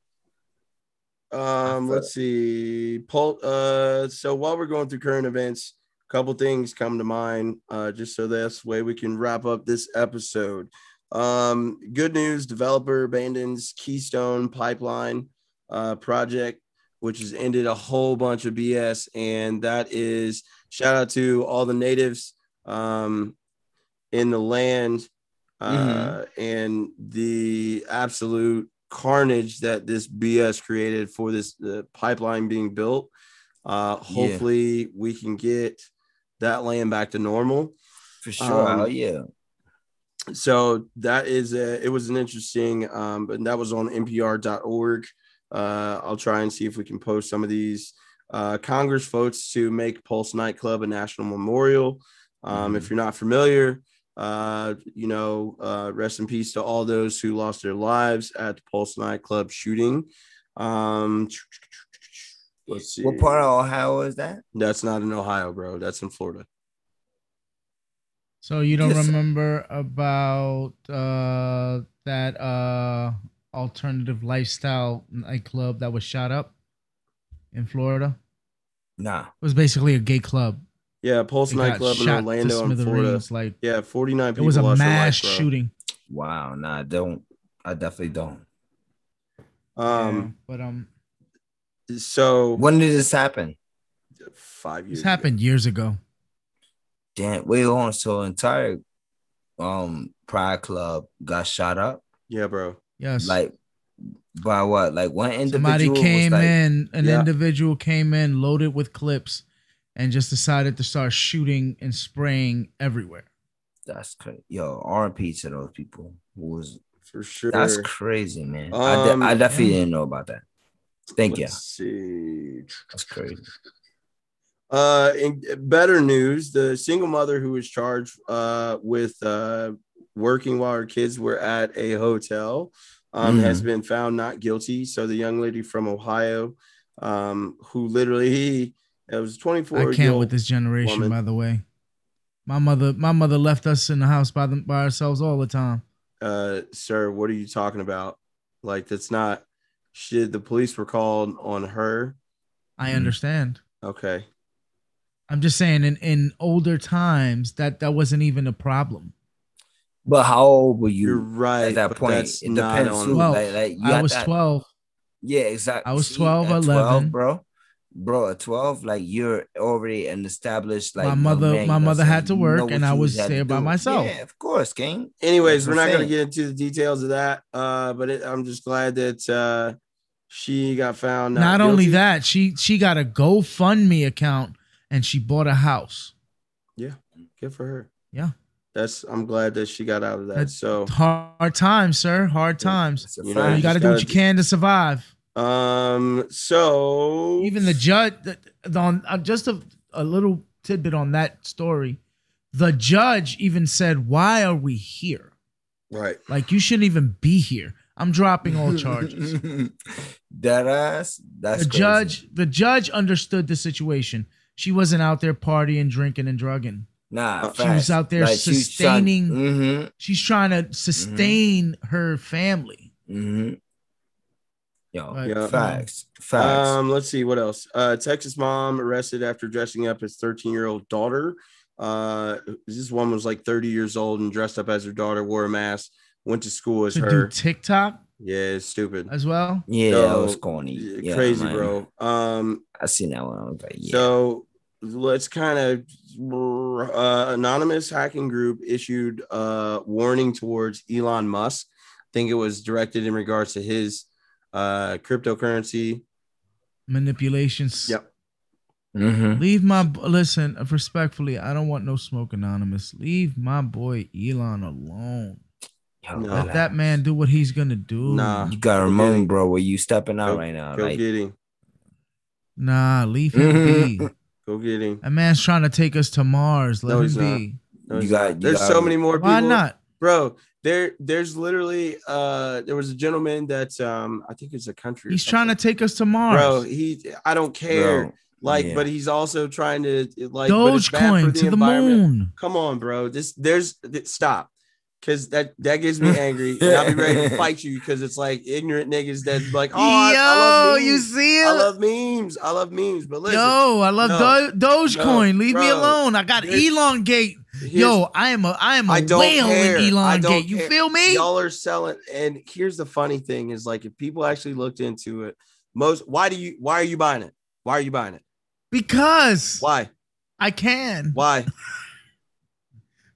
A: Um, let's see. Paul, uh, so while we're going through current events, a couple things come to mind, uh, just so this way we can wrap up this episode. Um, good news developer abandons Keystone Pipeline uh, project, which has ended a whole bunch of BS. And that is shout out to all the natives um, in the land uh, and the absolute carnage that this BS created for this uh, pipeline being built. Uh,
B: Yeah.
A: hopefully, we can get that land back to normal.
B: For sure.
A: Um,
B: oh yeah.
A: So that is a, it was an interesting, um, but that was on NPR.org. Uh, I'll try and see if we can post some of these. Uh, Congress votes to make Pulse nightclub a national memorial. Um,
B: Mm-hmm.
A: If you're not familiar, uh, you know, uh, rest in peace to all those who lost their lives at the Pulse nightclub shooting. Um, let's see.
B: What part of Ohio is that?
A: That's not in Ohio, bro. That's in Florida.
C: So you don't
B: Yes.
C: remember about uh, that uh, alternative lifestyle nightclub that was shot up in Florida?
B: Nah.
C: It was basically a gay club.
A: Yeah, Pulse
C: It got
A: nightclub in
C: shot to
A: Orlando in Florida.
C: smithereens, Like
A: Yeah, 49
C: it
A: people
C: was a
A: lost their life,
C: mass
A: bro.
C: shooting.
B: Wow, nah, I don't. I definitely don't.
A: Um,
C: Yeah, but um,
A: so
B: When did this happen?
A: five years
C: this
A: ago.
C: happened years ago.
B: Damn, wait on. So entire um Pride Club got shot up.
A: Yeah, bro.
C: Yes,
B: Like by what? Like one individual
C: somebody came
B: was like,
C: in, an
A: Yeah.
C: individual came in loaded with clips, and just decided to start shooting and spraying everywhere.
B: "That's crazy." Yo, R.P. to those people. Who was
A: For sure.
B: that's crazy, man? I, de-
A: Um,
B: I definitely
C: yeah.
B: didn't know about that. Thank you.
A: Let's see.
B: That's crazy.
A: Uh, in better news, the single mother who was charged uh, with uh, working while her kids were at a hotel um,
B: Mhm.
A: has
C: Mm.
A: been found not guilty. So the young lady from Ohio, um, who literally he it was 24
C: I can't with this generation,
A: woman.
C: by the way. My mother, my mother left us in the house by them by ourselves all the time.
A: uh, sir, what are you talking about? Like that's not shit. The police were called on her.
C: I
B: Mhm.
C: understand.
A: Okay.
C: I'm just saying, in in older times, that that wasn't even a problem.
B: But how old were you
A: You're right.
B: at that
A: but
B: point?
A: that's
B: it
A: not
B: depends.
A: on-
B: too.
C: Well,
B: Like, like, you
C: I
B: got
C: was
B: that-
C: 12.
B: Yeah, exactly.
C: I was 12, 11.
B: bro. Bro, at 12, like you're already an established like
C: My
B: young
C: mother-
B: man
C: my mother
B: yourself.
C: had to
B: You
C: work
B: know what
C: and I
B: you
C: was
B: had to
C: there by
B: do.
C: myself.
B: Yeah, of course, gang.
A: Anyways,
B: That's
A: we're not going to
B: insane.
A: get into the details of that, uh, but it, I'm just glad that uh, she got found.
C: Not, only that, she she got a GoFundMe account and she bought a house.
A: good for her.
C: Yeah.
A: that's. I'm glad that she got out of that.
C: That's-
A: So,
C: Hard times, sir. Hard times.
B: That's a
A: You know,
B: fact.
C: You got to do what you can to survive.
A: um, so
C: Even the judge, the, the- on uh, just a, a little tidbit on that story, the judge even said, "Why are we here?
A: right,
C: Like you shouldn't even be here. I'm dropping all charges."
B: that ass. That's
C: the
B: crazy.
C: judge, the judge understood the situation. She wasn't out there partying, drinking, and drugging.
B: Nah,
C: She was out there sustaining-
B: Mm-hmm,
C: She's trying to sustain her family.
B: mm-hmm. Yo,
C: Like,
A: Yeah.
B: facts, facts.
A: Um, let's see what else. Uh, Texas mom arrested after dressing up as 13 year old daughter. Uh, this woman was like 30 years old and dressed up as her daughter, wore a mask, went to school as
C: to
A: her.
C: do TikTok
A: yeah, it's stupid.
C: as well.
B: yeah, that
A: so,
B: was corny. Yeah,
A: crazy,
B: man.
A: bro. Um,
B: I seen that one. I was like, yeah.
A: So let's kind of uh, anonymous hacking group issued a warning towards Elon Musk. I think it was directed in regards to his uh, cryptocurrency.
C: Manipulations.
A: Yep. Mm-hmm.
B: Mhm.
C: Leave my b- listen respectfully. I don't want no smoke anonymous. Leave my boy Elon alone.
B: Yo,
A: No.
C: Let
B: relax.
C: that man do what he's gonna do.
A: Nah.
B: You gotta
A: Go get
B: remember,
A: it.
B: bro, where you stepping out
A: Go-
B: right now.
A: Go
B: Like,
A: getting,
C: nah. Leave him be.
A: go getting.
C: That man's trying to take us to Mars.
A: Mm-hmm.
C: Let
A: No, he's
C: him
A: not.
C: be.
A: No,
B: You
A: it's
B: got-
A: not.
B: you
A: There's
B: got-
A: so many more people.
C: Why not?
A: bro? There, there's literally. Uh, there was a gentleman that um, I think it's a country. or
C: He's trying to
A: something.
C: take us to Mars.
A: Bro, he. I don't care.
B: bro,
A: like,
B: yeah.
A: but he's also trying to like. but it's bad for
C: Dogecoin to the
A: environment.
C: moon.
A: come on, bro. This there's th- stop. Cause that that gets me angry, and I'll be ready to fight you. Cause it's like ignorant niggas that like, oh, I, I love memes.
C: see
A: I love memes. I love memes. But listen,
C: Yo, I love
A: No.
C: Do- Dogecoin. Leave me
A: Bro.
C: alone. I got
A: Here's-
C: elongate.
A: here's-
C: Yo, I am a I am a
A: I don't
C: whale
A: care.
C: in
A: I don't
C: elongate. You
A: care.
C: feel me?
A: y'all are selling. And here's the funny thing: is like if people actually looked into it, most why do you why are you buying it? Why are you buying it?
C: Because
A: Why?
C: I can.
A: Why?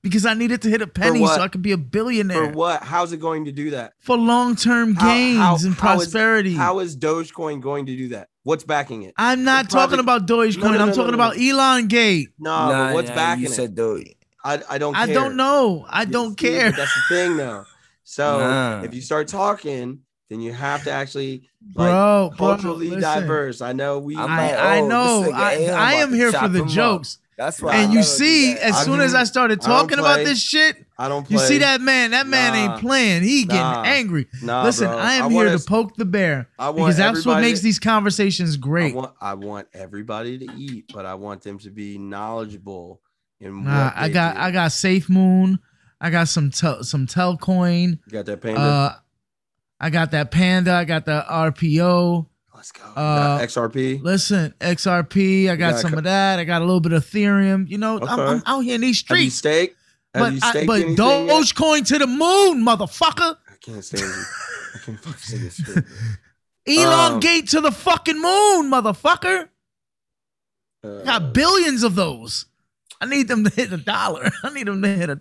C: Because I needed to hit a penny
A: what?
C: so I could be a
A: For
C: billionaire. For,
A: what? How's it going to do that?
C: long-term
A: How-
C: gains
A: how-
C: and
A: how is-
C: prosperity.
A: How is Dogecoin going to do that? What's backing it?
C: I'm not
A: the product-
C: talking about Dogecoin.
A: No, no, no,
C: I'm
A: no,
C: talking
A: no,
C: about elongate.
A: No, but
B: Nah,
A: what's
B: nah,
A: backing
B: You
A: it?
B: said though.
A: I, I don't.
C: I
A: care.
C: don't know. I
A: You
C: don't
A: see, but
C: care.
A: That's the thing, though. So
B: Nah.
A: if you start talking, then you have to actually
C: Bro, bro,
A: culturally
C: listen.
A: diverse. I know we.
B: I'm like,
C: I, I
B: oh,
C: know.
B: this nigga
C: I, I
B: Elon about
C: am
B: to
C: here for
B: chop him
C: the
B: up.
C: jokes.
B: That's why. I
C: And you
B: never do
C: see,
B: that.
C: as
A: I
C: soon as I started
A: I don't
C: talking about
A: play.
C: this shit,
A: I don't play.
C: you see that man? That man
A: Nah.
C: ain't playing. He getting
A: Nah.
C: angry.
A: Nah,
C: Listen,
A: bro.
C: I am
A: want
C: here to
A: us-
C: poke the bear
A: I want
C: because that's what
A: everybody-
C: makes these conversations
A: I
C: great.
A: want. I want everybody to eat, but I want them to be knowledgeable. In
C: Nah,
A: what
C: I
A: they
C: got
A: do.
C: I got Safe Moon. I got some tel, some Telcoin.
A: You got that payment.
C: Uh, I got that Panda. I got the RPO.
A: Let's go.
C: Uh,
A: XRP.
C: Listen, XRP. I got
A: got
C: some
A: co-
C: of that. I got a little bit of Ethereum. You know, I'm,
A: Okay.
C: I'm out here in these
A: Have you
C: streets.
A: staked? Have
C: But
A: you
C: I,
A: staked
C: but
A: anything yet?
C: Dogecoin to the moon, motherfucker.
A: I can't stand you. I can't fucking stand this shit. Um,
C: Elongate to the fucking moon, motherfucker.
A: Uh,
C: I got billions of those. I need them to hit a dollar. I need them to hit a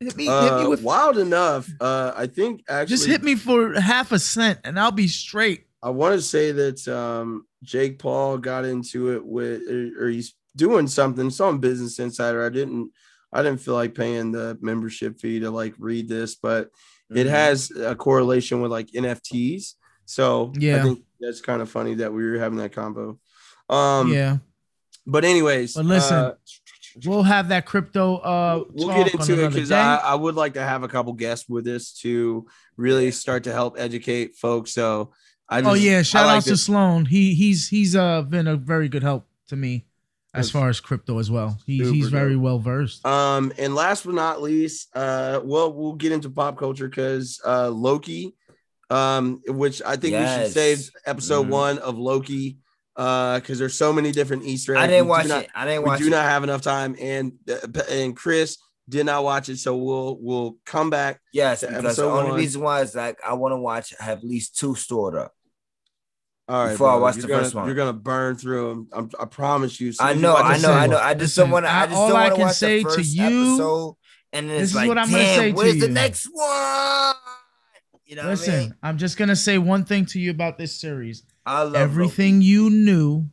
C: hit me, hit me
A: uh,
C: with
A: wild enough. Uh, I think actually,
C: just hit me for half a cent and I'll be straight.
A: I want to say that um, Jake Paul got into it with, or, or he's doing something. It's on Business Insider. I didn't, I didn't feel like paying the membership fee to like read this, but it
C: Mm-hmm.
B: Mhm.
A: has a correlation with like NFTs. So I
C: Yeah.
A: think that's kind of funny that we were having that combo. Um,
C: yeah,
A: But anyways,
C: But listen,
A: uh,
C: we'll have that crypto. Uh,
A: we'll- we'll
C: talk
A: get
C: on
A: into it
C: another
A: because
C: day.
A: I, I would like to have a couple guests with us to really start to help educate folks. So I just,
C: oh yeah, shout
A: I like
C: out to
A: that-
C: Sloan. He he's he's uh been a very good help to me as
A: That's
C: far as crypto as well. He, he's
A: super
C: very
A: dope.
C: well versed.
A: Um, and last but not least, uh, well, we'll get into pop culture because uh, Loki, um, which I think we should
B: Yes.
A: save episode
B: Mhm.
A: one of Loki, uh, because there's so many different Easter eggs.
B: I
A: We
B: didn't
A: do
B: watch
A: not-
B: it. I didn't
A: We
B: watch
A: do
B: it.
A: not have enough time, and uh, and Chris did not watch it, so we'll we'll come back.
B: Yes,
A: to
B: because the
A: episode
B: only
A: one.
B: reason why is like I want to watch have at least two stored up.
A: All right,
B: Before I
A: bro,
B: watch
A: you're
B: the
A: gonna,
B: first one.
A: you're gonna burn through them. I'm, I promise you. as soon
B: I
A: as you
B: know,
A: watch the
B: I
A: second one-
B: know, I know. I just
C: Listen,
B: don't want to.
C: I-
B: I just
C: all
B: don't
C: I
B: want to
C: can
B: watch
C: say
B: the
C: to
B: first
C: you-
B: episode, and then
C: This
B: it's
C: is
B: like,
C: what I'm gonna say
B: damn,
C: to
B: where's the
C: you.
B: next one? You know,
C: Listen,
B: what I mean?
C: I'm just gonna say one thing to you about this series.
B: I love
C: Everything you knew,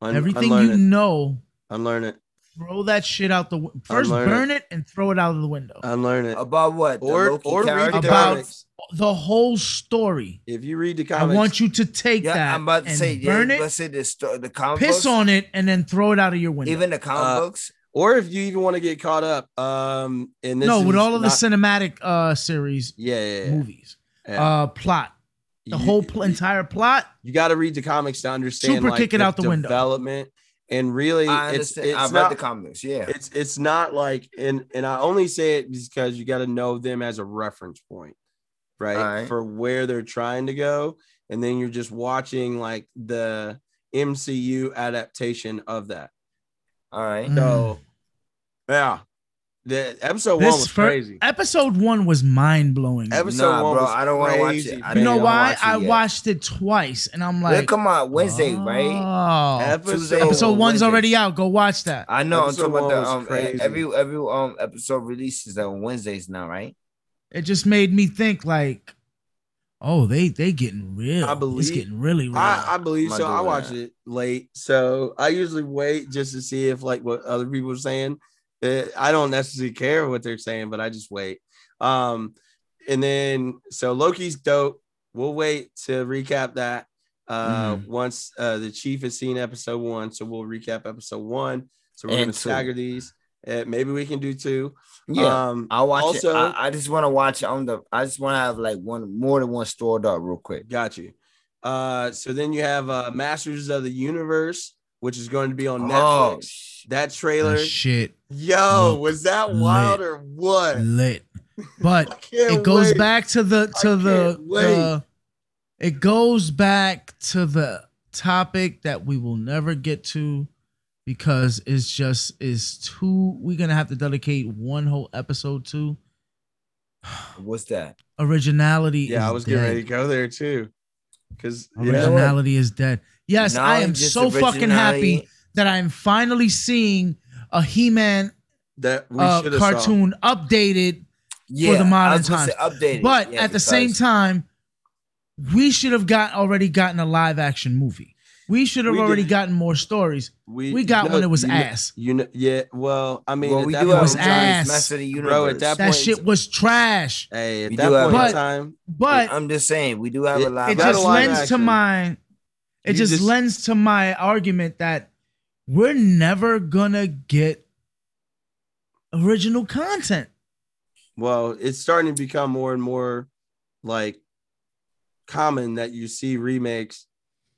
A: Un-
C: everything
A: unlearn
C: you
A: it.
C: know,
A: unlearn it,
C: throw that shit out the w- first.
A: Unlearn it. Uh,
C: Burn it and throw it out of the window.
A: unlearn it.
B: Loki. about what the
A: Or
B: Loki
A: or read the
B: character?
C: About-
A: comics.
C: the whole story.
A: If you read the
C: I
A: comics,
C: want you to take
B: yeah,
C: that
B: I'm about to
C: and
B: say,
C: burn
B: yeah,
C: it,
B: let's say the sto- the comic
C: piss
B: books,
C: on it, and then throw it out of your window.
B: even the comic
A: Uh,
B: books.
A: or if you even want to get caught up um in this
C: no, with
A: is
C: all of
A: not-
C: the cinematic uh series
A: yeah yeah, yeah.
C: movies,
A: Yeah.
C: uh plot, the
A: You-
C: whole pl-
A: you,
C: entire plot.
A: you got to read the comics to understand
C: Super
A: like,
C: kick it out the window.
A: development and really
B: I
A: it's,
B: understand.
A: it's
B: I've
A: not
B: read the comic books. Yeah,
A: it's it's not like and and I only say it because you got to know them as a reference point, right?
B: Alright.
A: For where they're trying to go, and then you're just watching like the MCU adaptation of that.
B: all right.
A: So yeah, the episode one was
C: Mm. fir-
A: crazy.
C: episode one was mind blowing.
A: Episode
B: Nah,
A: one
B: bro,
A: was
B: I don't wanna watch
A: crazy,
B: it. I
A: man.
C: You
B: didn't
C: know
B: wanna
C: why?
B: watch it
C: I
B: yet.
C: watch watched it twice, and I'm
B: They
C: like, Ah.
B: come out Wednesday, right?
C: right?
A: Episode,
C: Oh, Episode one's
B: Wednesday.
C: already out. Go watch that.
B: I know. I'm
A: Episode
B: talking about
A: one
B: the
A: was
B: um,
A: crazy.
B: every every um episode releases on Wednesdays now, right?
C: It just made me think, like, oh, they they getting real.
A: I believe-
C: it's getting really real.
A: I, I believe
B: I'm
A: so.
B: not
A: I
B: doing
A: watched
B: that.
A: it late, so I usually wait just to see if like what other people are saying. Eh, I don't necessarily care what they're saying, but I just wait. Um, and then so Loki's dope. We'll wait to recap that uh,
C: Mm.
A: once uh, the chief has seen episode one. So we'll recap episode one. So we're
B: And
A: gonna
B: two.
A: stagger these. Eh, maybe we can do two.
B: Yeah.
A: Um,
B: Uh, I'll watch
A: also,
B: it. I, I just want to watch it on the. I just want to have like one more than one stored up real quick.
A: Got you. Uh, so then you have uh, Masters of the Universe, which is going to be on
B: Oh,
A: Netflix.
B: sh-
A: That
C: That
A: trailer,
C: shit
A: yo,
C: looked
A: was that
C: lit.
A: wild or what?
C: lit,
A: I
C: but
A: can't
C: it goes
A: wait.
C: back to the to the,
A: can't wait.
C: the it goes back to the topic that we will never get to because it's just is too we're gonna have to dedicate one whole episode to
B: what's that?
C: originality
A: Yeah,
C: is
A: I was
C: dead.
A: getting ready to go there too, because yeah,
C: originality is dead yes i
B: Knowledge
C: am
B: is
C: so fucking happy
B: originality.
C: that i'm finally seeing a he-man
A: that we
C: uh,
A: should have
C: cartoon updated
B: Yeah,
C: the modern
B: I was gonna
C: times.
B: say updated.
C: But
B: Yeah,
C: at the same
B: because-
C: time, we should have got already gotten a live action movie. We should have
A: We
C: already
A: did.
C: gotten more stories. We got one that was
A: you know-
C: ass.
A: You know, yeah. Well, I mean,
B: well,
A: at
B: we
A: that
B: do
A: point
B: have
C: was
A: in
B: Johnny's
A: time-
C: ass.
B: Mess of the universe.
A: Bro, at that
C: That
A: point-
C: shit was trash.
A: Hey, at
B: We
A: that
B: do have-
A: point
C: But-
A: in time,
C: But
B: I'm just saying we do have
A: It-
B: a lot.
A: it
C: it
B: of
A: Not a
C: just
A: live
C: lends to
A: action.
C: my it
A: You
C: just,
A: just-
C: lends to my argument that we're never gonna get original content.
A: well, it's starting to become more and more like common that you see remakes.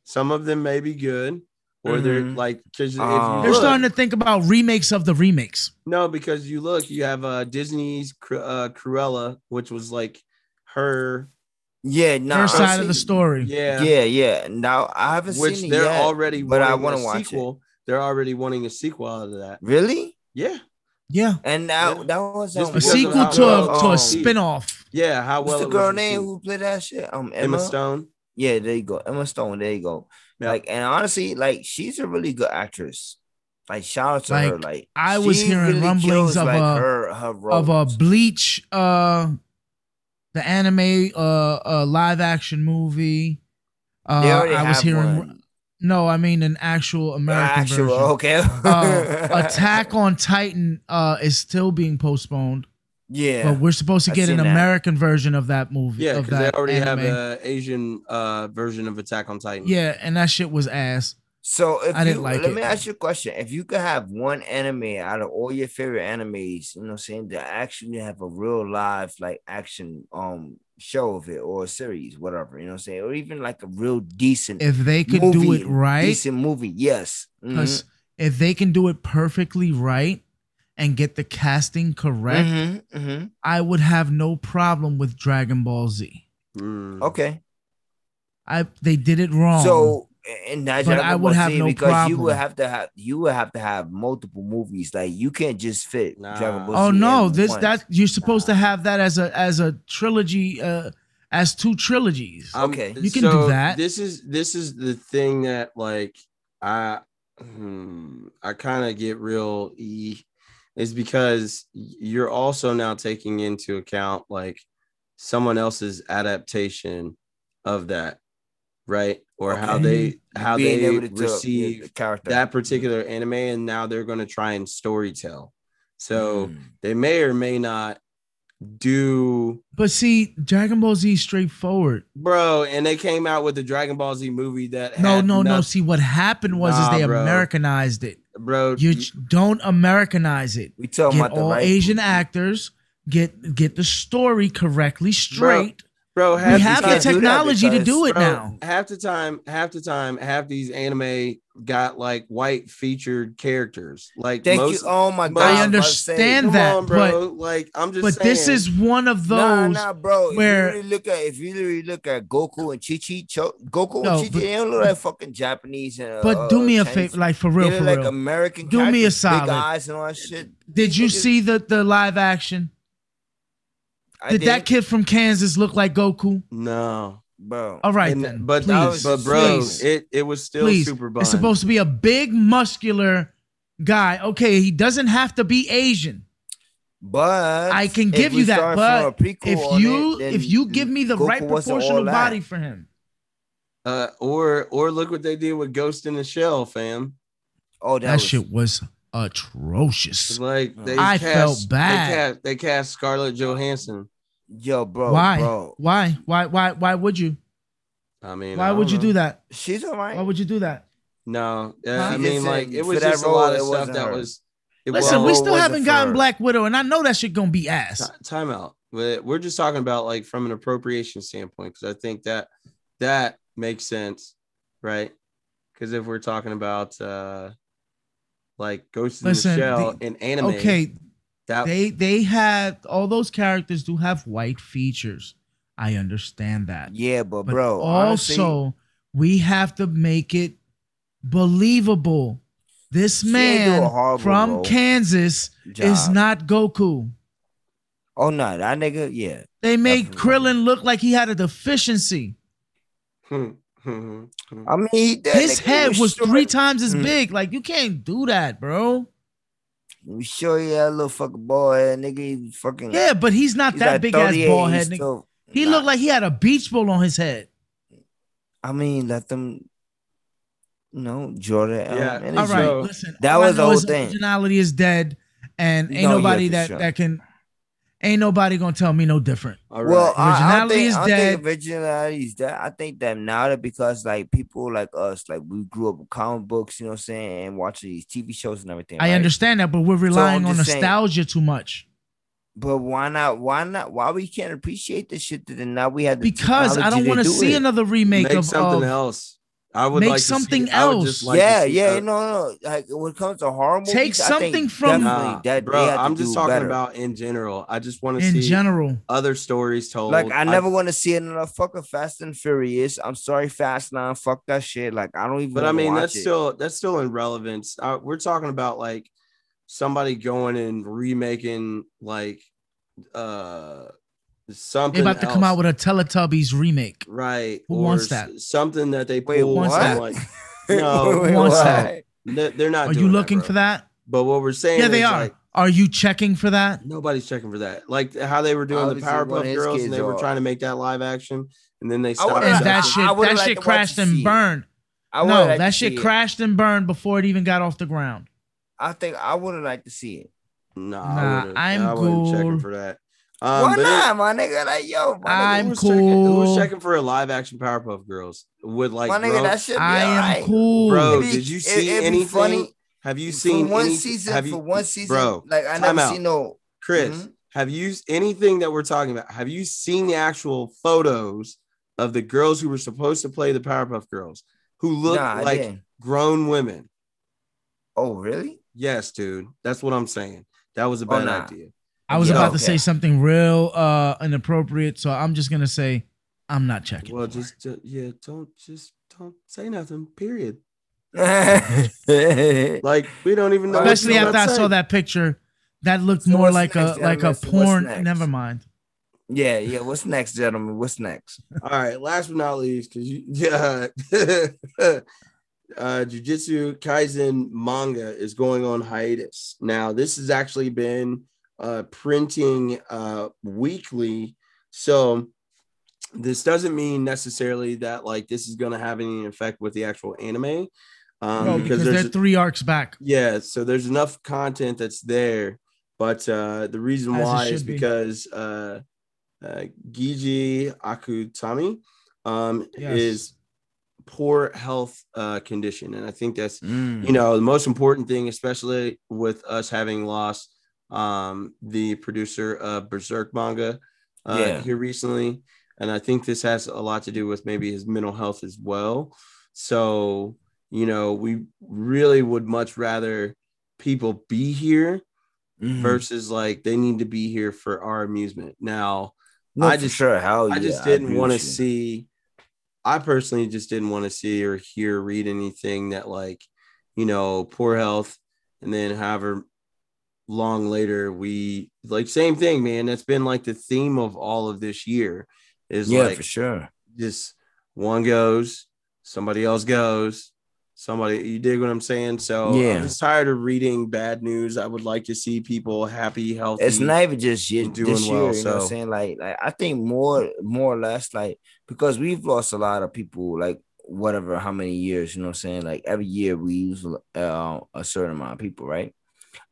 A: Some of them may be good, or they're
C: Mm-hmm.
B: Mhm.
A: like because
B: Oh.
A: if
C: They're
A: you look,
C: starting to think about remakes of the remakes.
A: no, because you look, you have uh Disney's Cru- uh, Cruella, which was like her
B: Yeah, no.
C: Her
B: I've
C: side of the
B: seen-
C: story.
A: Yeah.
B: Yeah, yeah. Now I haven't
A: Which
B: seen it
A: they're
B: yet,
A: already
B: but I
A: want
B: want to watch
A: sequel. They're already wanting a sequel out of that.
B: it. Really?
A: Yeah.
C: Yeah.
B: And now
A: Yeah.
B: that was
A: Just
B: um,
C: A
A: because
B: what's
A: of
C: sequel
A: how
C: to a,
A: well-
C: to
A: um,
C: a spin-off.
A: Yeah. How well
B: the
A: it was
B: girl
A: received.
B: name who played that shit? Um,
A: Emma
B: Emma.
A: Stone.
B: Yeah, there you go. Emma Stone. There you go.
A: Yeah.
B: Like, and honestly, like she's a really good actress. Like, shout out to her.
C: Like,
B: Like,
C: I was
B: she
C: hearing rumblings
B: kills,
C: of
B: like,
C: a-
B: her, her
C: of a
B: roles.
C: Bleach, uh, the anime, uh, uh live action movie. Uh,
B: They already
C: I was
B: have
C: hearing.
B: one.
C: No, I mean an actual American
B: actual
C: version.
B: okay.
C: Uh, Attack on Titan uh, is still being postponed,
B: Yeah.
C: but we're supposed to
B: I've
C: get an
B: seen that.
C: American version of that movie.
A: Yeah,
C: of
A: because they
C: that
A: already
C: anime.
A: have a Asian uh, version of Attack on Titan.
C: yeah, and that shit was ass.
B: So if
C: I didn't
B: you,
C: like
B: let
C: it.
B: me ask you a question. If you could have one anime out of all your favorite animes, you know what I'm saying, that actually have a real live like action um show of it or a series, whatever, you know what I'm saying, or even like a real decent
C: If they could do
B: movie,
C: it right,
B: decent movie, yes. Mhm.
C: 'cause if they can do it perfectly right and get the casting correct,
B: Mhm, mhm.
C: I would have no problem with Dragon Ball Z.
A: Mm.
B: Okay.
C: I they did it wrong.
B: So and that's
C: But I would have no
B: because you would
C: problem.
B: have to have you would have to have multiple movies. Like you can't just fit
A: Nah.
B: Dragon Ball
C: oh
B: Z
C: no,
B: in
C: this
B: one.
C: that you're supposed to have that as a as a trilogy, uh, as two trilogies.
A: Um,
B: Okay.
C: You can do that.
A: This is this is the thing that like I hmm, I kind of get real e is because you're also now taking into account like someone else's adaptation of that, right? Or how they
C: Okay.
A: how
B: Being
A: they
B: able to tell- yeah,
A: receive
B: the character
A: that particular anime, and now they're going to try and storytell. So
B: Mm.
A: they may or may not do
C: But see, Dragon Ball Z is straightforward.
A: Bro, and they came out with the Dragon Ball Z movie that
C: No,
A: had
C: no, no.
A: noth-
C: See, what happened was
A: Nah,
C: is they
A: bro.
C: Americanized it.
A: bro.
C: You j- don't Americanize it.
B: We talking
C: Get
B: about the
C: all
B: right
C: Asian actors. Get get the story correctly straight.
A: bro,
C: we
A: half
C: have
A: the
C: the
A: time,
B: tech-
C: technology to
B: because-
C: do it
A: bro,
C: now.
A: half the time, half the time, half these anime got like white featured characters. Like
B: Thank
A: most,
B: you. Oh my
A: most-
B: god.
A: I
B: was about to say-
C: understand
A: come
C: that,
A: on, bro. like I'm just,
C: But this
A: saying.
C: is one of those.
B: Nah, nah, bro. If
C: where-
B: you really look at if you really look at Goku and Chi Chi, Cho, Goku
C: No,
B: and Chi Chi,
C: but-
B: they don't look like fucking Japanese. And, uh,
C: But do me a
B: Chinese.
C: favor, like for
B: They
C: real,
B: look
C: for
B: like
C: real.
B: American.
C: Do me a
B: characters,
C: solid.
B: Big eyes and all that shit.
C: Did you
B: Look at-
C: see the the live action?
B: I
C: Did that
B: did,
C: kid from Kansas look like Goku?
A: no,
B: bro?
C: All right,
A: And-
C: then.
A: but
C: please,
A: that was- but bro,
C: please.
A: it it was still
C: Please.
A: super bun.
C: It's supposed to be a big, muscular guy. Okay, he doesn't have to be Asian.
B: But
C: I can
B: if
C: give
B: we
C: you that,
B: start from a
C: but
B: prequel
C: if
B: on
C: you
B: it, then
C: if you give me the
B: Goku
C: right
B: wasn't all
C: proportional
B: that.
C: body for him,
A: uh, or or look what they did with Ghost in the Shell, fam.
B: oh, that,
C: that,
B: was,
C: shit was atrocious.
A: Like they
C: I
A: cast,
C: felt bad.
A: They cast, they cast Scarlett Johansson.
B: yo, bro,
C: why?
B: bro,
C: Why? Why? Why? Why would you?
A: I mean,
C: Why would you do that?
B: she's all right.
C: Why would you do that?
A: No, uh,
C: Huh?
A: I
B: She
A: mean,
B: just
A: like
B: said
A: it was
B: for that
A: just
B: role,
A: a lot of
B: it
A: stuff
B: wasn't
A: that
B: her.
A: was. It
C: Listen,
A: was
C: we
B: Well,
C: still
B: was
C: haven't
B: it
C: gotten
B: for-
C: Black Widow, and I know that shit gonna be ass.
A: ti- time out. We're we're just talking about like from an appropriation standpoint because I think that that makes sense, right? Because if we're talking about uh like Ghost in
C: Listen,
A: the Shell
C: the-
A: and anime,
C: Okay,
A: that
C: they they had all those characters do have white features. I understand that.
B: Yeah, but,
C: But
B: bro, honestly,
C: also we have to make it believable. This
B: She ain't do a
C: man
B: horrible
C: from
B: role.
C: Kansas is
B: Job.
C: not Goku.
B: oh no, that nigga, yeah,
C: They made
B: Definitely.
C: Krillin look like he had a deficiency.
A: hmm,
B: I mean, he, that
C: His
B: nigga
C: head was
B: short.
C: three times as
B: Mm.
C: big. Like you can't do that, bro.
B: We sure he had a little fucking ball head, nigga. He was fucking
C: Yeah, but he's not
B: Mm. he's
C: that
B: like
C: big ass
B: 38,
C: ball
B: he's
C: head. nigga.
B: still-
C: He
B: nah.
C: looked like he had a beach ball on his head.
B: I mean, let them. You know, Jordan.
A: Yeah,
B: um, and
C: All
B: it's
C: right,
A: So-
C: listen.
B: that
C: all I
B: was the
C: know
B: whole
C: is
B: thing.
C: Originality is dead, and ain't
B: No, yeah,
C: nobody
B: for
C: that
B: sure.
C: that can, ain't nobody gonna tell me no different.
A: all
B: Well,
A: right.
C: uh,
B: I, I don't
C: Originality
B: think,
C: is
B: I don't think
C: dead.
B: originality is dead. I think that now that because like people like us, like we grew up with comic books, you know what I'm saying, and watching these TV shows and everything.
C: I
B: right?
C: understand that, but we're relying on
B: just saying-
C: nostalgia too much
B: But why not? Why not? Why we can't appreciate this shit? That now we have the
C: because I
B: technology
C: don't want to
B: do
C: see
B: it.
C: another remake
A: Make
C: of,
A: something
C: of
A: else. I would
C: Make
A: like to see-
C: something
A: I would just
C: else.
A: like to
B: yeah,
A: see uh,
B: yeah,
A: a-
B: no, no. Like when it comes to horror movies,
C: Take
B: I think
C: something from-
B: definitely
A: Nah,
B: that they
A: bro,
B: have to
A: I'm just
B: do
A: talking
B: better.
A: about in general. I just want to
C: in
A: see
C: general.
A: other stories told.
B: Like I never want to see another fucking Fast and Furious. I'm sorry, Fast Nine. Fuck that shit. Like I don't even.
A: but I
B: wanna
A: mean
B: watch
A: that's
B: it.
A: still that's still in relevance. Uh, we're talking about like somebody going and remaking like uh
C: They
A: something
C: about to come
A: else,
C: out with a Teletubbies remake.
A: right
C: Who
A: or
C: wants
A: s-
C: that?
A: something that they
B: Wait,
A: pulled
B: what?
A: from, like no
B: Wait,
C: wants
B: what?
C: that.
A: no, they're not.
C: Are you
A: doing
C: looking
A: bro.
C: for that?
A: But what we're saying,
C: Yeah, they
A: is,
C: are.
A: like,
C: are you checking for that?
A: Nobody's checking for that. Like how they were doing
B: Obviously,
A: the
B: one of
A: Powerpuff
B: his
A: Girls and
B: kids
A: they were
B: are-
A: trying to make that live action and then they
B: I
A: stopped.
B: would've
C: And
B: liked-
A: that
C: that
B: I-
C: shit,
B: I would've
C: that
B: liked
C: shit
B: to watch
C: crashed
B: to
C: and
B: see it.
C: burned.
B: I would
C: No,
B: like
C: that
B: to
C: shit
B: see it.
C: crashed and burned before it even got off the ground.
B: I think I would have liked to see it.
A: nah,
C: Nah,
A: I would've-
C: I'm
A: I wasn't checking
C: cool.
A: for that. Um,
B: Why
A: but it-
B: not, my nigga? Like yo, my nigga,
A: Who
C: I'm
A: was checking- Who was
C: cool.
A: checking for a live action Powerpuff Girls with like
B: my nigga,
A: bro,
B: that should be
C: I am
B: alright.
C: cool.
A: bro,
B: It'd be-
A: did you
B: it-
A: see
B: it'd be
A: anything?
B: funny.
A: Have you
B: For
A: seen
B: one
A: any-
B: season?
A: Have you,
B: for one season,
A: bro?
B: like I
A: time
B: never
A: out.
B: seen no.
A: Chris,
B: Mhm.
A: have you s- anything that we're talking about? Have you seen the actual photos of the girls who were supposed to play the Powerpuff Girls who look
B: nah, I
A: like
B: didn't.
A: grown women?
B: Oh really?
A: Yes, dude, that's what I'm saying. That was a bad
B: Oh, nah.
A: idea.
C: I was
A: Yo,
C: about to
B: okay.
C: say something real uh inappropriate, so I'm just gonna say I'm not checking.
A: Well, just, ju- yeah, don't just don't say nothing. Period.
B: What's
A: Like we don't even know. what
C: Especially
A: you're
C: after
A: about
C: I
A: to
C: saw
A: say.
C: that picture, that looked
B: So
C: more
B: what's
C: like
B: next,
C: a like a
B: Elvis? What's
C: porn.
B: next?
C: Never mind.
B: Yeah, yeah. What's next, gentlemen? What's next?
A: All right, last but not least, because you yeah, uh Jujutsu Kaisen manga is going on hiatus. Now, this has actually been uh printing uh weekly, so this doesn't mean necessarily that like this is gonna have any effect with the actual anime. Um
C: No, Oh, because they're three arcs back.
A: yeah, so there's enough content that's there, but uh, the reason
C: As it
A: why is
C: should be.
A: because uh, uh, Gigi Akutami um,
C: Yes.
A: is poor health uh, condition, and I think that's you know the most important thing, especially with us having lost um, the producer of Berserk manga uh,
B: Yeah.
A: here recently, and I think this has a lot to do with maybe his mental health as well. So you know we really would much rather people be here
B: Mhm.
A: versus like they need to be here for our amusement. Now
B: No,
A: I
B: for
A: just-
B: sure. Hell
A: I
B: yeah,
A: just
B: agree
A: didn't
B: with
A: want to
B: you.
A: see. I personally just didn't want to see or hear, read anything that like, you know, poor health, and then however long later we like same thing, man. That's been like the theme of all of this year, is
B: Yeah,
A: like
B: for sure.
A: just one goes, somebody else goes, somebody. You dig what I'm saying? So
B: Yeah.
A: I'm just tired of reading bad news. I would like to see people happy, healthy.
B: It's not even just year,
A: and doing
B: this year.
A: well,
B: you know
A: so.
B: what I'm saying? Like, like I think more, more or less, like because we've lost a lot of people. Like whatever, how many years? You know what I'm saying? Like every year we lose uh, a certain amount of people, right?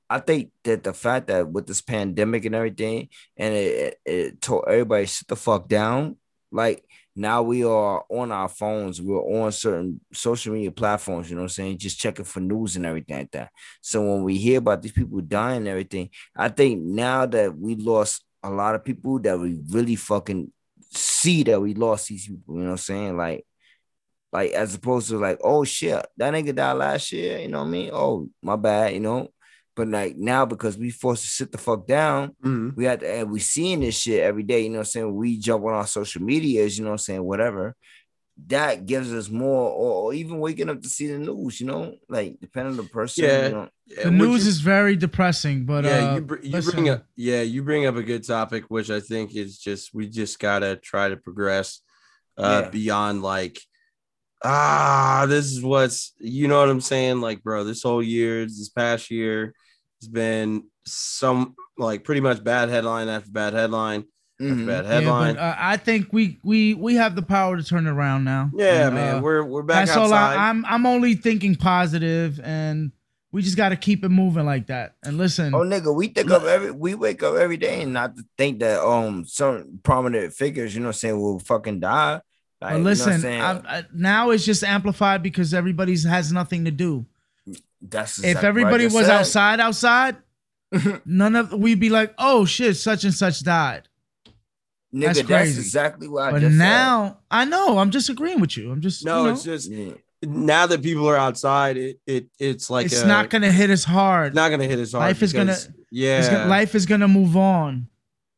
B: I think that the fact that with this pandemic and everything, and it, it, it told everybody sit the fuck down. Like now we are on our phones, we're on certain social media platforms. You know what I'm saying? Just checking for news and everything like that. So when we hear about these people dying and everything, I think now that we lost a lot of people that we really fucking see that we lost these people, you know what I'm saying? Like, like as opposed to like, oh shit, that nigga died last year, you know what I mean? Oh, my bad, you know. But like now because we forced to sit the fuck down,
C: Mm-hmm.
A: Mhm.
B: we have to and we seeing this shit every day, you know what I'm saying? We jump on our social medias, you know what I'm saying, whatever. That gives us more, or, or even waking up to see the news, you know, like depending on the person.
A: Yeah.
B: You know?
C: The
A: Would
C: news
A: you-
C: is very depressing, but
A: yeah,
C: uh,
A: you, br- you
C: listen.
A: bring up yeah, you bring up a good topic, which I think is just we just gotta try to progress uh,
B: Yeah.
A: beyond like ah, this is what's you know what I'm saying, like bro, this whole year, this past year, it's been some like pretty much bad headline after bad headline after
B: Mhm.
A: bad
C: Yeah,
A: headline.
C: but, uh, I think we we we have the power to turn it around now.
A: yeah,
C: And,
A: man,
C: uh,
A: we're we're back
C: that's
A: outside.
C: all I, I'm. I'm only thinking positive, and we just got to keep it moving like that. And listen,
B: Oh nigga, we think of every we wake up every day and not to think that um some prominent figures, you know what I'm saying, will fucking die. Like,
C: but
B: you know what I'm
C: listen.
B: saying?
C: I'm- I, now it's just amplified because everybody's has nothing to do.
B: that's
C: if
B: exactly what I
C: everybody
B: just
C: was
B: said.
C: outside, outside, none of we'd be like, oh shit, such and such died.
B: nigga,
C: that's
B: that's,
C: crazy.
B: exactly what I
C: but
B: just said.
C: now I know. I'm just agreeing with you. I'm just
A: no,
C: You know,
A: it's just
B: Yeah.
A: now that people are outside, it, it it's like
C: it's
A: a-
C: not gonna hit as hard.
A: not gonna hit as hard.
C: Life is gonna-
A: because-
C: It's
A: yeah.
C: gonna- life is gonna move on.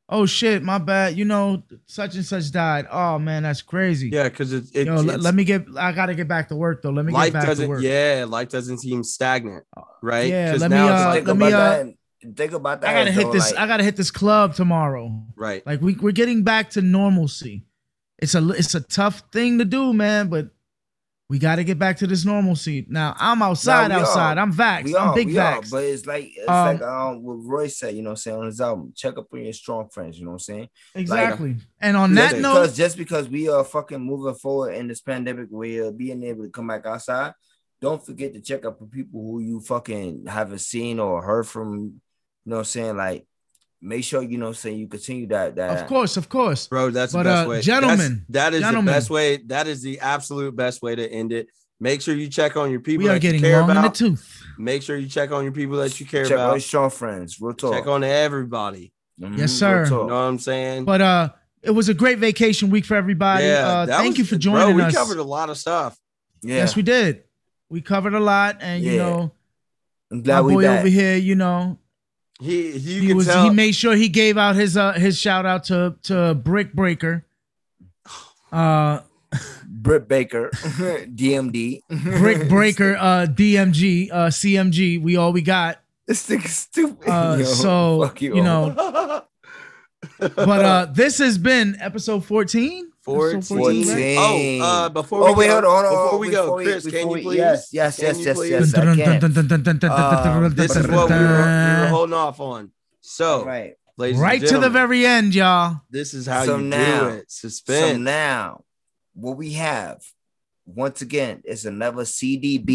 C: Oh shit, my bad. You know, such and such died. Oh man, that's crazy.
A: yeah, because it, it,
C: Yo, let,
A: it's-
C: let me get. I gotta get back to work though. Let me
A: life
C: get back to
A: doesn't
C: work. Uh,
A: yeah life doesn't seem stagnant right
C: Yeah,
A: 'Cause
C: let me,
A: it's
C: uh,
A: like-
B: think
C: let
B: about
C: me, uh,
B: that. Think about that.
C: I gotta hit
B: though,
C: this.
B: like-
C: I gotta hit this club tomorrow.
A: right
C: Like we we're getting back to normalcy. It's a it's a tough thing to do, man, but we got to get back to this normalcy. Now I'm outside,
B: we are.
C: outside. I'm vaxxed.
B: We are,
C: I'm big
B: we are,
C: vaxxed.
B: but it's like it's
C: Um,
B: like um, what Roy said, you know, what I'm saying on his album, check up on your strong friends, you know what I'm saying?
C: exactly. and on
B: Just
C: that note,
B: because just because we are fucking moving forward in this pandemic, we are being able to come back outside. Don't forget to check up on people who you fucking haven't seen or heard from. You know what I'm saying? Like, make sure you know what I'm saying you continue that. That
C: of course, of course.
A: bro that's
C: But,
A: the best
C: uh,
A: way
C: gentlemen,
A: that's, that is the
C: gentlemen.
A: best way that is the absolute best way to end it make sure you check on your people
C: We are
A: that
C: getting
A: you care
C: long in the
A: about
C: tooth.
A: make sure you check on your people that you care
B: Check on your
A: about
B: strong friends. Real talk.
A: check on everybody
B: Mhm,
C: Yes, sir.
B: real
A: you
B: talk.
A: know what i'm saying
C: But uh, it was a great vacation week for everybody. uh,
A: that
C: thank
A: was-
C: you for joining
A: bro,
C: us.
A: we covered a lot of stuff
B: Yeah,
C: Yes, we did. We covered a lot, and you
B: Yeah.
C: know,
B: I'm
C: my
B: glad we
C: boy
B: back.
C: over here, you know,
A: he you
C: he
A: can
C: was
A: tell
C: he made sure he gave out his uh his shout out to to Brick Breaker. Uh,
B: Britt Baker, DMD.
C: Brick Breaker, uh, DMG, uh, CMG. We all we got.
B: This thing is stupid.
C: Uh,
B: Yo,
C: so
B: fuck
C: you know, but uh, this has been episode fourteen. Episode
A: 14.
C: right?
A: Oh, uh, before
B: Oh,
A: we
B: wait,
A: go,
B: hold on, hold on,
A: before
B: hold on.
A: we go,
B: Before we-
A: Chris, can
B: before
A: you
B: we-
A: please?
B: yes, yes,
A: Can
B: yes,
A: you
B: yes,
A: please?
B: yes. I can't. Um,
A: This is Uh, what we were, we were holding off on. So,
B: right.
A: ladies and
C: Right to the
A: gentlemen,
C: very end, y'all.
A: This is how
B: So
A: you
B: now-
A: do it. Suspense.
B: So now, what we have once again is another CDB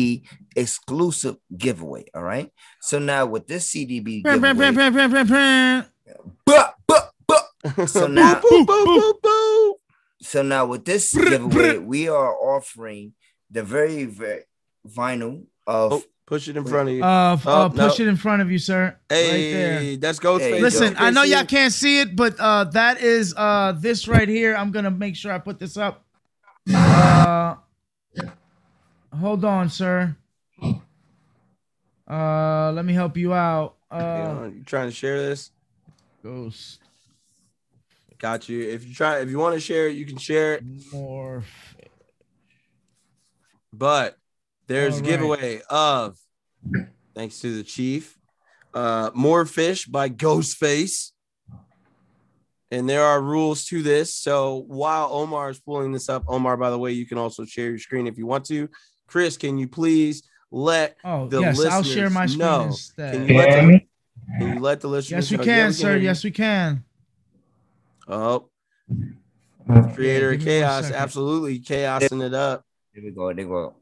B: exclusive giveaway. All right. So now with this CDB
C: Brum, brum, brum,
B: giveaway,
C: brum, brum, brum, brum.
B: but but but so now-
A: Boop, boop, boop, boop,
C: Oh.
A: boop.
B: so now with this
C: Brr,
B: giveaway,
C: brr.
B: we are offering the very very vinyl of
A: Oh, push it in front of you.
C: Uh, f-
A: Oh,
C: uh, push
A: no.
C: it in front of you, sir. right there.
A: hey, that's Ghostface.
B: Hey,
A: You
C: Listen, I know
A: see
C: y'all
A: it?
C: can't see it, but uh, that is uh, this right here. I'm gonna make sure I put this up. Uh, hold on, sir. Uh, let me help you out.
A: You
C: Uh,
A: know, you trying to share this?
C: Ghost
A: Got you. If you try, if you want to share it, you can share it.
C: morph.
A: But there's
C: All
A: a
C: right.
A: giveaway of, thanks to the chief, uh, more fish by Ghostface. And there are rules to this. So while Omar is pulling this up, Omar, by the way, you can also share your screen if you want to. Chris, can you please let
C: Oh,
A: the
C: yes,
A: listeners
C: I'll share my screen
A: know? Can you,
C: instead.
A: let the, can you let the listeners
C: Yes, we
A: know?
C: can,
A: Yeah,
C: sir.
A: hear you.
C: Yes, we can.
A: Oh, creator of
C: give me one
A: chaos,
C: second.
A: absolutely chaosing it up.
B: here we go, there we go.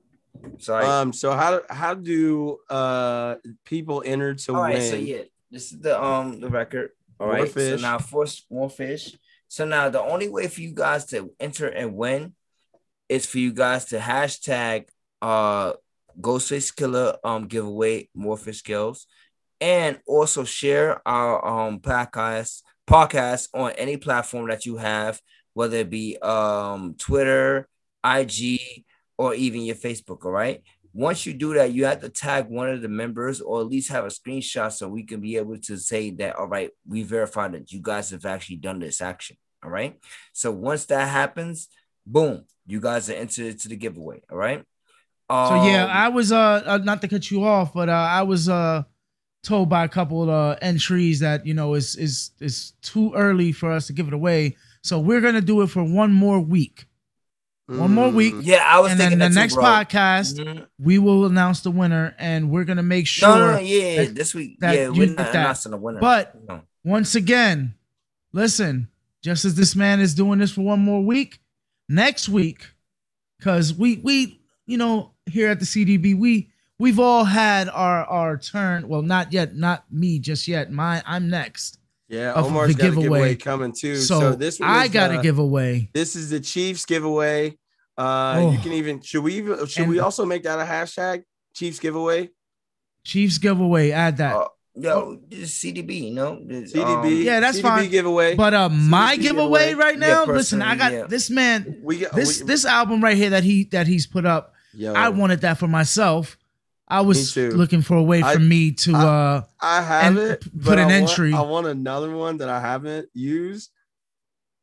B: Sorry.
A: Um, so how how do uh people enter to
B: All
A: win?
B: right, so yeah, this is the um the record. All
A: More
B: right,
A: fish.
B: so now force more fish. So now the only way for you guys to enter and win is for you guys to hashtag uh Ghostface Killer um giveaway more fish kills, and also share our um podcast podcast on any platform that you have, whether it be um Twitter, IG, or even your Facebook. All right. Once you do that, you have to tag one of the members or at least have a screenshot so we can be able to say that, all right, we verified that you guys have actually done this action. All right. So once that happens, boom, you guys are entered to the giveaway. All right. Um,
C: So yeah, I was uh uh, not to cut you off, but uh, I was uh told by a couple of uh, entries that you know is is is too early for us to give it away. So we're gonna do it for one more week, one more week,
A: Mm,
B: yeah, I was
C: and then
B: thinking
C: the
B: that too,
C: next
B: bro.
C: podcast
A: Mm-hmm.
B: Mhm.
C: we will announce the winner, and we're gonna make sure.
B: No, no, no, yeah,
C: that-
B: this week.
C: that
B: Yeah,
C: you
B: we're
C: did
B: not
C: that.
B: announcing the winner.
C: But-
B: No.
C: Once again, listen. Just as this man is doing this for one more week, next week, because we we you know here at the CDB we we've all had our our turn. Well, not yet, not me just yet. My I'm next.
A: Yeah,
C: of
A: Omar's
C: the
A: got a giveaway
C: giveaway.
A: coming too. So,
C: so,
A: this one
C: I
A: is,
C: got a
A: uh,
C: giveaway.
A: This is the Chiefs giveaway. Uh, you
C: Oh.
A: can even should we even should we
C: And-
A: also make that a hashtag Chiefs giveaway?
C: Chiefs giveaway. Add
A: Oh,
C: that.
B: Uh, yo, this CDB, you know? this,
A: CDB,
B: um,
C: Oh. Yeah, that's
A: CDB
C: fine.
A: giveaway.
C: but uh, my
A: CDC
C: giveaway
A: giveaway.
C: right
B: Yeah,
C: now. listen, I
B: personally,
C: got
B: yeah.
C: this man.
A: Oh, we got
C: This
A: we,
C: this album right here that he that he's put up.
A: Yo.
C: I wanted that for myself. I was
A: too.
C: looking for a way for
A: I-
C: me to
A: I-
C: uh
A: I have
C: and
A: it,
C: p-
A: but
C: put
A: I
C: an
A: want-
C: entry.
A: I want another one that I haven't used.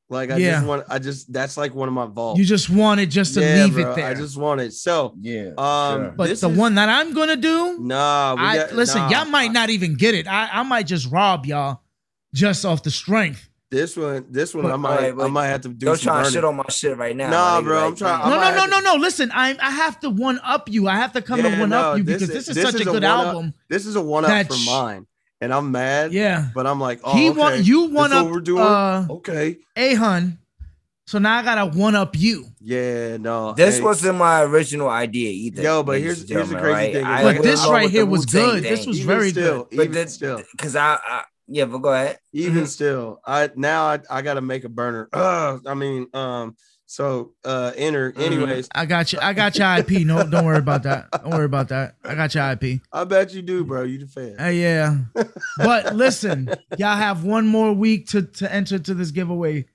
A: Like I
C: Yeah.
A: just want, I just that's like one of my vaults.
C: you just wanted just to
A: Yeah,
C: leave
A: bro,
C: it there.
A: I just want it. So,
B: Yeah.
A: um,
B: sure.
C: but
A: this
C: the
A: is-
C: one that I'm gonna do,
A: nah, we
C: I
A: got-
C: listen,
A: nah,
C: y'all might not even get it. I, I might just rob y'all just off the strength.
A: This one, this one, I
B: All
A: might, I
B: right, wait.
A: might have to do
B: Don't
A: some
B: try to
A: burning.
B: shit on my shit right now.
A: Nah,
B: my nigga,
A: bro,
B: like,
A: I'm trying-
B: you-
A: I'm
C: No,
A: might
C: no, no,
A: have
C: no, no. Listen, I I have to one up you. I have to come
A: Yeah,
C: and one
A: no,
C: up you
A: this
C: because
A: is-
C: this is
A: this
C: such
A: is
C: a
A: a
C: good
A: one-up.
C: album.
A: This is a one up
C: That
A: for
C: sh-
A: mine, and I'm mad.
C: Yeah.
A: but I'm like, oh,
C: he
A: okay.
C: want you
A: This
C: one
A: what
C: up
A: we're doing.
C: uh
A: okay,
C: a hun. So now I gotta one up you.
A: yeah, no,
B: This
A: hey,
B: wasn't my original idea either.
A: Yo, but
B: ladies
A: here's-
B: and
A: here's the
B: gentlemen,
A: crazy thing
B: I
A: is-
C: But
B: went
C: this
B: along
C: right
B: with
C: here
B: the
C: was
B: Wu-Tang
C: good. This
B: thing.
C: was
A: even
C: very
A: still,
C: good.
B: But
A: even
B: the-
A: still,
B: Cause I, I yeah, but go ahead.
A: even
B: Mhm.
A: still i now i, I gotta make a burner uh i mean um so uh enter
B: Mm-hmm.
A: anyways
C: I got you. I got your IP. No, don't worry about that. Don't worry about that. I got your IP.
A: i bet you
B: Mm-hmm.
A: do bro you the fan
C: Uh, yeah. But listen, y'all have one more week to, to enter to this giveaway.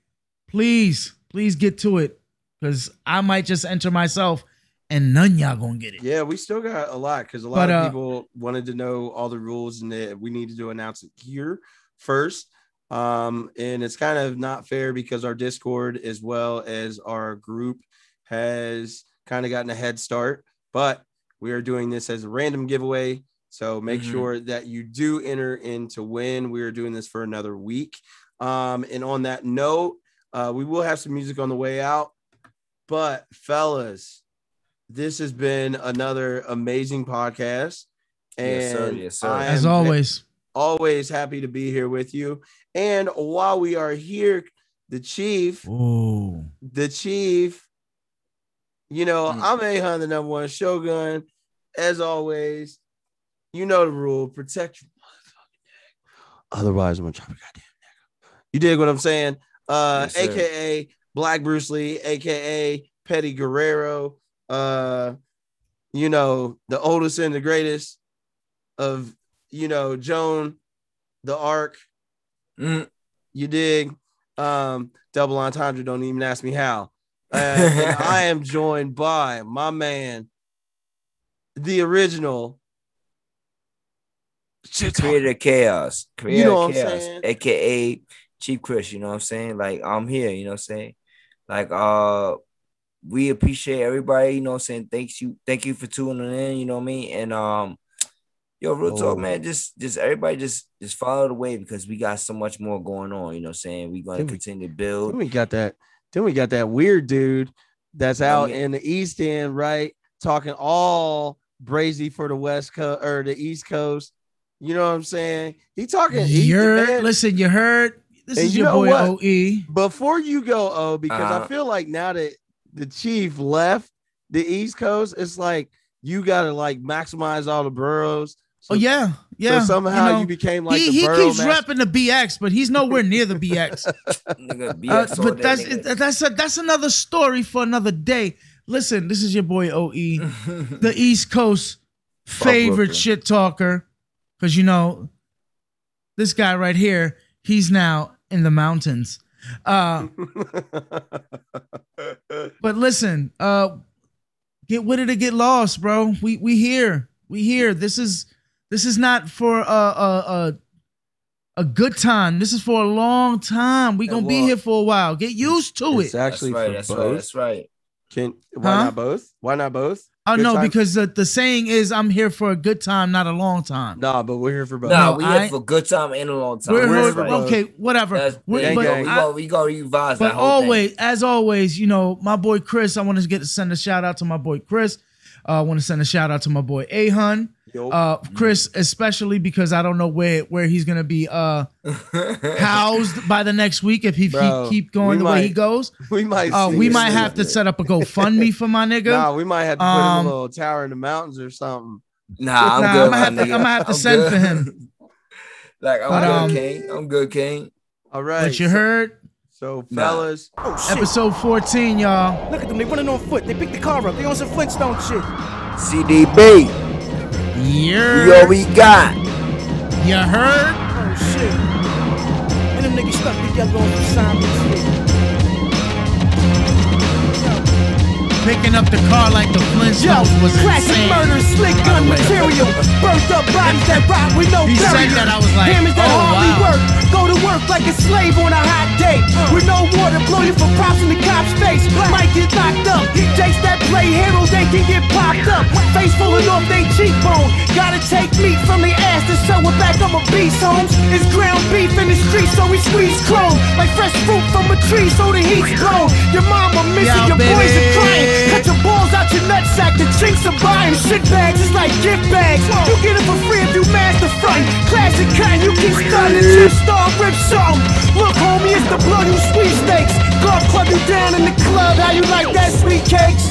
C: Please, please get to it. Cause I might just enter myself and none y'all gonna get it.
A: yeah we still got a lot because a lot
C: But,
A: of
C: uh,
A: people wanted to know all the rules and that we needed to announce it here first um and it's kind of not fair because our discord as well as our group has kind of gotten a head start but we are doing this as a random giveaway so make
C: Mm-hmm.
B: Mhm.
A: sure that you do enter in to win we are doing this for another week um and on that note uh we will have some music on the way out but fellas this has been another amazing podcast and
B: Yes, sir. Yes, sir.
A: I
C: As
A: am
C: always.
A: always happy to be here with you. And while we are here, the chief,
C: Oh.
A: the chief, you know,
B: Mm.
A: I'm Ahan, the number one shogun. As always, you know the rule protect your motherfucking neck. Otherwise, I'm gonna chop your goddamn neck. off. You dig what I'm saying? Uh,
B: Yes, sir.
A: aka Black Bruce Lee, aka Petty Guerrero, uh, you know, the oldest and the greatest of you know, Joan, the Ark,
B: Mm.
A: you dig? Um, double entendre. Don't even ask me how. Uh, and I am joined by my man, the original.
B: Creator of chaos. Creator
A: know
B: of
A: what I'm
B: chaos.
A: saying?
B: AKA Chief Chris, you know what I'm saying? Like I'm here, you know what I'm saying? Like uh we appreciate everybody, you know what I'm saying? Thanks you, thank you for tuning in, you know what I mean? And um yo, real
A: Oh.
B: talk, man. Just just everybody just just follow the way because we got so much more going on, you know what I'm saying? We're gonna
A: Then we-
B: continue to
A: Then
B: build.
A: we got that. Then we got that weird dude that's
B: Yeah,
A: out
B: yeah.
A: in the East End, right? Talking all brazy for the West Coast or the East Coast. You know what I'm saying? He talking. he-
C: You
A: man,
C: heard, listen, you heard. This
A: And
C: is
A: you
C: your
A: know
C: boy E.
A: what?
C: OE.
A: before you go, oh, because I
B: Uh-huh.
A: feel like now that the chief left the East Coast, it's like you gotta like maximize all the boroughs. So,
C: Oh yeah, yeah.
A: So somehow you,
C: know,
A: became like
C: he
A: the
C: he
A: borough
C: keeps
A: master.
C: repping the BX, but he's nowhere near the BX.
B: Nigga,
C: Uh,
B: BS all
C: but
B: day,
C: that's
B: nigga.
C: that's a, that's another story for another day. Listen, this is your boy E. OE, the East Coast favorite
B: Brooklyn.
C: shit talker, because you know this guy right here, he's now in the mountains. Uh, but listen, uh, get with it or get lost, bro. We we here, we here. This is this is not for a a a, a good time. This is for a long time. We
A: Yeah,
C: gonna be
A: well,
C: here for a while. Get used to it.
A: it's actually
B: that's right,
A: for
B: that's
A: both.
B: right, that's right.
A: Can why
C: Huh?
A: not both? Why not both?
C: Oh
A: Good
C: no,
A: time-
C: because the, the saying is I'm here for a good time, not a long time.
A: nah, but we're here for both.
B: No,
C: No,
B: we
C: I-
B: here for good time and a long time.
C: We're,
A: We're
C: we're-
B: That's
A: for
B: right.
A: both.
C: okay, whatever.
B: That's,
C: We're-
A: yeah,
B: we,
C: but
B: go,
A: yeah.
B: we,
C: I-
B: go, we go revise
C: but
B: that whole
C: always, as always, you know, my boy Chris. I want to get send a shout out to my boy Chris. Uh, I want to send a shout out to my boy Ahun.
A: Yo,
C: Uh, Chris, especially because I don't know where where he's gonna be uh
B: thing.
C: housed by the next week if he, he
A: Bro,
C: keep
A: we
C: going the way he
A: might-
C: goes.
A: we might.
C: Uh,
A: see
C: we
A: it
C: might
A: soon.
C: have to set up a GoFundMe for my nigga.
A: Nah, we might have to put him
C: Um,
A: in a little tower in the mountains or something.
B: Nah, I'm
C: Nah,
B: good.
C: I'ma have to-
B: my nigga.
C: I'ma have to
B: I'm
C: send
B: good.
C: for him.
B: like, I'm
C: But,
B: good,
C: um,
B: King. I'm good, King.
A: All right.
C: but you heard
A: so,
B: Nah.
A: fellas,
C: episode 14, y'all.
K: Look at them, they running on foot. They picked the car up. They on some Flintstone shit.
B: CDB,
C: Yeah.
B: yo, we got.
C: You heard?
K: Oh shit. And them niggas stuck together on some Simon's shit.
C: Picking up the car like the
K: Yo,
C: Flintstones was
K: classic
C: insane.
K: murder, slick gun material. Burnt up bodies that rot with no
C: He said
K: burial.
C: that, I was like,
K: Hammers that
C: oh,
K: hardly
C: wow.
K: work. Go to work like a slave on a hot day. With no water, blow you for props in the cop's face. Might get locked up. Jakes that play hero, they can get popped up. Face falling off they cheekbone. Gotta take meat from the ass to sew it back up a beast, homes. It's ground beef in the street, so we squeeze chrome. Like fresh fruit from a tree, so the heat's blown. Your mama missing,
C: Yo,
K: your boys are
C: baby.
K: crying. Cut your balls out your nutsack. The chinks are buying shit bags. It's like gift bags. You get it for free if you master front. Classic cotton, you keep stunning. Trip star, rip something. Look, homie, it's the blood you sweepstakes. Glove club you down in the club. How you like that, sweet cakes?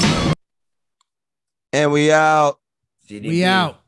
A: And we out.
B: CDB.
C: We out.